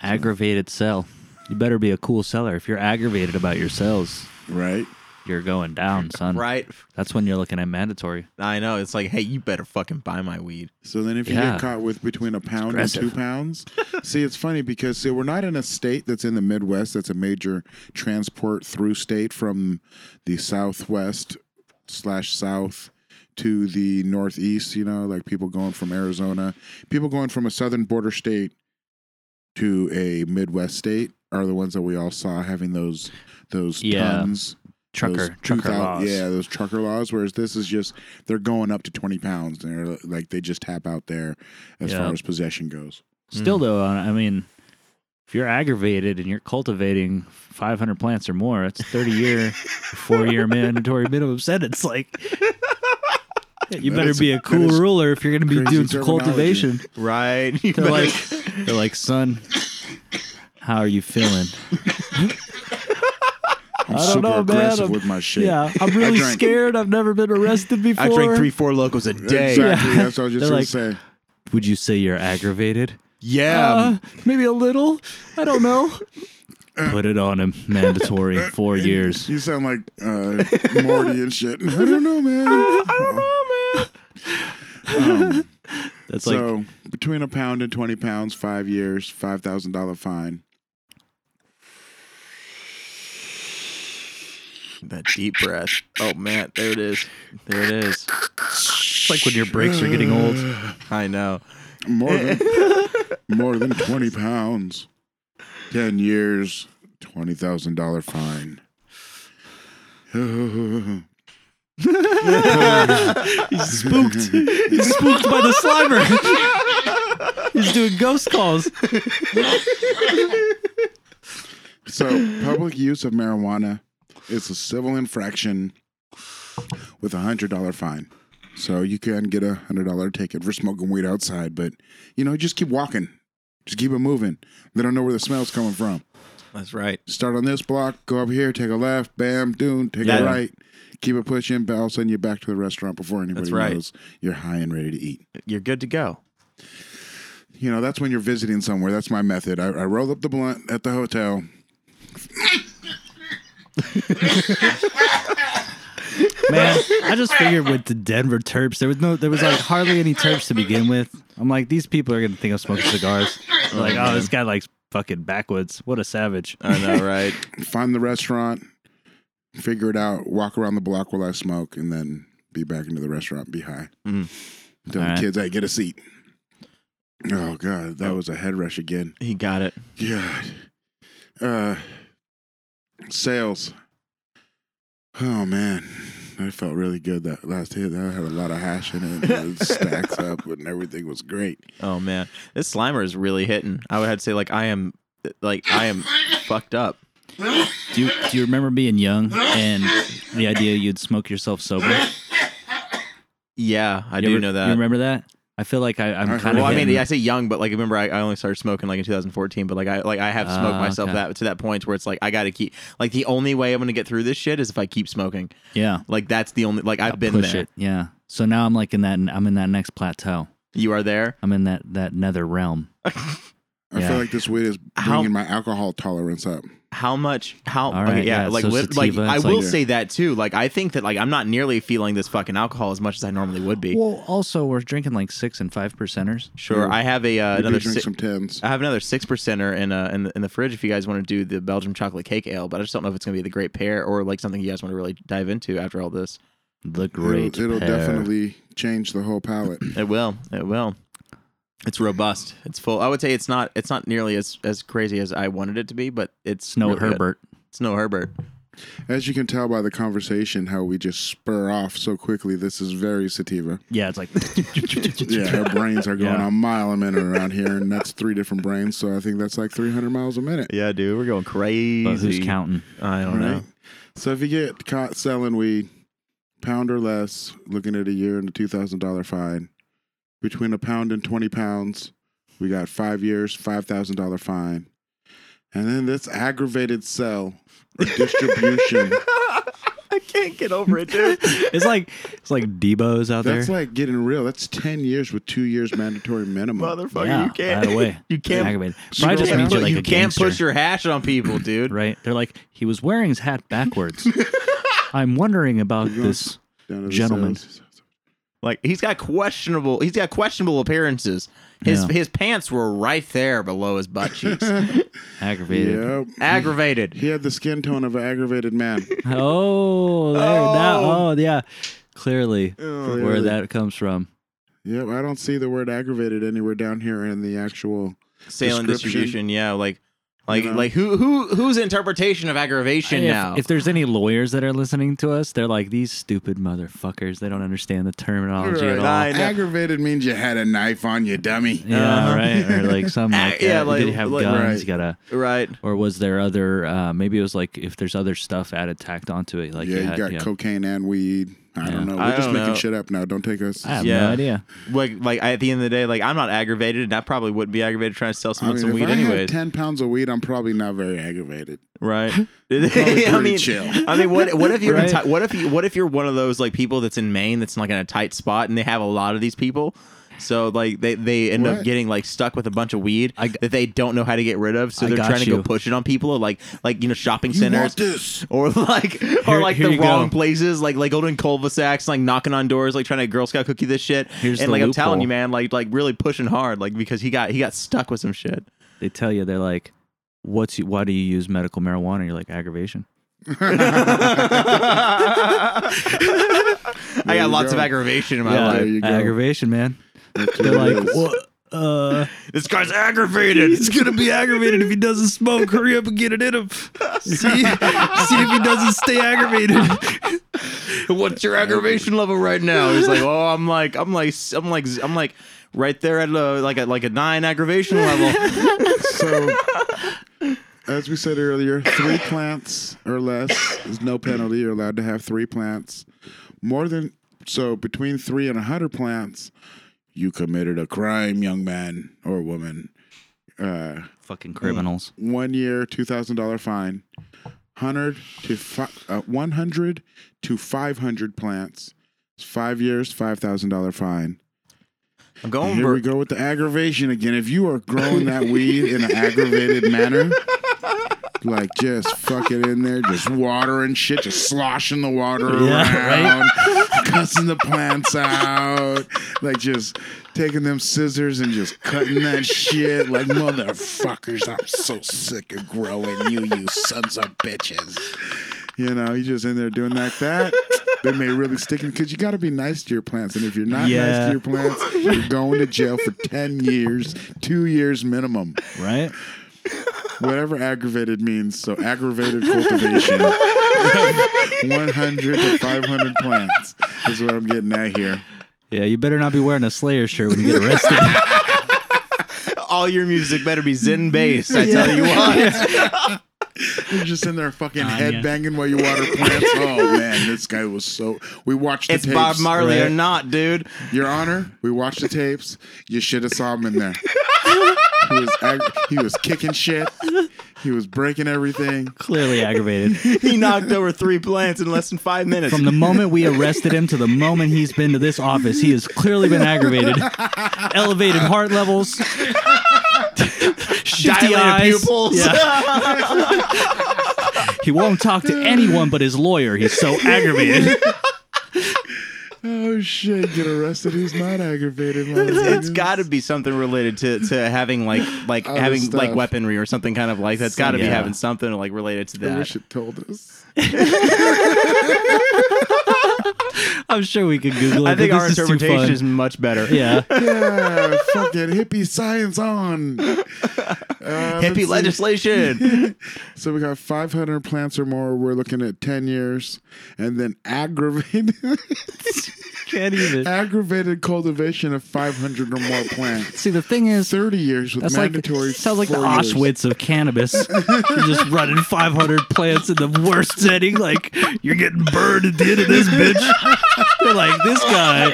B: Aggravated cell. You better be a cool seller. If you're aggravated about your sales,
A: Right?
B: you're going down, son.
D: Right.
B: That's when you're looking at mandatory.
D: I know. It's like, hey, you better fucking buy my weed.
A: So then, if you
B: Yeah.
A: get caught with between a pound and
B: aggressive.
A: two pounds, see, it's funny because see, we're not in a state that's in the Midwest that's a major transport through state from the Southwest slash South to the Northeast. You know, like people going from Arizona, people going from a southern border state to a Midwest state are the ones that we all saw having those those
B: Yeah.
A: tons those
B: Trucker, trucker
A: 2000
B: laws.
A: Yeah, those trucker laws. Whereas this is just they're going up to twenty pounds. and They're like they just tap out there as
B: Yeah.
A: far as possession goes.
B: Still, though, I I mean, if you're aggravated and you're cultivating 500 plants or more, that's 30 year, four year mandatory minimum sentence. Like, you
A: That
B: better
A: is-
B: be a
A: that
B: cool
A: is
B: ruler if you're going to be
A: crazy
B: doing some
A: terminology.
B: cultivation.
D: Right. You
B: They're
D: better-
B: like, they're like, son, how are you feeling?
A: I'm
B: don't
A: super
B: know, man.
A: aggressive
B: I'm-
A: with my shit.
B: Yeah, I'm really
A: drank-
B: scared. I've never been arrested before.
D: I drink three, four locos a day.
A: Exactly. That's what I was just
B: They're
A: gonna
B: like-
A: say.
B: Would you say you're aggravated?
D: Yeah.
B: Uh, maybe a little. I don't know. Put it on him. Mandatory four years.
A: You sound like uh, Morty and shit. I don't know, man. I don't know, man. Um,
B: That's like
A: so between a pound and twenty pounds, five years, five thousand dollar fine.
D: that deep breath. Oh man, there it is. There it is.
B: it's like when your brakes are getting old.
D: I know.
A: More than more than twenty pounds. Ten years, twenty thousand dollar fine.
B: Spooked. He's spooked by the slimer. He's doing ghost calls.
A: So, public use of marijuana is a civil infraction with a hundred dollar fine. So you can get a hundred dollar ticket for smoking weed outside, but you know, just keep walking, just keep it moving. They don't know where the smell's coming from.
D: That's right.
A: Start on this block, go up here, take a left, bam, doom, take
D: Yeah.
A: a right, keep it pushing, but all of a sudden you're back to the restaurant before anybody
D: right.
A: knows you're high and ready to eat.
D: You're good to go.
A: You know, that's when you're visiting somewhere. That's my method. I, I roll up the blunt at the hotel.
B: Man, I just figured with the Denver Terps, there was no, there was like hardly any Terps to begin with. I'm like, these people are gonna think I'm smoking cigars. They're like, oh, this guy likes fucking backwoods. What a savage.
D: I know, right?
A: find the restaurant, figure it out, walk around the block while I smoke, and then be back into the restaurant, be high.
D: Mm.
A: Tell
B: All
A: the
B: right.
A: kids, hey, get a seat. Oh God, that was a head rush again.
D: he got it.
A: God. Uh sales. Oh man. That felt really good that last hit. That had a lot of hash in it. It stacks up and everything was great.
D: Oh man, this Slimer is really hitting. I would have to say, like, I am, like, I am fucked up.
B: Do you, do you remember being young and the idea you'd smoke yourself sober?
D: Yeah, I
B: You
D: do
B: ever-
D: know
B: You
D: that. Uh-huh.
B: remember that? I feel like I,
A: I
B: I'm kind
A: heard-
B: of.
D: Well, I mean,
B: getting-
D: yeah, I say young, but like, remember, I, I only started smoking like in 2014. But like, I like I have smoked
B: Ah,
D: myself
B: okay.
D: that to that point where it's like I got to keep like the only way I'm gonna get through this shit is if I keep smoking.
B: yeah.
D: Like that's the only like I've been
B: push
D: there.
B: it. Yeah. So now I'm like in that. I'm in that next plateau.
D: You are there.
B: I'm in that that nether realm.
A: I
B: Yeah.
A: feel like this weed is bringing
D: How-
A: my alcohol tolerance up.
D: How much? How?
B: All right,
D: okay, yeah,
B: yeah,
D: Like,
B: so
D: li- like
B: sativa,
D: I
B: it's
D: will
B: like-
D: say that too. Like, I think that like I'm not nearly feeling this fucking alcohol as much as I normally would be.
B: Well, also we're drinking like six and five percenters.
D: sure, I have a uh,
A: I
D: another.
A: drink
D: si-
A: some tens.
D: I have another six percenter in uh in the, in the fridge if you guys want to do the Belgium chocolate cake ale, but I just don't know if it's gonna be the great pair or like something you guys want to really dive into after all this.
B: The
A: It'll-
B: great.
A: It'll,
B: pair.
A: definitely change the whole palate.
D: It will. It will. It's robust. It's full. I would say it's not it's not nearly as as crazy as I wanted it to be, but it's
B: Snow
D: really good.
B: Herbert.
D: Snow Herbert.
A: As you can tell by the conversation, how we just spur off so quickly, this is very sativa.
B: Yeah, it's like
A: Yeah, our brains are going
B: Yeah.
A: a mile a minute around here, and that's three different brains. So I think that's like 300 miles a minute.
D: Yeah, dude, we're going crazy.
B: but who's counting?
D: I don't know.
A: Right? So if you get caught selling weed, pound or less, looking at a year and a two thousand dollar fine. Between a pound and twenty pounds, we got five years, five thousand dollar fine. And then this aggravated sell or distribution.
D: I can't get over it, dude.
B: It's like it's like Debo's out
A: That's
B: there.
A: like getting real. That's ten years with two years mandatory minimum.
D: Motherfucker,
B: yeah,
D: oh, you can't.
B: by the way,
D: You can't.
B: aggravated.
A: Scroll
B: Probably just
A: down.
B: means you're
A: But
B: like
D: you
B: a
D: can't
B: gangster,
D: push your hash on people, dude.
B: right. They're like he was wearing his hat backwards. I'm wondering about
A: You're
B: this.
A: Down to the
B: Gentlemen.
A: cells.
D: Like he's got questionable. He's got questionable appearances. His
B: Yeah.
D: his pants were right there below his butt cheeks.
B: Aggravated.
A: Yep.
D: Aggravated.
A: He had the skin tone of an aggravated man.
B: Oh, there, that.
D: Oh.
B: Oh, yeah. Clearly, where
A: Clearly.
B: that comes from.
A: Yep, I don't see the word aggravated anywhere down here in the actual Description.
D: Sailing distribution. Yeah, like like
A: You know?
D: like who who whose interpretation of aggravation
B: If-
D: now?
B: If, there's any lawyers that are listening to us, they're like these stupid motherfuckers. They don't understand the terminology at all.
D: I know.
A: Aggravated means you had a knife on you, dummy.
B: Yeah,
D: Uh-huh.
B: right. Or like some like
D: Yeah,
B: that.
D: like-
B: did you have
D: like-
B: guns?
A: right.
B: You gotta.
D: right.
B: Or was there other? Uh, maybe it was like if there's other stuff added tacked onto it. Like
A: yeah,
B: you had,
A: you got
B: yeah.
A: cocaine and weed. I
B: Yeah.
A: don't know. We're
D: I
A: just
D: don't
A: making
D: know.
A: shit up now. Don't take us.
B: I
A: I,
B: have
D: Yeah.
B: no idea.
D: Like like at the end of the day, like I'm not aggravated, and I probably wouldn't be aggravated trying to sell someone
A: mean,
D: some
A: if
D: weed
A: I
D: anyways.
A: had ten pounds of weed, I'm probably not very aggravated.
D: Right.
A: pretty
D: I mean,
A: chill.
D: I mean, what what if you're in
B: Right.
D: ti- what if you what if you're one of those like people that's in Maine that's in, like in a tight spot and they have a lot of these people. So like they, they end up
A: What?
D: getting like stuck with a bunch of weed that they don't know how to get rid of, so
B: I
D: they're
B: got
D: trying to
B: you.
D: go push it on people, like like you know shopping
A: You
D: centers
A: want this?
D: or like or
B: Here-
D: like
B: here
D: the
B: you go.
D: wrong places, like like golden cul-de-sacs, like knocking on doors, like trying to Girl Scout cookie this shit.
B: Here's
D: and
B: the
D: like I'm telling
B: loophole.
D: you, man, like like really pushing hard, like because he got he got stuck with some shit.
B: They tell you they're like, "What's you, why do you use medical marijuana?" You're like aggravation.
D: I got
A: you
D: lots
A: go.
D: of aggravation in my
A: Yeah.
D: life.
A: There you go.
B: aggravation, man. They're like, what? Uh,
D: This guy's aggravated.
B: he's gonna be aggravated if he doesn't smoke. Hurry up and get it in him. See, see if he doesn't stay aggravated.
D: What's your aggravation level right now? He's like, oh, I'm like, I'm like, I'm like, I'm like, right there at a, like a like a nine aggravation level.
A: So, as we said earlier, three plants or less is no penalty. You're allowed to have three plants. More than so, between three and a hundred plants, you committed a crime, young man or woman. Uh,
B: Fucking criminals.
A: one year, two thousand dollar fine. Hundred to fi- uh, one hundred to five hundred plants. It's five years, five thousand dollar fine.
D: I'm
A: And
D: going.
A: here
D: for-
A: we go with the aggravation again. If you are growing that weed in an aggravated manner, like just fuck it in there, just watering shit, just sloshing the water around, cussing the plants out, like just taking them scissors and just cutting that shit. Like motherfuckers, I'm so sick of growing you, you sons of bitches. You know, you just in there doing like that. They may really stick in because you got to be nice to your plants, and if you're not nice
B: Yeah.
A: to your plants, you're going to jail for ten years, two years minimum
B: Right?
A: whatever aggravated means. So aggravated cultivation, one hundred to five hundred plants is what I'm getting at here.
B: Yeah, you better not be wearing a Slayer shirt when you get arrested.
D: all your music better be Zen based. I tell you what.
A: You're just in there fucking head banging while you water plants. Oh man, this guy was so. We watched the
D: It's
A: tapes.
D: Bob Marley or
A: right?
D: not, dude.
A: Your Honor, we watched the tapes. You should have saw him in there. He was, ag- he was kicking shit. He was breaking everything.
F: Clearly aggravated.
D: he knocked over three plants in less than five minutes.
F: From the moment we arrested him to the moment he's been to this office, he has clearly been aggravated. Elevated heart levels. shifty
D: Dilated
F: eyes.
D: pupils.
F: Yeah. he won't talk to anyone but his lawyer. He's so aggravated.
A: Oh shit! Get arrested. He's not aggravated. motherfuckers.
D: it's got to be something related to, to having like like
A: Other
D: having
A: stuff.
D: like weaponry or something kind of like that's got to be
F: Yeah.
D: having something like related to
A: I
D: that.
A: wish it told us.
F: I'm sure we could Google it.
D: I think
F: but
D: our
F: this is too
D: interpretation
F: fun.
D: is much better.
F: yeah.
A: Yeah, fucking hippie science on. Uh, let's see.
D: Hippie legislation.
A: So we got 500 plants or more. We're looking at 10 years, and then aggravated
F: Can't even.
A: aggravated cultivation of 500 or more plants.
F: See, the thing is,
A: 30 years with
F: that's like
A: mandatory.
F: sounds like the
A: four years.
F: Auschwitz of cannabis. you're just running 500 plants in the worst setting. Like you're getting burned at the end of this bitch. They're like, this guy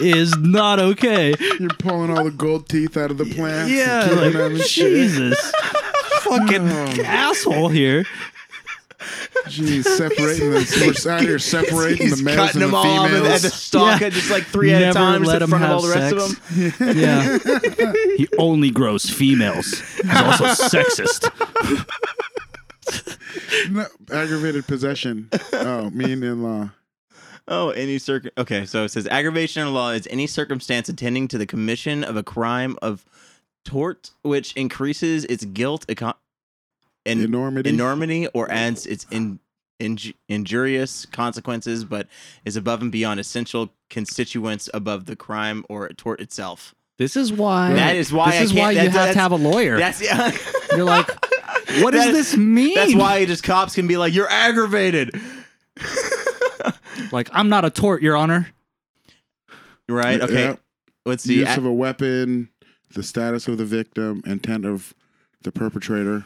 F: is not okay.
A: You're pulling all the gold teeth out of the plants. and
F: Yeah,
A: keeping them
F: like
A: and shit.
F: Jesus, fucking asshole here.
A: Jeez, separating the we're out here separating the
D: He's
A: males
D: cutting
A: and the
D: them all off at the- at the
A: females.
D: stalk
F: Yeah.
D: at just like three at a
F: Never
D: time, just
F: let
D: in
F: him
D: front of all the
F: have
D: rest of
F: sex.
D: them.
F: Yeah, he only grows females. He's also sexist.
A: No, aggravated possession. Oh, mean in law.
D: Oh, any circ. Okay, so it says aggravation in law is any circumstance attending to the commission of a crime of tort which increases its guilt eco- and
A: Enormity.
D: enormity or adds its in, inj injurious consequences, but is above and beyond essential constituents above the crime or tort itself.
F: This is why.
D: That is why
F: This
D: I
F: is
D: can't-
F: why you
D: that's-
F: have to
D: that's-
F: have a lawyer.
D: That's yeah.
F: You're like, what does
D: That-
F: this mean?
D: That's why just cops can be like, "You're aggravated,"
F: Like, I'm not a tort, Your Honor.
D: right? Okay,
A: Yeah.
D: let's see.
A: Use of a weapon, the status of the victim, intent of the perpetrator,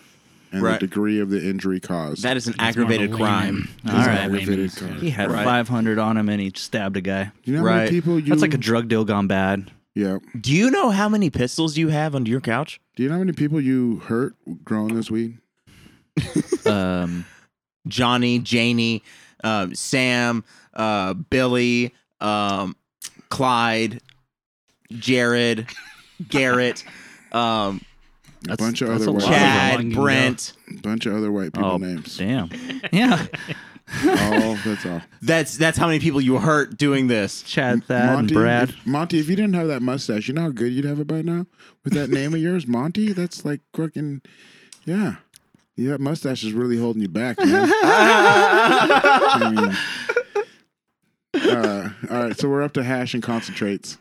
A: and
D: Right.
A: the degree of the injury caused.
D: that is an aggravated crime.
F: All
A: These
F: right.
A: aggravated crimes.
F: He had
D: Right.
F: 500 on him and he stabbed a guy.
A: You know how many
D: Right.
A: people you
F: That's like a drug deal gone bad.
A: yeah.
D: Do you know how many pistols you have under your couch?
A: Do you know how many people you hurt growing this weed?
F: Um,
D: Johnny, Janie, um, Sam, uh, Billy, um, Clyde, Jared, Garrett, um,
A: A
F: That's-
A: bunch of
F: that's
A: other
F: a
A: white
F: lot.
A: people.
F: Long
D: Chad,
F: ago.
D: Brent.
A: bunch of other white people
F: oh,
A: names.
F: damn. Yeah.
A: All that's all.
D: That's that's how many people you hurt doing this.
F: Chad, Thad, and
A: Monty,
F: Brad.
A: If, Monty, if you didn't have that mustache, you know how good you'd have it by now? With that name of yours, Monty? That's like fucking yeah. Yeah, that mustache is really holding you back, man. I mean, uh, all right, so we're up to hash and concentrates.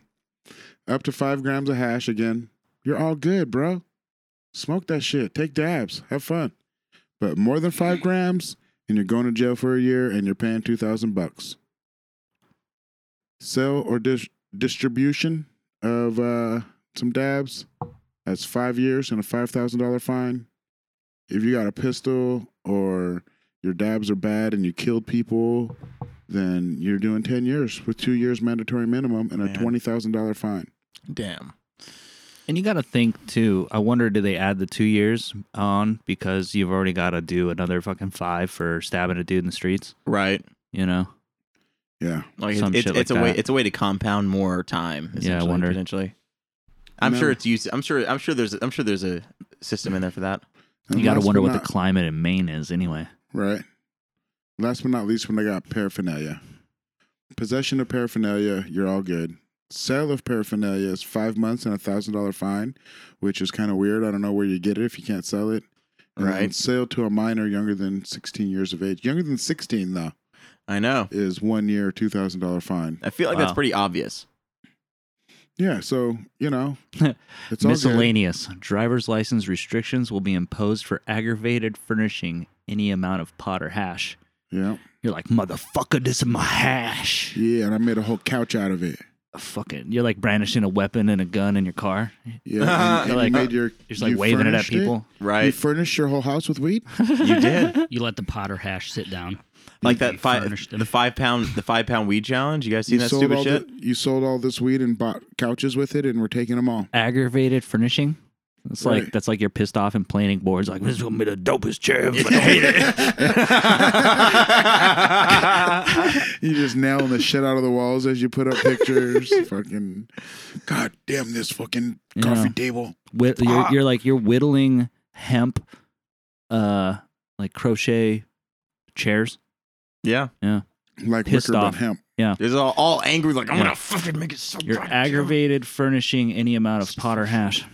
A: Up to five grams of hash again. You're all good, bro. Smoke that shit. Take dabs. Have fun. But more than five grams, and you're going to jail for a year, and you're paying two thousand bucks. Sell or dis- distribution of uh, some dabs. That's five years and a five thousand dollar fine. If you got a pistol or your dabs are bad and you killed people, then you're doing ten years with two years mandatory minimum and a
D: Man.
A: twenty thousand dollar fine.
D: Damn.
B: And you got to think too. I wonder, do they add the two years on because you've already got to do another fucking five for stabbing a dude in the streets?
D: Right.
B: You know,
A: Yeah,
D: Like
B: Some
D: it's,
B: shit like
D: it's, it's a way
B: that.
D: it's a way to compound more time.
B: Yeah, I
D: essentially,
B: wonder.
D: Potentially. I'm
A: No.
D: sure it's used. I'm sure. I'm sure there's. I'm sure there's a system in there for that.
A: And
B: you got to
A: last
B: wonder
A: but
B: what
A: not-
B: the climate in Maine is anyway.
A: Right. Last but not least, when I got paraphernalia, possession of paraphernalia, you're all good. Sale of paraphernalia is five months and a thousand dollar fine, which is kind of weird. I don't know where you get it if you can't sell it. And then
D: Right.
A: Sale to a minor younger than 16 years of age. Younger than 16 though
D: I know.
A: is one year, two thousand dollar fine.
D: I feel like
B: Wow.
D: that's pretty obvious.
A: Yeah. So you know, it's all good.
B: Miscellaneous driver's license restrictions will be imposed for aggravated furnishing any amount of pot or hash.
A: Yeah.
B: You're like, motherfucker, this is my hash.
A: Yeah. And I made a whole couch out of it.
B: Fucking, you're like brandishing a weapon and a gun in your car. You're
A: Yeah. And, and
B: Like,
A: you made your.
B: just like
A: you
B: waving it at
A: furnished
B: people.
A: You
D: Right.
A: furnished your whole house with weed.
D: you did.
G: You let the Potter hash sit down.
D: like that five
G: furnished them.
D: the five pound the five pound weed challenge. You guys seen that stupid
A: all
D: shit?
A: The, you sold all this weed and bought couches with it, and we're taking them all.
B: Aggravated furnishing. It's
A: Right.
B: like that's like you're pissed off and planning boards. Like this is gonna be the dopest chair. ever."
A: you just nailing the shit out of the walls as you put up pictures. fucking, god damn this fucking coffee
B: Yeah.
A: table.
B: Whitt- you're, you're like you're whittling hemp, uh, like crochet chairs.
D: Yeah.
A: Like
B: Pissed
A: wicker
B: off.
A: but hemp.
D: It's all, all angry, like, I'm
B: Yeah.
D: going to fucking make it so
B: You're
D: goddamn-
B: aggravated furnishing any amount of pot or hash.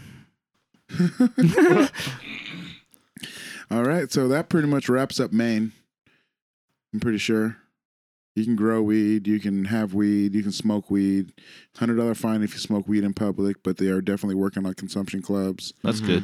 A: All right, so that pretty much wraps up Maine. I'm pretty sure. You can grow weed, you can have weed, you can smoke weed. Hundred dollar fine if you smoke weed in public, but they are definitely working on consumption clubs.
D: That's good.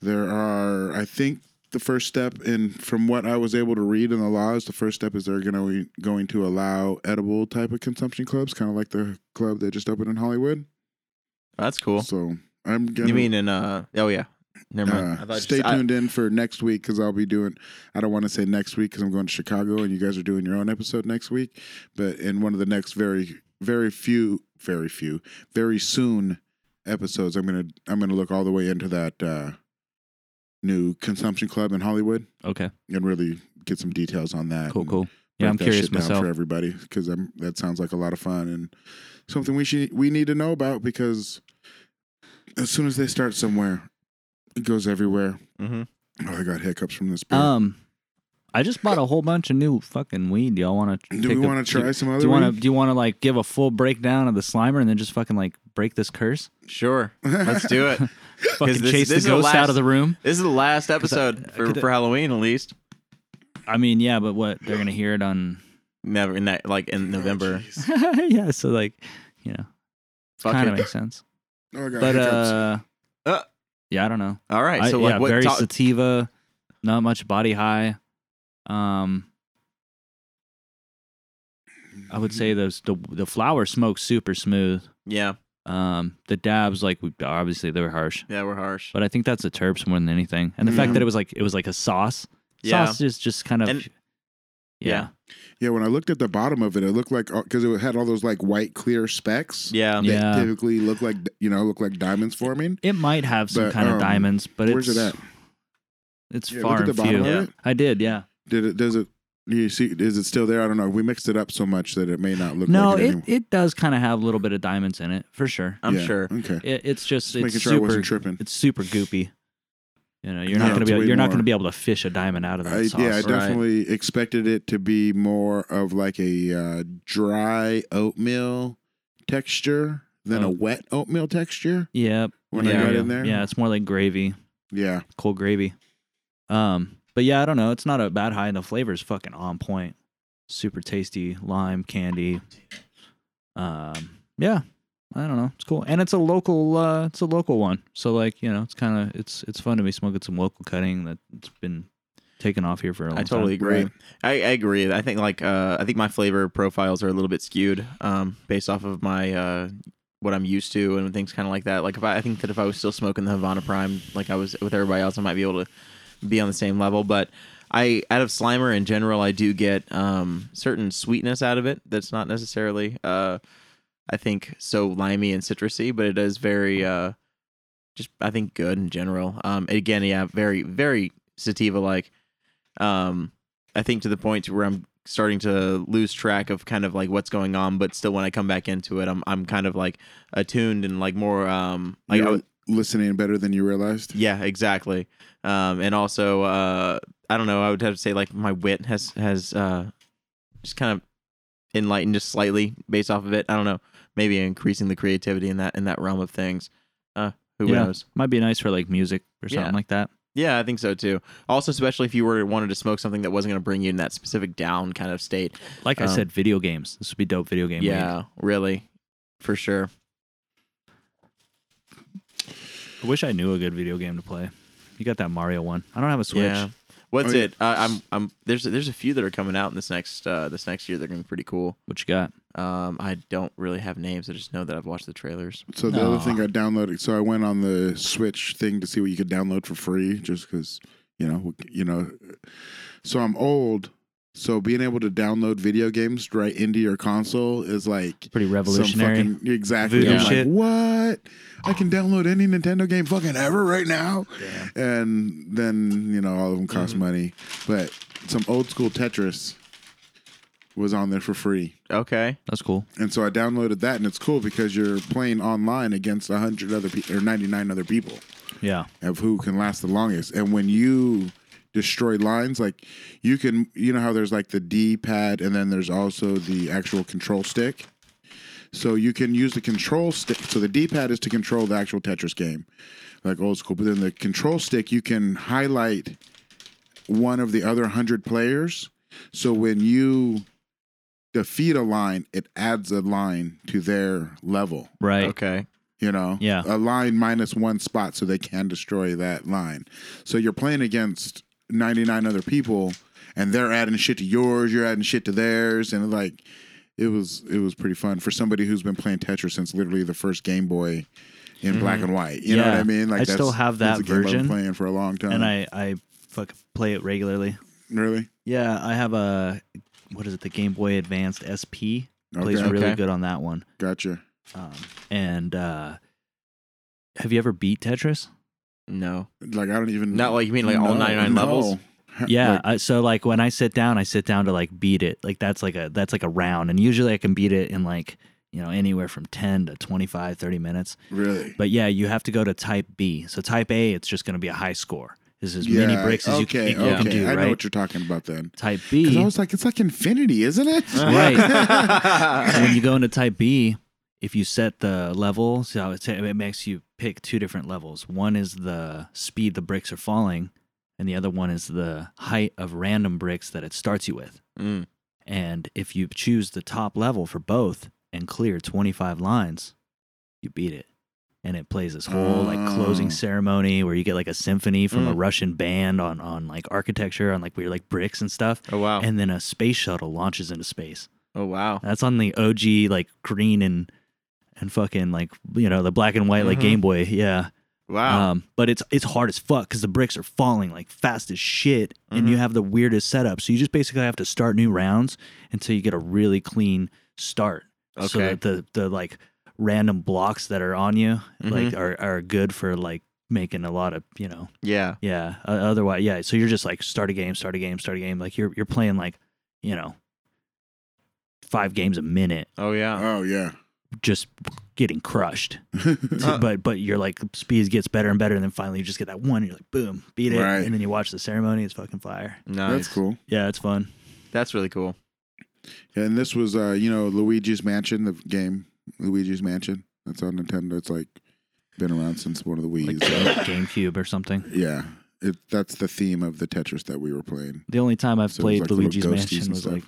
A: There are, I think, the first step, and from what I was able to read in the laws, the first step is they're going to going to allow edible type of consumption clubs, kind of like the club that just opened in Hollywood.
B: Mm-hmm.
D: That's cool.
A: So I'm gonna.
D: You mean in, uh, oh, yeah. Never mind.
A: uh,
D: I thought you
A: stay
D: said- I-
A: tuned in for next week because I'll be doing. I don't want to say next week because I'm going to Chicago and you guys are doing your own episode next week. But in one of the next very, very few, very few, very soon episodes, I'm gonna I'm gonna look all the way into that uh, new consumption club in Hollywood
B: Okay,
A: and really get some details on that.
B: cool,
A: and
B: cool. Yeah,
A: break
B: I'm
A: that
B: curious
A: shit down
B: myself.
A: for everybody because that sounds like a lot of fun and something we should we need to know about because as soon as they start somewhere, it goes everywhere.
D: Mhm.
A: Oh, I got hiccups from this. Beer.
B: Um, I just bought a whole bunch of new fucking weed. Do y'all want to?
A: do we want to try some other?
B: Do you want
A: weed?
B: to? Do you want to like give a full breakdown of the Slimer and then just fucking like break this curse?
D: Sure. Let's do it.
B: Fucking
D: this-
B: chase
D: this is
B: the
D: the
B: ghost out
D: last-
B: of the room.
D: This is the last episode for,
B: could I-
D: for Halloween, at least.
B: I mean, yeah, but what they're gonna hear it on?
D: Never in that, like, in
A: Oh,
D: November.
B: yeah, so like, you know,
D: Fuck
B: kind
D: it.
B: of makes sense.
A: Oh, I got
B: But
A: hiccups.
B: uh,
D: Uh,
B: yeah, I don't know.
D: All right. So,
B: I-
D: like,
B: yeah,
D: what
B: very
D: talk-
B: sativa, not much body high. Um, I would say those the the flower smokes super smooth.
D: Yeah.
B: Um, the dabs like we, obviously they were harsh,
D: Yeah, we're harsh.
B: but I think that's the terps more than anything, and the
A: Yeah.
B: fact that it was like it was like a sauce.
D: Yeah.
B: Sauce is just kind of.
D: And-
B: yeah.
A: yeah, when I looked at the bottom of it, it looked like because it had all those like white clear specks.
D: Yeah.
A: that
B: Yeah.
A: typically look like you know look like diamonds forming.
B: It might have some
A: But,
B: kind
A: um,
B: of diamonds, but
A: where's
B: it's
A: it at?
B: it's
A: Yeah,
B: far
A: look at
B: and
A: the bottom
B: few.
A: of
D: Yeah.
A: it.
B: I did, yeah.
A: Did it? Does it? You see? Is it still there? I don't know. We mixed it up so much that it may not look.
B: No,
A: like it,
B: it,
A: anymore.
B: it does kind of have a little bit of diamonds in it for sure.
D: I'm
A: Yeah,
D: sure.
A: Okay.
B: It, it's just
A: Just
B: it's
A: making sure I
B: super
A: wasn't tripping.
B: it's super goopy. You know, you're
A: No,
B: not gonna
A: it's
B: be
A: way
B: you're not
A: more-
B: gonna be able to fish a diamond out of that
A: I,
B: sauce.
A: yeah, I
D: Right.
A: definitely expected it to be more of like a uh, dry oatmeal texture than a
B: Oh.
A: wet oatmeal texture
B: yeah,
A: when I
D: Yeah.
A: got in there.
B: yeah, it's more like gravy,
A: Yeah.
B: cold gravy. Um, but yeah, I don't know. It's not a bad high, and the flavor's fucking on point. Super tasty lime candy. Um, yeah, I don't know. It's cool, and it's a local. Uh, it's a local one, so like you know, it's kind of it's it's fun to be smoking some local cutting that's been taken off here for a long
D: I totally
B: time.
D: agree.
A: Right.
D: I, I agree. I think like uh, I think my flavor profiles are a little bit skewed um, based off of my uh, what I'm used to and things kind of like that. Like if I, I think that if I was still smoking the Havana Prime, like I was with everybody else, I might be able to be on the same level. But I out of Slimer in general, I do get um, certain sweetness out of it that's not necessarily uh, I think so limey and citrusy, but it is very uh, just I think good in general. Um, again, yeah, very very sativa like. Um, I think to the point to where I'm starting to lose track of kind of like what's going on, but still when I come back into it, I'm I'm kind of like attuned and like more um like I
A: You're
D: would-
A: listening better than you realized.
D: yeah, exactly. Um, and also, uh, I don't know. I would have to say like my wit has has uh, just kind of enlightened just slightly based off of it. I don't know. Maybe increasing the creativity in that in that realm of things. Uh, who
B: Yeah.
D: knows?
B: Might be nice for like music or something
D: Yeah.
B: like that.
D: Yeah, I think so too. Also, especially if you were wanted to smoke something that wasn't going to bring you in that specific down kind of state.
B: Like I
D: Um,
B: said, video games. This would be dope. Video game.
D: yeah,
B: weed.
D: really, for sure.
B: I wish I knew a good video game to play. You got that Mario one. I don't have a Switch.
D: Yeah. What's
A: Oh, yeah.
D: it? Uh, I'm I'm there's there's a few that are coming out in this next uh, this next year. They're going to be pretty cool.
B: What you got?
D: Um, I don't really have names. I just know that I've watched the trailers.
A: So the other thing I downloaded, so I went on the Switch thing to see what you could download for free, just because you know, you know. So I'm old, So being able to download video games right into your console is like
F: Pretty
A: some
F: revolutionary.
A: fucking exactly.
F: Voodoo
A: I'm like,
F: shit.
A: what? I can download any Nintendo game fucking ever right now, and then you know all of them cost
F: Mm-hmm.
A: money. But some old school Tetris was on there for free,
D: Okay.
B: That's cool.
A: and so I downloaded that, and it's cool because you're playing online against hundred other people or ninety nine other people
B: Yeah.
A: of who can last the longest. And when you destroy lines, like you can, you know how there's like the D pad and then there's also the actual control stick. So you can use the control stick. So the D pad is to control the actual Tetris game, like old school. But then the control stick, you can highlight one of the other 100 players. So when you defeat a line, it adds a line to their level
B: Right.
D: Okay.
A: you know
B: Yeah.
A: a line minus one spot so they can destroy that line so you're playing against 99 other people and they're adding shit to yours you're adding shit to theirs and like it was it was pretty fun for somebody who's been playing tetris since literally the first game boy in black and white you know what
B: Mm-hmm. Yeah.
A: i mean like
B: I still have that
A: that's a game I've been
B: version.
A: playing for a long time
B: And I I fuck play it regularly.
A: really
B: Yeah, I have a what is it? The Game Boy Advanced SP plays
A: Okay.
B: really
D: Okay.
B: good on that one.
A: gotcha
B: Um, and uh, have you ever beat Tetris?
D: No.
A: like i don't even
D: Not like you mean like
A: No,
D: all 99
A: no.
D: levels?
B: Yeah. I, so like when I sit down, I sit down to like beat it. Like that's like a that's like a round, and usually I can beat it in like you know anywhere from 10 to 25 30 minutes
A: really
B: but yeah you have to go to type b so type a it's just going to be a high score this is as
A: yeah.
B: many bricks as you,
A: okay,
B: can, you
A: okay.
B: can do
A: i know
B: right
A: what you're talking about then
B: type
A: because i
B: b
A: was like it's like infinity isn't it
B: E. right And when you go into type B, if you set the level, so it's- it makes you pick two different levels. One is the speed the bricks are falling, and the other one is the height of random bricks that it starts you with.
D: Mm.
B: And if you choose the top level for both and clear 25 lines, you beat it. And it plays this whole like
A: Oh.
B: closing ceremony where you get like a symphony from a
D: Mm.
B: Russian band on on like architecture on like weird like bricks and stuff.
D: Oh wow.
B: And then a space shuttle launches into space.
D: oh wow.
B: That's on the OG like green and and fucking like you know the black and white like
D: Mhm.
B: Game Boy. Yeah.
D: Wow.
B: Um, but it's it's hard as fuck because the bricks are falling like fast as shit, and you
D: Mm-hmm.
B: have the weirdest setup. So you just basically have to start new rounds until you get a really clean start. So
D: Okay.
B: that the the like random blocks that are on you like
D: Mm-hmm.
B: are are good for like making a lot of you know
D: yeah.
B: yeah. o- otherwise, yeah. So you're just like start a game, start a game, start a game. Like you're you're playing like, you know, five games a minute,
D: Oh yeah.
A: oh yeah
B: just getting crushed.
A: Uh,
B: but but you're like speed gets better and better, and then finally you just get that one. You're like boom, beat it,
A: Right.
B: and then you watch the ceremony. It's fucking fire.
D: Nice.
A: that's cool
B: Yeah, it's fun.
D: That's really cool.
A: And this was, uh, you know, Luigi's Mansion, the game Luigi's Mansion. That's on Nintendo. It's like been around since one of the
B: Like
A: Wii's.
B: GameCube or something.
A: yeah, it, that's the theme of the Tetris that we were playing.
B: The only time I've
A: So it was
B: played
A: like little
B: Luigi's
A: ghosties and
B: Mansion was
A: stuff.
B: like,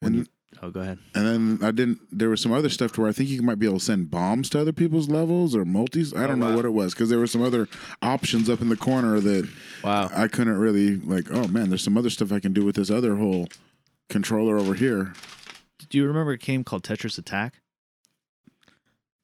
B: when
A: And
B: you, oh, go ahead.
A: and then I didn't. There was some other stuff to where I think you might be able to send bombs to other people's levels or multis. I don't
B: Oh,
A: know what it was because there were some other options up in the corner that
D: Wow.
A: I couldn't really like. Oh man, there's some other stuff I can do with this other whole controller over here.
B: Do you remember a game called Tetris Attack?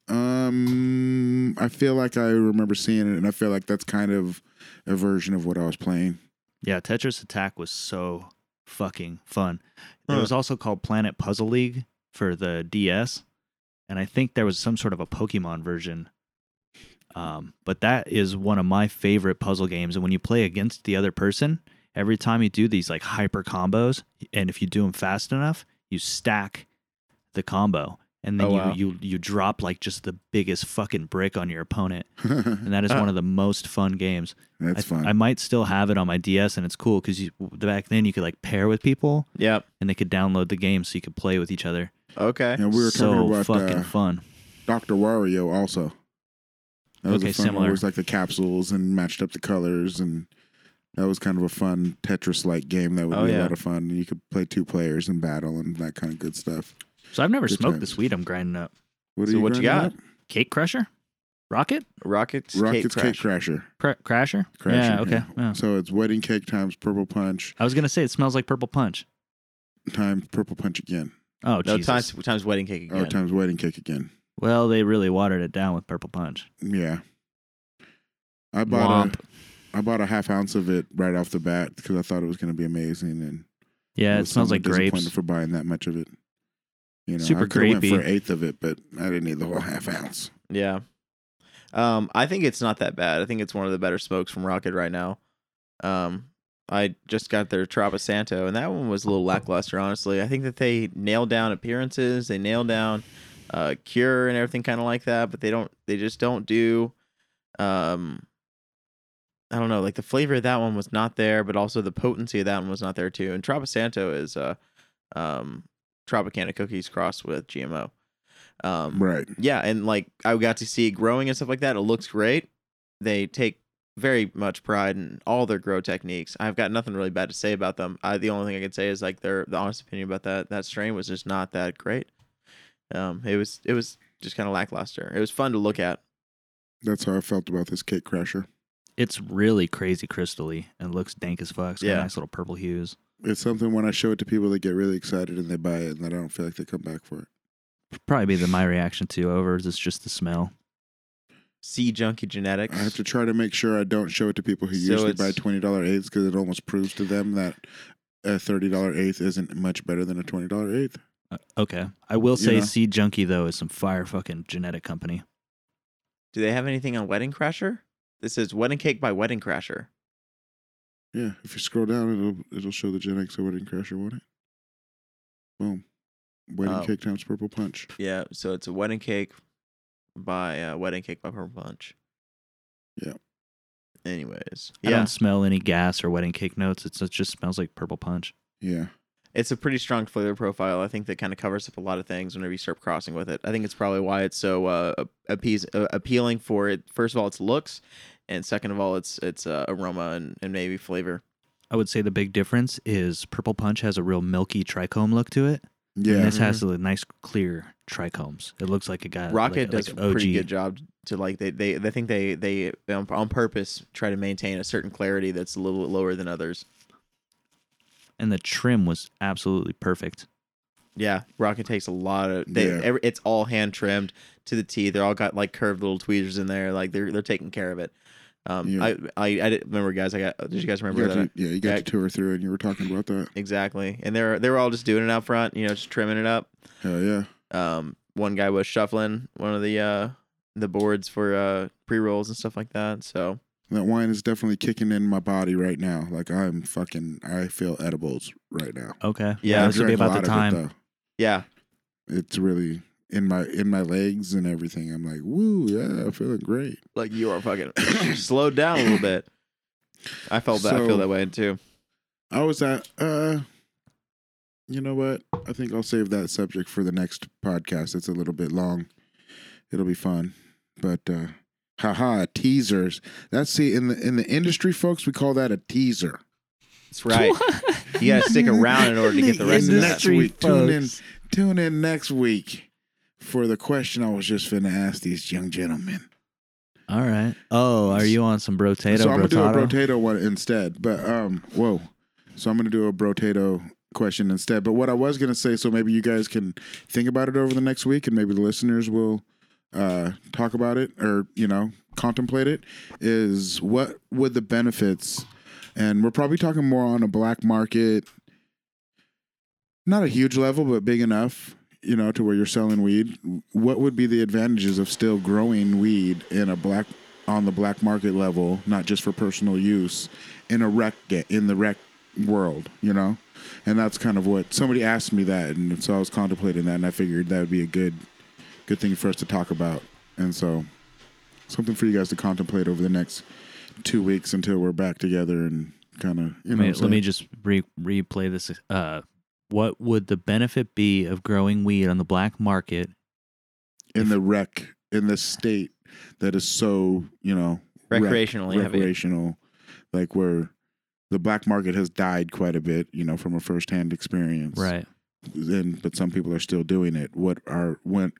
A: Um, I feel like I remember seeing it, and I feel like that's kind of a version of what I was playing.
B: Yeah, Tetris Attack was so fucking fun. It was also called Planet Puzzle League for the DS, and I think there was some sort of a Pokemon version. Um, but that is one of my favorite puzzle games, and when you play against the other person, every time you do these like hyper combos, and if you do them fast enough, you stack the combo, and then
D: Oh,
B: you,
D: wow.
B: you you drop like just the biggest fucking brick on your opponent,
A: that's
B: and that is
D: Uh.
B: one of the most fun games. I,
A: fun.
B: I might still have it on my DS, and it's cool because back then you could like pair with people,
D: Yep.
B: and they could download the game so you could play with each other.
D: Okay.
A: and we were
B: so
A: talking about
B: fucking
A: uh,
B: fun.
A: Doctor Wario also. That was
B: Okay,
A: a fun One.
B: similar.
A: It was like the capsules and matched up the colors, and that was kind of a fun Tetris-like game. That would
D: Oh,
A: be a
D: yeah.
A: lot of fun. You could play two players and battle and that kind of good stuff.
B: So I've never
A: Good
B: smoked
A: times.
B: this weed. I'm grinding up
A: What are
D: So what you
A: grinding
D: got?
A: up?
B: Cake Crusher, Rocket
D: Rockets.
A: Rockets
D: Cake
A: Cake
D: Crash.
A: Crasher.
B: Cra- Crasher.
A: Crasher.
B: yeah. Okay. yeah.
A: So it's wedding cake times purple punch
B: I was gonna say it smells like purple punch.
A: times purple punch again.
B: Oh
D: No
B: Jesus.
D: times times wedding cake again.
A: Oh, times wedding cake again.
B: Well, they really watered it down with purple punch.
A: Yeah. I bought
B: Womp.
A: a I bought a half ounce of it right off the bat because I thought it was going to be amazing, and
B: Yeah, it
A: was
B: smells like
A: somewhat disappointed
B: grapes.
A: For buying that much of it, you know,
B: Super
A: I could went for
B: grapey.
A: an eighth of it, but I didn't need the whole half ounce.
D: Yeah. Um, I think it's not that bad. I think it's one of the better smokes from Rocket right now. Um, I just got their Trapa Santo, and that one was a little lackluster, honestly. I think that they nailed down appearances, they nailed down uh, cure and everything kind of like that, but they don't. They just don't do. Um, I don't know. Like the flavor of that one was not there, but also the potency of that one was not there too. And Trapa Santo is uh, um, Tropicana cookies crossed with GMO. Um,
A: Right.
D: yeah, and like I got to see it growing and stuff like that. It looks great. They take very much pride in all their grow techniques. I've got nothing really bad to say about them. I, the only thing I can say is like their the honest opinion about that that strain was just not that great. Um, it was it was just kind of lackluster. It was fun to look at.
A: That's how I felt about this cake crasher.
B: It's really crazy crystally and looks dank as fuck. It's got
D: Yeah.
B: nice little purple hues.
A: It's something when I show it to people, they get really excited and they buy it, and I don't feel like they come back for it.
B: Probably be the my reaction to over is it's just the smell.
D: Sea junkie genetics.
A: I have to try to make sure I don't show it to people who
D: So
A: usually
D: it's-
A: buy twenty dollar eighths because it almost proves to them that a thirty dollar eighth isn't much better than a twenty dollar eighth.
B: Uh, okay. I will say
A: Yeah.
B: Seed Junkie though is some fire fucking genetic company.
D: Do they have anything on Wedding Crasher? This is Wedding Cake by Wedding Crasher.
A: Yeah, if you scroll down, it'll it'll show the Gen X Wedding Crasher, won't it? Boom. Wedding
D: Oh.
A: cake times purple punch.
D: Yeah, so it's a Wedding Cake by uh, Wedding Cake by Purple Punch.
A: Yeah.
D: Anyways,
B: I
D: yeah.
B: don't smell any gas or wedding cake notes. It's, it just smells like purple punch.
A: Yeah.
D: it's a pretty strong flavor profile. I think that kind of covers up a lot of things whenever you start crossing with it. I think it's probably why it's so uh, appease, uh, appealing for it. First of all, its looks, and second of all, its its uh, aroma and, and maybe flavor.
B: I would say the big difference is purple punch has a real milky trichome look to it. And
A: Yeah. Mm-hmm.
B: this has the nice clear trichomes. It looks like a guy. Uh, like,
D: Rocket
B: like
D: does
B: OG.
D: a pretty good job to like they they I think they they um, on purpose try to maintain a certain clarity that's a little lower than others.
B: And the trim was absolutely perfect.
D: Yeah, Rocket takes a lot of. They,
A: Yeah.
D: every, it's all hand trimmed to the T. They're all got like curved little tweezers in there. Like they're they're taking care of it. Um,
A: Yeah.
D: I, I I didn't remember guys. I got. Did you guys remember
A: You
D: that?
A: got to, yeah, you got
D: Yeah.
A: to tour through and you were talking about that.
D: Exactly. And they're they were all just doing it out front, you know, just trimming it up.
A: Hell yeah.
D: Um, one guy was shuffling one of the uh the boards for uh pre rolls and stuff like that. So
A: That wine is definitely kicking in my body right now. Like I'm fucking, I feel edibles right now.
B: Okay.
D: Yeah,
B: This would be
A: Drank a
B: about the
A: lot of
B: time.
A: It,
D: yeah,
A: though. It's really in my in my legs and everything. I'm like, woo, yeah, I'm feeling great.
D: like you are fucking slowed down a little bit. I felt that I
A: So-
D: feel that way too.
A: I was at, uh, you know what? I think I'll save that subject for the next podcast. It's a little bit long. It'll be fun, but uh, haha, teasers. That's see in the in the industry, folks. We call that a teaser.
D: That's right. you gotta stick around in order to get the rest of that.
A: next week. Tune in, tune in next week for the question I was just finna ask these young gentlemen.
B: All right. Oh, are you on some brotato?
A: so I'm gonna do a
B: brotato?
A: brotato one instead. But um, whoa. So I'm gonna do a brotato question instead. But what I was gonna say, so maybe you guys can think about it over the next week, and maybe the listeners will uh talk about it or you know contemplate it is what would the benefits and we're probably talking more on a black market not a huge level, but big enough, you know, to where you're selling weed. What would be the advantages of still growing weed in a black on the black market level, not just for personal use, in a rec in the rec world, you know? And that's kind of what somebody asked me that, and so I was contemplating that, and I figured that would be a good good thing for us to talk about, and so something for you guys to contemplate over the next two weeks until we're back together and kind of you know
B: Wait,
A: what I'm
B: let me
A: saying?
B: just re- replay this. Uh, what would the benefit be of growing weed on the black market?
A: in the rec in the state that is so you know rec-
D: Recreationally heavy.
A: recreational like where the black market has died quite a bit you know from a firsthand experience
B: Right.
A: then but some people are still doing it what are when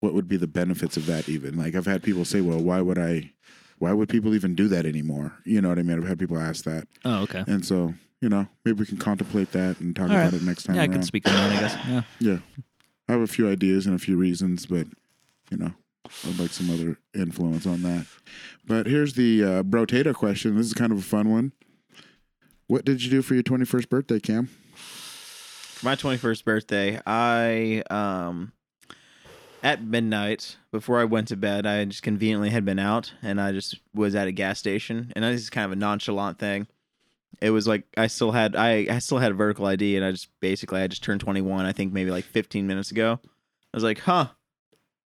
A: what would be the benefits of that even like i've had people say well why would i why would people even do that anymore you know what i mean i've had people ask that
B: Oh, okay.
A: and so you know maybe we can contemplate that and talk
B: All
A: about
B: right.
A: it next time
B: Yeah, I
A: around.
B: could speak to that. I guess. Yeah.
A: I have a few ideas and a few reasons, but you know, I'd like some other influence on that. But here's the uh, Brotato question. This is kind of a fun one. What did you do for your 21st birthday, Cam?
D: for my 21st birthday, I um at midnight before I went to bed, I just conveniently had been out and I just was at a gas station and this is kind of a nonchalant thing. It was like I still had I, I still had a vertical ID and I just basically I just turned 21 I think maybe like 15 minutes ago. I was like, "Huh."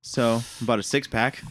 D: So, bought a six pack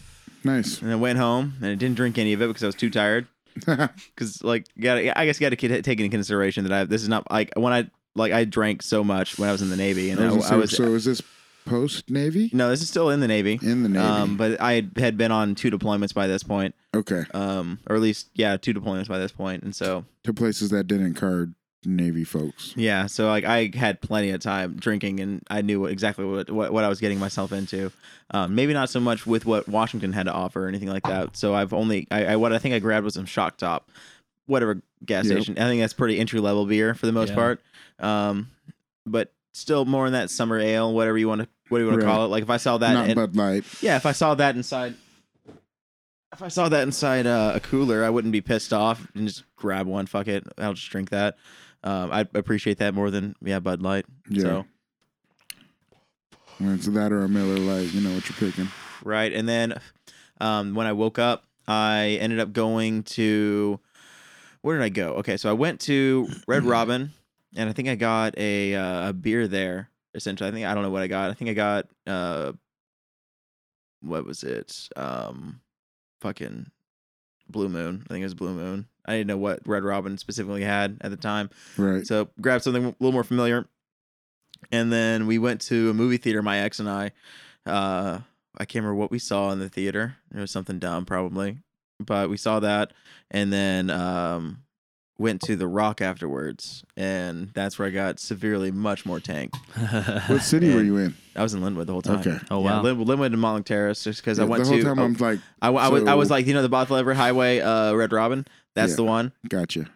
A: Nice.
D: and I went home and I didn't drink any of it because I was too tired because like got I guess you got to take into consideration that I this is not like when I like I drank so much when I was in the Navy and I,
A: I was gonna say,
D: I was
A: so is this post Navy?
D: no this is still in the Navy.
A: In the Navy.
D: Um, but I had- had been on two deployments by this point,
A: okay.
D: um, or at least yeah, two deployments by this point, and so
A: To places that didn't encourage Navy folks.
D: yeah, so like I had plenty of time drinking, and I knew what, exactly what, what what I was getting myself into. Um, maybe not so much with what Washington had to offer or anything like that. So I've only I, I what I think I grabbed was some Shock Top, whatever gas
A: Yep.
D: station. I think that's pretty entry level beer for the most
F: Yeah.
D: part. Um, but still more in that summer ale, whatever you want to what do you want
A: Right.
D: to call it. Like if I saw that,
A: Not
D: in-
A: Bud Light.
D: yeah, if I saw that inside. If I saw that inside uh, a cooler, I wouldn't be pissed off and just grab one. Fuck it, I'll just drink that. Um, I appreciate that more than yeah Bud Light.
A: Yeah.
D: So,
A: It's that or a Miller Light. You know what you're picking.
D: right, and then um, when I woke up, I ended up going to where did I go? Okay, so I went to Red Robin, and I think I got a uh, a beer there. Essentially, I think I don't know what I got. I think I got uh, what was it? Um, fucking Blue Moon. I think it was Blue Moon. I didn't know what Red Robin specifically had at the time.
A: Right.
D: So grabbed something a little more familiar. And then we went to a movie theater, my ex and I. Uh, I can't remember what we saw in the theater. It was something dumb, probably. But we saw that and then um, went to The Rock afterwards. And that's where I got severely much more tanked.
A: what city were you in?
D: I was in Linwood the whole time.
A: Okay.
B: Oh,
D: Yeah,
B: wow.
D: Lin- Linwood and Molling Terrace just because Uh, I
A: the
D: went
A: whole
D: to. oh,
A: time I'm like,
D: I, I was, I was
A: so-
D: like, you know, the Bothell Everett Highway, uh, Red Robin? That's
A: Yeah.
D: the one.
A: gotcha.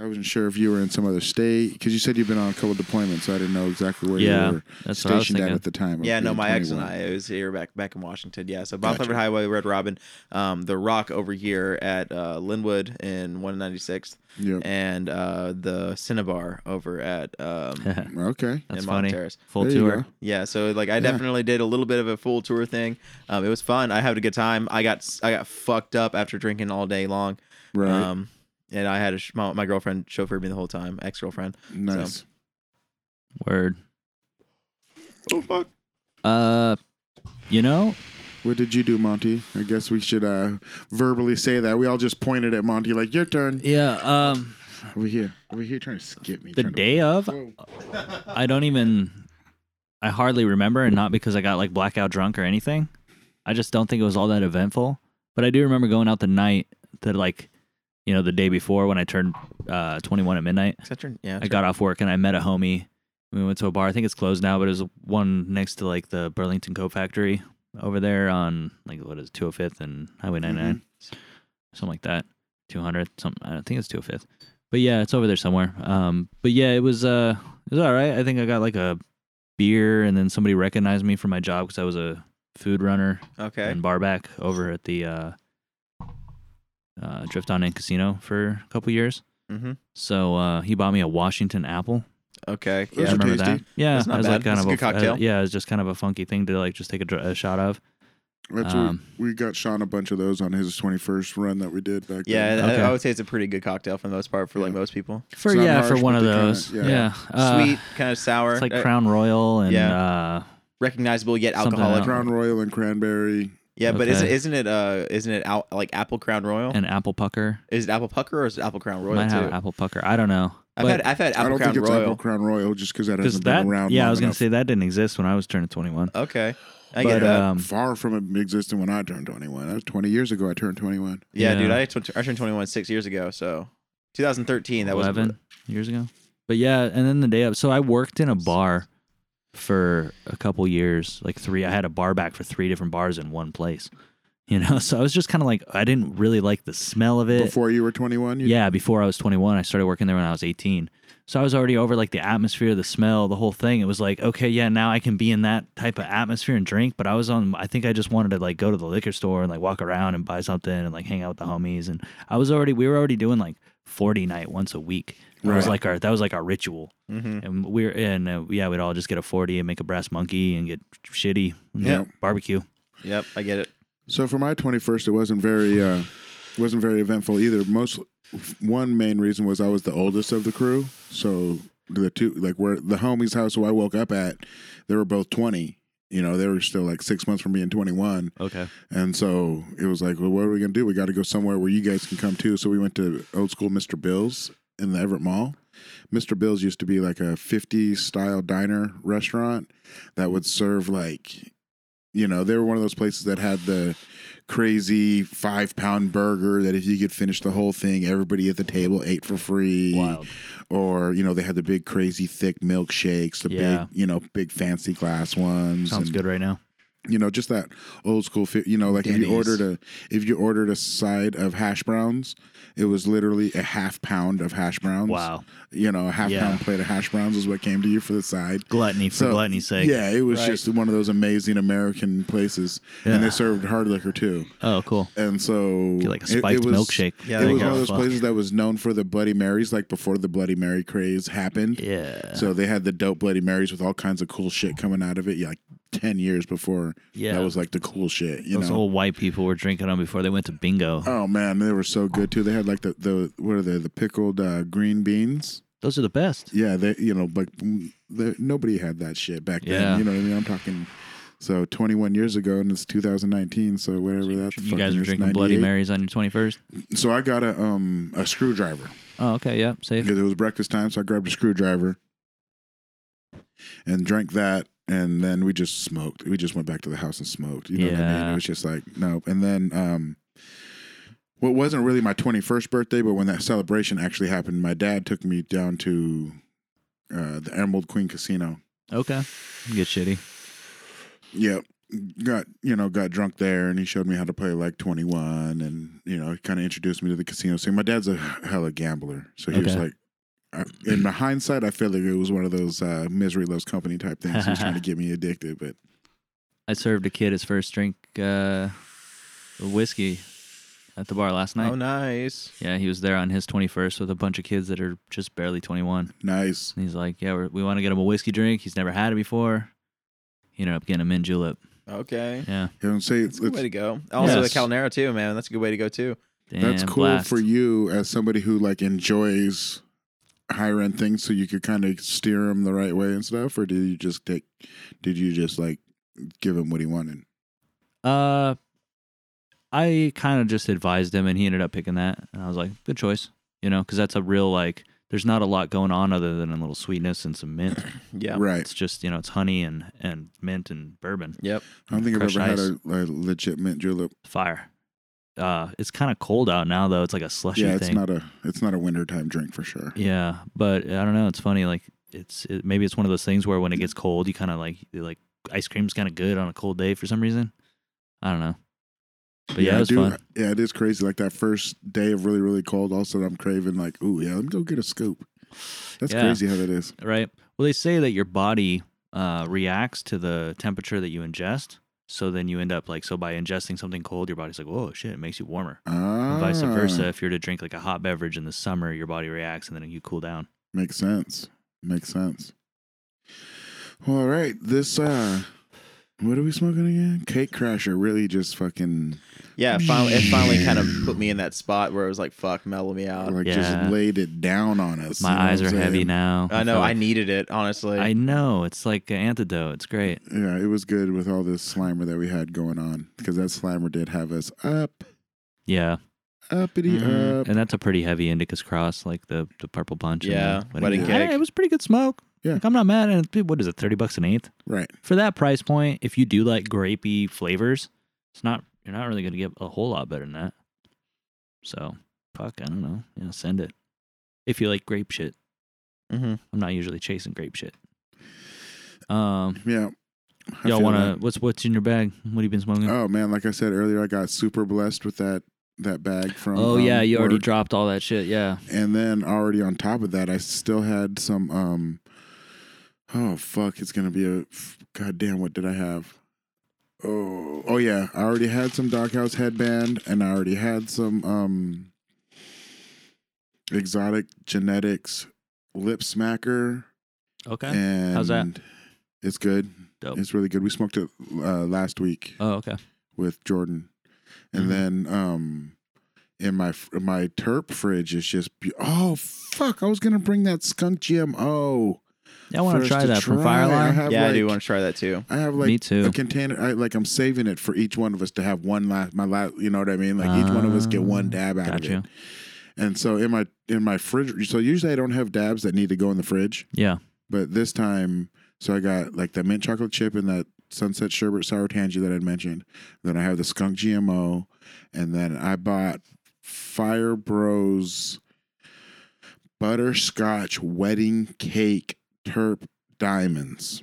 A: I wasn't sure if you were in some other state because you said you've been on a couple deployments, so I didn't know exactly where
B: Yeah,
A: you were
B: That's what I was
A: stationed at
B: thinking.
A: at the time. of
D: Yeah, no,
A: being
D: my ex and
A: 21.
D: I it was here back back in Washington. Yeah, so Bob
A: Gotcha.
D: Hubbard Highway, Red Robin, um, the Rock over here at uh, Linwood and 196th,
B: Mm.
A: Yep.
D: and uh, the Cinnabar over at um,
A: Okay.
B: That's
D: in
B: funny.
D: Mount Terrace.
B: Full
A: There you
B: tour.
A: go.
D: Yeah, so like I definitely did a little bit of a full tour thing. Um, it was fun. I had a good time. I got s- I got fucked up after drinking all day long.
A: Right.
D: Um, and I had a sh- my, my girlfriend chauffeured me the whole time, ex girlfriend.
A: nice.
B: Word. Oh fuck. Uh, you know,
A: What did you do, Monty? I guess we should uh, verbally say that. We all just pointed at Monty like, your turn.
B: yeah. Um,
A: Over here. Over here, trying to skip me.
B: the
A: trying to-
B: day of,
A: Whoa.
B: I don't even. I hardly remember, and not because I got like blackout drunk or anything. I just don't think it was all that eventful. But I do remember going out the night that like, you know, the day before when I turned uh 21 at midnight.
D: Is that your- Yeah,
B: I got off work and I met a homie. We went to a bar. I think it's closed now, but it was one next to like the Burlington Coat Factory over there on like what is it, 205th and Highway 99, something like that. 200, something. I don't think it's 205th, but yeah, it's over there somewhere. Um, but yeah, it was uh, it was all right. I think I got like a beer, and then somebody recognized me from my job because I was a food runner
D: okay.
B: and barback over at the uh, uh, Drift On In Casino for a couple years.
D: Mhm.
B: So uh, he bought me a Washington apple.
D: Okay.
A: Those
B: I
A: are
D: Yeah.
B: remember
A: tasty.
B: that. Yeah,
D: That's not
B: it was
D: bad.
B: like kind
D: That's
B: of
D: a good
B: fu-
D: cocktail.
B: uh, yeah, it was just kind of a funky thing to like just take a, dr- a shot of.
A: That's
B: Um,
A: what we got Sean a bunch of those on his 21st run that we did back
D: Yeah,
A: then.
D: I-
B: Okay.
D: I would say it's a pretty good cocktail for the most part for like
A: Yeah.
D: most people.
B: For
A: It's not
B: yeah, for
A: harsh,
B: one
A: but
B: of
A: they kinda-
B: those.
A: yeah.
B: yeah, Uh,
D: sweet, kind of sour,
B: It's like
D: uh,
B: Crown Royal and
D: yeah.
B: uh,
D: recognizable yet
B: something
D: alcoholic.
B: else.
A: Crown Royal and Cranberry.
D: Yeah, but isn't
B: Okay.
D: isn't it uh isn't it out like apple crown royal?
B: an apple pucker.
D: is it apple pucker or is it apple crown Oh. royal
B: Might
D: too?
B: have apple pucker. I don't know.
D: I've
B: But-
D: had I've had
A: I
D: apple
A: don't
D: crown
A: think it's
D: royal.
A: Apple Crown Royal just because that
B: because
A: hasn't
B: that
A: been around.
B: yeah, I
A: long
B: was gonna
A: enough.
B: say that didn't exist when I was turning twenty one.
D: Okay, I
B: but
D: get that.
B: um,
A: Far from it existing when I turned 21. That was 20 years ago I turned 21.
D: yeah,
B: yeah.
D: dude, I, tw- I turned 21 six years ago, so 2013. That
B: eleven
D: was
B: years ago. But yeah, and then the day up. So I worked in a bar for a couple years, like three. I had a bar back for three different bars in one place. You know, so I was just kind of like, I didn't really like the smell of it.
A: Before you were 21? You,
B: yeah, before I was 21, I started working there when I was 18. So I was already over like the atmosphere, the smell, the whole thing. It was like, okay, yeah, now I can be in that type of atmosphere and drink. But I was on, I think I just wanted to like go to the liquor store and like walk around and buy something and like hang out with the homies. And I was already, we were already doing like forty night once a week. That was
A: Right.
B: like our that was like our ritual.
D: Mm-hmm,
B: And we're and uh, yeah, we'd all just get a forty and make a brass monkey and get shitty. and
A: Yeah.
B: barbecue.
D: Yep, I get it.
A: So for my 21st, it wasn't very uh, wasn't very eventful either. Most one main reason was I was the oldest of the crew, so the two like where the homie's house who I woke up at, they were both 20. You know, they were still like six months from being 21,
B: Okay.
A: and so it was like, well, what are we gonna do? We got to go somewhere where you guys can come too. So we went to old school Mr. Bill's in the Everett Mall. Mr. Bill's used to be like a 50s style diner restaurant that would serve like, you know, they were one of those places that had the crazy five pound burger that if you could finish the whole thing, everybody at the table ate for free.
B: Wild.
A: Or, you know, they had the big crazy thick milkshakes, the
B: Yeah.
A: big, you know, big fancy glass ones.
B: Sounds
A: and-
B: good right now.
A: you know, just that old school. Fi- you know, like if you
D: Denny's.
A: ordered a if you ordered a side of hash browns, it was literally a half pound of hash browns.
B: Wow.
A: You know, a half
B: Yeah.
A: pound plate of hash browns is what came to you for the side.
B: Gluttony for
A: So,
B: gluttony's sake.
A: yeah, it was just one of those amazing American places, and they served hard liquor too.
B: Oh, cool.
A: And so
B: Get like a
A: it- it
B: spiked
A: was-
B: milkshake. Oh,
A: it
D: there
A: was one
D: you
A: of
D: go.
A: those
B: Fuck.
A: places that was known for the Bloody Marys, like before the Bloody Mary craze happened.
B: Yeah.
A: So they had the dope Bloody Marys with all kinds of cool shit coming out of it. Yeah, like ten years before
B: Yeah.
A: that was like the cool shit. You
B: Those
A: know,
B: old white people were drinking them before they went to bingo.
A: oh man, they were so good too. They had like the the what are they the pickled uh, green beans?
B: Those are the best.
A: Yeah, they you know like mm, the, nobody had that shit back
B: Yeah.
A: then. You know what I mean? I'm talking. So 21 years ago, and it's 2019. So whatever that.
B: You guys
A: fucking
B: were
A: is,
B: drinking Bloody
A: 98.
B: Marys on your 21st?
A: So I got a um a screwdriver.
B: Oh, okay. Yeah. Safe.
A: because it was breakfast time, so I grabbed a screwdriver and drank that. And then we just smoked. We just went back to the house and smoked. You know what I mean?
B: Yeah.
A: It was just like, nope. And then, um, what wasn't really my 21st birthday, but when that celebration actually happened, my dad took me down to uh, the Emerald Queen Casino.
B: Okay. You Get shitty.
A: Yep. Got you know got drunk there, and he showed me how to play like twenty one, and you know he kind of introduced me to the casino scene. My dad's a hella gambler, so he was
B: Okay.
A: like, I, in my hindsight, I feel like it was one of those uh, misery loves company type things. He was trying to get me addicted, but
B: I served a kid his first drink uh, of whiskey at the bar last night.
D: Oh, nice.
B: Yeah, he was there on his 21st with a bunch of kids that are just barely 21.
A: nice.
B: And he's like, Yeah, we're, we want to get him a whiskey drink. He's never had it before. He ended up getting a mint julep.
D: Okay.
B: Yeah.
A: You know, say it's,
D: That's a good way to go. Also,
B: Yes.
D: the Calnera too, man. That's a good way to go too.
A: that's
B: Damn
A: cool
B: blast.
A: for you as somebody who like enjoys higher end things, so you could kind of steer him the right way and stuff. Or did you just take? Did you just like give him what he wanted?
B: Uh, I kind of just advised him, and he ended up picking that. And I was like, good choice, you know, because that's a real like. There's not a lot going on other than a little sweetness and some mint.
D: Yeah.
A: Right.
B: It's just you know, it's honey and and mint and bourbon.
D: Yep.
A: I don't think I've
B: Crushed
A: ever had a, a legit mint julep.
B: Fire. Uh, it's kind of cold out now though. It's like a slushy
A: yeah,
B: thing.
A: it's not a it's not a wintertime drink for sure.
B: Yeah, but I don't know. It's funny. Like it's it, maybe it's one of those things where when it gets cold, you kind of like you like ice cream's kind of good on a cold day for some reason. I don't know. But yeah, it
A: I
B: was
A: do-
B: fun.
A: Yeah, it is crazy. Like that first day of really really cold. Also, I'm craving like, ooh, yeah, let me go get a scoop. That's
B: Yeah.
A: crazy how that is.
B: right? Well, they say that your body uh, reacts to the temperature that you ingest. So then you end up like, so by ingesting something cold, your body's like, whoa, shit, it makes you warmer.
A: Ah,
B: And vice versa. If you're to drink like a hot beverage in the summer, your body reacts and then you cool down.
A: Makes sense. Makes sense. Well, all right. This uh, what are we smoking again? Cake Crasher really just fucking
D: Yeah. Finally, it finally kind of put me in that spot where it was like, "Fuck, mellow me out."
A: like
B: Oh, Yeah.
A: just laid it down on us.
B: My
A: you know
B: eyes
A: what
B: are
A: I'm
B: heavy
A: saying?
B: now.
D: I know.
B: feel
D: I
B: like-
D: needed it honestly.
B: I know. It's like an antidote. It's great.
A: Yeah, it was good with all this slimer that we had going on because that slimer did have us up,
B: Yeah.
A: uppity
D: Mhm.
A: up.
B: Mm-hmm. And that's a pretty heavy Indica's cross, like the, the purple bunch. and the
D: Yeah, wedding
B: cake.
D: cake.
B: it was pretty good smoke.
A: Yeah.
B: Like, I'm not mad. And it- what is it, 30 bucks an eighth?
A: Right.
B: for that price point, if you do like grapey flavors, it's not you're not really gonna get a whole lot better than that. So fuck, I don't know. You know, send it. If you like grape shit.
D: Mhm.
B: I'm not usually chasing grape shit. Um
A: Yeah. I
B: y'all
A: feel
B: wanna what's what's in your bag? What have you been
A: that.
B: smoking?
A: Oh man, like I said earlier, I got super blessed with that that bag from.
B: oh
A: um,
B: yeah, you already
A: work.
B: dropped all that shit, yeah.
A: And then already on top of that, I still had some. um Oh fuck! It's gonna be a goddamn. What did I have? Oh, oh yeah. I already had some doghouse headband, and I already had some. um Exotic Genetics Lip Smacker.
B: Okay.
A: And
B: How's that?
A: It's good.
B: Dope.
A: It's really good. We smoked it uh, last week
B: oh, okay.
A: with Jordan, and
B: Mm-hmm.
A: then um, in my in my terp fridge is just be- oh fuck! I was gonna bring that skunk GMO.
B: Yeah, I want to
A: first
B: try that from
A: try. I
B: Fireline.
A: have
D: yeah, I do
A: like-
D: want to try that too.
A: I have like
B: Me too.
A: a container. I like I'm saving it for each one of us to have one last my last. You know what I mean? Like each one of us get one
B: Ah,
A: dab out of
B: Got you.
A: it. And so in my in my fridge. So usually I don't have dabs that need to go in the fridge,
B: Yeah.
A: but this time, so I got like the mint chocolate chip and that sunset sherbet sour tangy that I'd mentioned. Then I have the skunk GMO, and then I bought Fire Bros butterscotch wedding cake terp diamonds.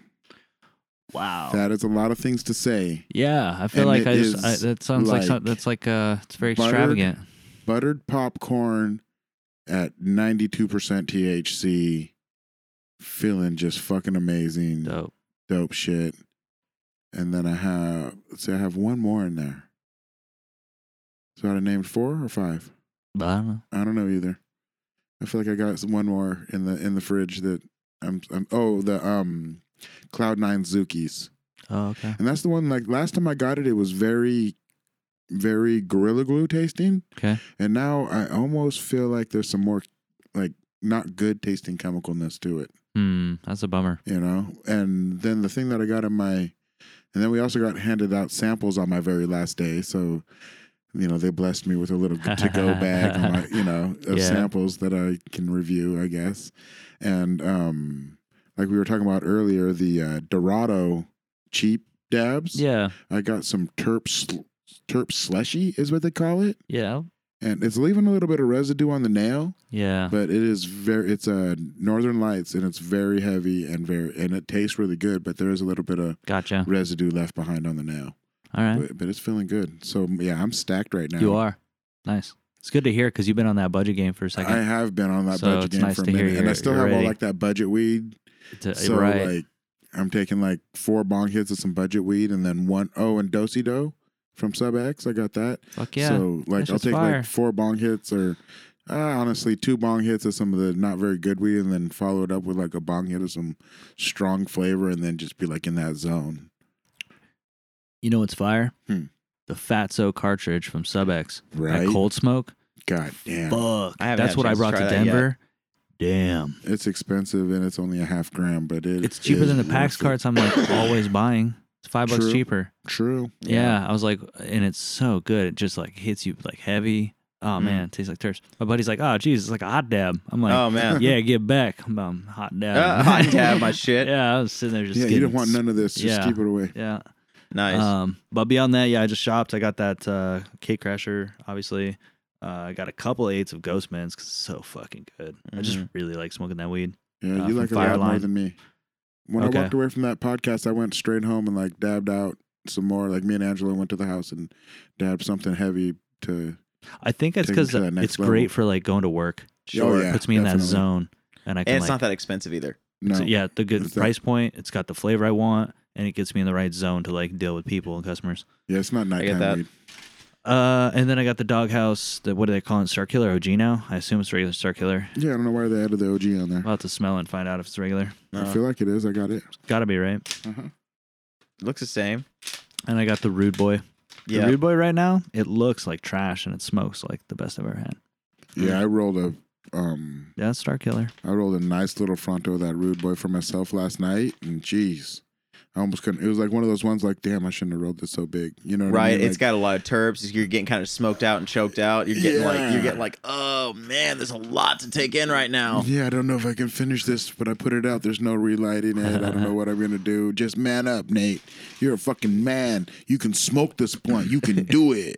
B: Wow.
A: That is a lot of things to say.
B: yeah, I
A: And
B: feel like
A: it
B: I just
A: is
B: I, that sounds like, some-
A: like
B: that's like uh it's very
A: buttered-
B: extravagant.
A: buttered popcorn at 92% THC. Feeling just fucking amazing. Dope,
B: Dope.
A: shit. And then I have, let's see, I have one more in there. So I named four or five.
B: But I don't know.
A: I don't know either. I feel like I got one more in the in the fridge that I'm, I'm oh the um Cloud Nine Zookies.
B: Oh, okay.
A: And that's the one like last time I got it, it was very, very gorilla glue tasting.
B: Okay.
A: And now I almost feel like there's some more like not good tasting chemicalness to it,
B: Hmm, that's a bummer.
A: you know? And then the thing that I got in my and then we also got handed out samples on my very last day. So, you know, they blessed me with a little to go bag on my, you know, of
B: Yeah.
A: samples that I can review, I guess. And um like we were talking about earlier, the uh Dorado cheap dabs.
B: Yeah.
A: I got some terp sl- terp slushy is what they call it,
B: Yeah.
A: and it's leaving a little bit of residue on the nail,
B: Yeah.
A: but it is very it's a Northern Lights and it's very heavy and very and it tastes really good, but there is a little bit of
B: Gotcha.
A: residue left behind on the nail,
B: All right.
A: but, but it's feeling good. So yeah, I'm stacked right now.
B: You are. Nice. It's good to hear because you've been on that budget game for a second.
A: I have been on that
B: So
A: budget
B: it's
A: game
B: nice
A: for a
B: to hear
A: minute, and I
B: you're-
A: still
B: you're
A: have all
B: ready.
A: like that budget weed.
B: To-
A: So
B: right.
A: like, I'm taking like four bong hits of some budget weed, and then one oh and dosi do from Sub X. I got that.
B: Fuck yeah.
A: So like
B: That
A: I'll
B: shit's
A: take
B: fire.
A: like four bong hits or uh, honestly two bong hits of some of the not very good weed and then follow it up with like a bong hit of some strong flavor and then just be like in that zone.
B: you know what's fire?
A: Hmm.
B: The Fatso cartridge from SubX.
A: Right.
B: That cold smoke.
A: God damn.
B: Fuck.
D: I haven't had
B: That's
D: a
B: what I
D: chance to
B: brought to
D: try that yet.
B: Denver. Damn.
A: It's expensive and it's only a half gram, but it
B: It's cheaper
A: is
B: than the PAX
A: worth it.
B: carts I'm like always buying. It's five bucks
A: True.
B: cheaper.
A: True.
B: Yeah. I was like, and it's so good. It just like hits you like heavy. Oh
A: Hmm.
D: Mm.
B: man, it tastes like turps. My buddy's like, oh geez, it's like a hot dab. I'm like,
D: oh man,
B: yeah, get back. I'm um, hot dab.
D: Uh, hot dab my shit.
B: yeah, I was sitting there just
A: yeah, you
B: getting
A: don't want none of this. Just
B: yeah.
A: keep it away.
B: Yeah.
D: Nice.
B: Um, but beyond that, yeah, I just shopped. I got that uh, Cake Crasher, obviously. Uh, I got a couple eights of Ghostman's because it's so fucking good. I
D: Mm-hmm.
B: just really like smoking that weed.
A: Yeah,
B: Uh,
A: you
B: from
A: like it a lot more
B: Fireline.
A: than me. When
B: Okay.
A: I walked away from that podcast, I went straight home and like dabbed out some more. Like me and Angela went to the house and dabbed something heavy to
B: I think it's
A: Take it
B: because
A: to that next
B: it's
A: level.
B: great for like going to work.
A: Sure. yeah,
B: puts me in that
A: definitely.
B: zone, and I can
D: and
B: like,
D: it's not that expensive either.
A: no.
B: so, yeah, the good
A: It's that-
B: price point. It's got the flavor I want, and it gets me in the right zone to like deal with people and customers.
A: Yeah, it's not nighttime
D: that.
A: weed.
B: Uh, and then I got the doghouse. The what do they call it? Star Killer OG now. I assume it's regular Star Killer.
A: Yeah, I don't know why they added the OG on there.
B: I'll have to smell and find out if it's regular.
D: Uh, Uh-huh.
A: I feel like it is. I got it.
B: Gotta be right.
A: Uh-huh.
D: Looks the same.
B: And I got the Rude Boy.
D: Yeah.
B: The Rude Boy right now, it looks like trash and it smokes like the best I've ever had.
A: Yeah, I rolled a um,
B: Yeah, it's Star Killer.
A: I rolled a nice little fronto of that rude boy for myself last night, and jeez, I almost couldn't. It was like one of those ones like, damn, I shouldn't have rolled this so big. You know,
B: Mm-hmm.
A: what I
D: Right,
A: mean?
D: it's got a lot of terps. You're getting kind of smoked out and choked out. You're getting like
A: Yeah.
D: you're getting like, oh man, there's a lot to take in right now.
A: Yeah, I don't know if I can finish this, but I put it out. There's no relighting it. I don't know what I'm gonna do. Just man up, Nate. You're a fucking man. You can smoke this blunt. You can do it.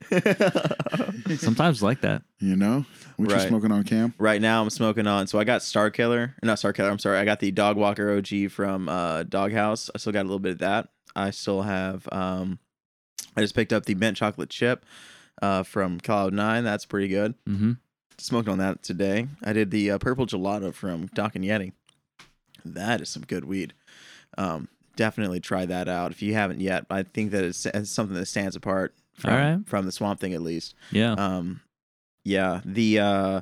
B: Sometimes like that.
A: You know what you
D: Right.
A: smoking on, Cam?
D: Right now, I'm smoking on. So I got Star Killer, not Star Killer. I'm sorry. I got the Dog Walker OG from uh, Doghouse. I still got a little bit of that. I still have. Um, I just picked up the mint chocolate chip uh, from Cloud Nine. That's pretty good.
B: Mm-hmm.
D: Smoked on that today. I did the uh, purple gelato from Doc and Yeti. That is some good weed. Um, definitely try that out if you haven't yet. I think that it's, it's something that stands apart from,
B: All right.
D: Uh, from Um, the Swamp Thing at least
B: Yeah.
D: um yeah the uh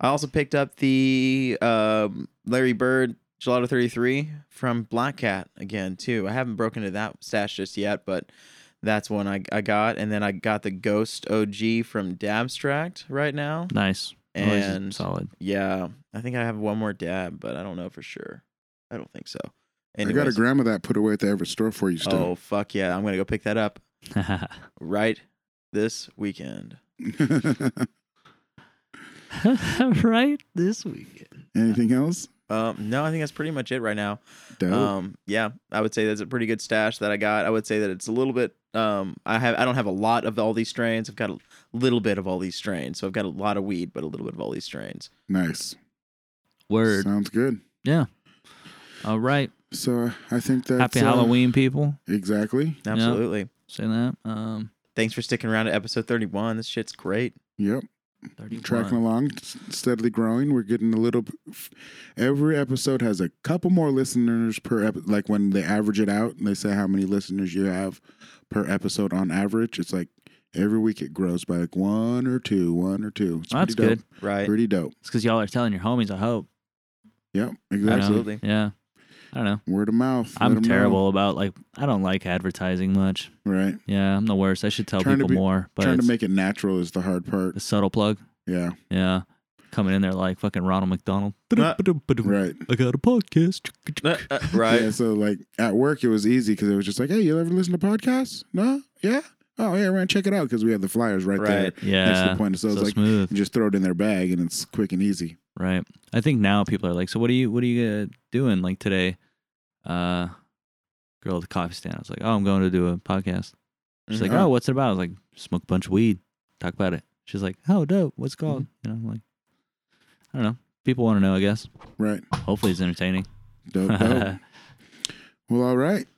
D: I also picked up the um, Larry Bird Gelato 33 from Black Cat again too. I haven't broken into that stash just yet, but that's one I, I got. And then I got the Ghost OG from Dabstract right now.
B: Nice. Always
D: And
B: solid.
D: yeah, I think I have one more dab, but I don't know for sure. I don't think so.
A: I got a
D: Anyways.
A: gram of that put away at the Everett store for you
D: Oh
A: still.
D: fuck yeah! I'm gonna go pick that up right this weekend.
B: right this weekend.
A: Anything else?
D: Um, no, I think that's pretty much it right now.
A: Dope.
D: Um, yeah, I would say that's a pretty good stash that I got. I would say that it's a little bit. Um, I have I don't have a lot of all these strains. I've got a little bit of all these strains. So I've got a lot of weed, but a little bit of all these strains.
A: nice.
B: Word.
A: Sounds good.
B: All right.
A: So I think that's
B: Happy
A: uh,
B: Halloween, people.
A: Exactly.
D: Absolutely.
B: Say that. Um,
D: Thanks for sticking around to episode 31. This shit's great.
A: Yep.
B: 31.
A: Tracking along, s- steadily growing. We're getting a little. Every episode has a couple more listeners per ep. Like when they average it out and they say how many listeners you have per episode on average, it's like every week it grows by like one or two, one or two. It's
B: Oh, that's
A: pretty
B: good.
A: dope.
D: Right.
A: Pretty dope.
B: It's because y'all are telling your homies. I hope.
A: Yep.
B: I don't
A: Exactly.
B: know.
D: Absolutely.
B: Yeah. I don't know.
A: Word of mouth. Let
B: I'm
A: 'em know.
B: terrible about like I don't like advertising much.
A: Right.
B: Yeah, I'm the worst. I should tell
A: Trying to
B: people
A: be-
B: more, but
A: Trying to
B: it's
A: make it natural is the hard part.
B: the subtle plug.
A: Yeah.
B: Yeah, coming in there like fucking Ronald McDonald.
D: Uh,
A: Right.
B: I got a podcast.
D: Uh, uh, right.
A: Yeah, so like at work, it was easy because it was just like, hey, you ever listen to podcasts? No? Yeah? Oh, yeah, right. Check it out because we have the flyers right, there.
D: Right.
A: That's the
B: Yeah,
A: point. So,
B: so
A: it's like,
B: smooth,
A: you just throw it in their bag and it's quick and easy.
B: right? I think now people are like, so what are you what are you uh, doing like today? Uh, girl at the coffee stand. I was like, oh, I'm going to do a podcast. She's
D: Mm-hmm.
B: like,
A: Mhm.
B: oh, what's it about? I was like, smoke a bunch of weed, talk about it. She's like, oh, dope. What's
A: Mm-hmm.
B: it called? You know, I'm like, I don't know. People want to know, I guess.
A: Right.
B: Hopefully, it's entertaining.
A: Dope, dope. well, all right.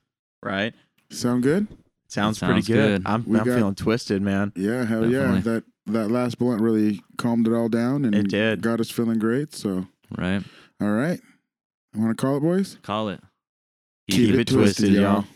A: "Oh,
D: Right.
A: Sound good?
D: Sounds,
B: Sounds
D: pretty
B: good.
D: good. I'm,
A: We
D: I'm
A: got-
D: feeling twisted, man.
A: Yeah, hell yeah.
B: Definitely.
A: That that last blunt really calmed it all down and
D: It did.
A: got us feeling great. So,
B: right?
A: all right. I want to call it, boys.
B: Call it.
D: Keep it twisted, y'all.